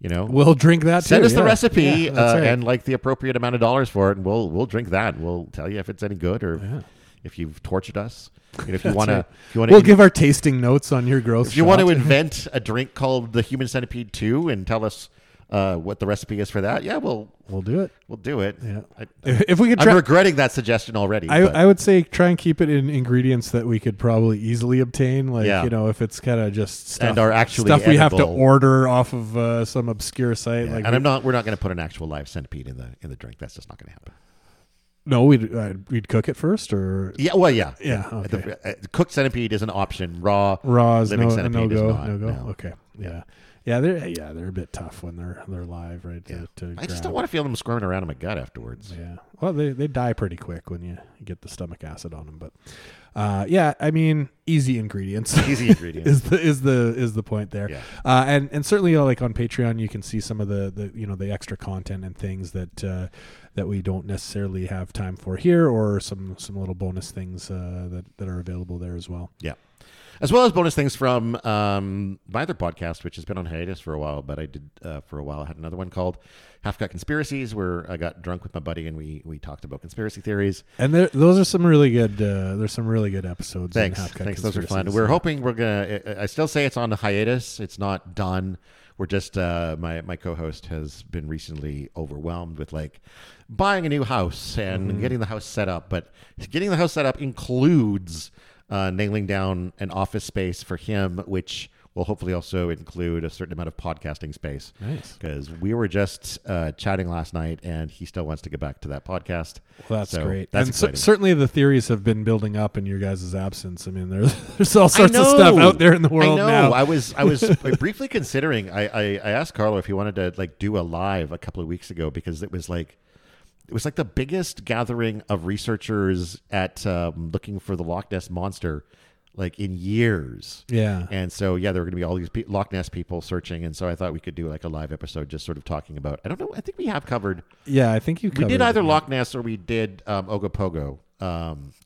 Speaker 1: You know,
Speaker 2: We'll drink that.
Speaker 1: send
Speaker 2: too,
Speaker 1: us the
Speaker 2: yeah.
Speaker 1: recipe
Speaker 2: Yeah, that's
Speaker 1: uh,
Speaker 2: right.
Speaker 1: and like the appropriate amount of dollars for it, and we'll we'll drink that. We'll tell you if it's any good or
Speaker 2: Yeah.
Speaker 1: if you've tortured us. You know, if you
Speaker 2: That's
Speaker 1: want
Speaker 2: right.
Speaker 1: to, if you want
Speaker 2: we'll
Speaker 1: to.
Speaker 2: give our tasting notes on your growth.
Speaker 1: If you want to
Speaker 2: shot.
Speaker 1: invent a drink called the Human Centipede 2 and tell us uh, what the recipe is for that, yeah, we'll
Speaker 2: we'll do it.
Speaker 1: we'll do it.
Speaker 2: Yeah.
Speaker 1: I,
Speaker 2: If if we could
Speaker 1: I'm
Speaker 2: try,
Speaker 1: regretting that suggestion already.
Speaker 2: I,
Speaker 1: but
Speaker 2: I would say try and keep it in ingredients that we could probably easily obtain. Like
Speaker 1: Yeah.
Speaker 2: you know, if it's kind of just stuff,
Speaker 1: And are actually
Speaker 2: stuff we have to
Speaker 1: edible.
Speaker 2: order off of uh, some obscure site.
Speaker 1: yeah,
Speaker 2: Like
Speaker 1: and I'm not. We're not going to put an actual live centipede in the in the drink. That's just not going to happen.
Speaker 2: no, we'd uh, we'd cook it first or
Speaker 1: Yeah. Well, yeah.
Speaker 2: yeah, okay.
Speaker 1: The, uh, cooked centipede is an option. Raw.
Speaker 2: raw is
Speaker 1: living
Speaker 2: no, no
Speaker 1: centipede is
Speaker 2: go,
Speaker 1: not,
Speaker 2: no go.
Speaker 1: no.
Speaker 2: Okay, yeah, yeah, they're yeah they're a bit tough when they're they're live, right? to-
Speaker 1: Yeah.
Speaker 2: to
Speaker 1: I just
Speaker 2: grab.
Speaker 1: don't want to feel them squirming around in my gut afterwards.
Speaker 2: Yeah. Well, they, they die pretty quick when you get the stomach acid on them, but uh, yeah, I mean, easy ingredients
Speaker 1: Easy ingredients.
Speaker 2: is the is the is the point there.
Speaker 1: Yeah.
Speaker 2: Uh, and and certainly you know, like on Patreon, you can see some of the, the you know the extra content and things that uh, that we don't necessarily have time for here, or some some little bonus things uh, that that are available there as well.
Speaker 1: Yeah. As well as bonus things from um, my other podcast, which has been on hiatus for a while, but I did uh, for a while. I had another one called Half Cut Conspiracies, where I got drunk with my buddy and we we talked about conspiracy theories.
Speaker 2: And there, those are some really good. Uh, there's some really good episodes. in
Speaker 1: Thanks,
Speaker 2: Half Cut
Speaker 1: thanks. Those are fun.
Speaker 2: Conspiracies.
Speaker 1: We're hoping we're gonna. I- I still say it's on hiatus. It's not done. We're just uh, my my co-host has been recently overwhelmed with like buying a new house and
Speaker 2: Mm-hmm.
Speaker 1: getting the house set up, but getting the house set up includes uh, nailing down an office space for him, which will hopefully also include a certain amount of podcasting space.
Speaker 2: Nice.
Speaker 1: Because we were just uh, chatting last night, and he still wants to get back to that podcast.
Speaker 2: Well, that's
Speaker 1: So
Speaker 2: great.
Speaker 1: That's
Speaker 2: and cer-
Speaker 1: exciting.
Speaker 2: certainly the theories have been building up in your guys' absence. I mean, there's there's all sorts of stuff out there in the world
Speaker 1: I know.
Speaker 2: now.
Speaker 1: I was I was briefly considering. I, I I asked Carlo if he wanted to like do a live a couple of weeks ago because it was like it was like the biggest gathering of researchers at um, looking for the Loch Ness monster like in years.
Speaker 2: yeah.
Speaker 1: And so, yeah, there were going to be all these pe- Loch Ness people searching, and so I thought we could do like a live episode, just sort of talking about. I don't know. I think we have covered.
Speaker 2: Yeah, I think you
Speaker 1: We
Speaker 2: covered
Speaker 1: did either
Speaker 2: it.
Speaker 1: Loch Ness or we did um, Ogopogo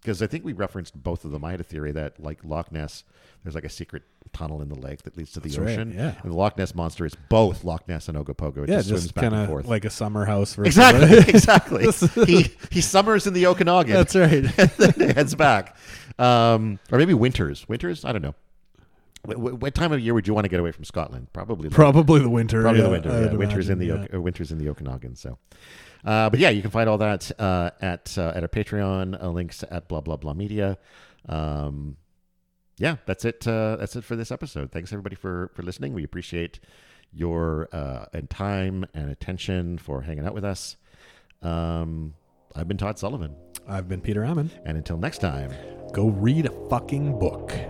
Speaker 1: because I think we referenced both of them. I had a theory that like Loch Ness, there's like a secret tunnel in the lake that leads to the
Speaker 2: That's right,
Speaker 1: ocean.
Speaker 2: yeah.
Speaker 1: and the Loch Ness monster is both Loch Ness and Ogopogo. It
Speaker 2: Yeah,
Speaker 1: just, swims
Speaker 2: just
Speaker 1: back
Speaker 2: kind
Speaker 1: and
Speaker 2: of
Speaker 1: forth.
Speaker 2: like a summer house versus
Speaker 1: exactly, exactly. he he summers in the Okanagan.
Speaker 2: That's right.
Speaker 1: and then heads back, um, or maybe winters. Winters, I don't know. Wh- wh- What time of year would you want to get away from Scotland? Probably like-
Speaker 2: Probably the winter.
Speaker 1: Probably
Speaker 2: yeah,
Speaker 1: the winter.
Speaker 2: I
Speaker 1: Yeah.
Speaker 2: would
Speaker 1: Winter's in the
Speaker 2: imagine,
Speaker 1: Ok- uh, winter's in the Okanagan. So, uh, but yeah, you can find all that uh, at uh, at our Patreon uh, links at blah blah blah media. Um, yeah, that's it. Uh, that's it for this episode. Thanks everybody for for listening. We appreciate your uh, and time and attention for hanging out with us. Um, I've been Todd Sullivan,
Speaker 2: yeah. I've been Peter Ammon.
Speaker 1: and until next time.
Speaker 2: Go read a fucking book.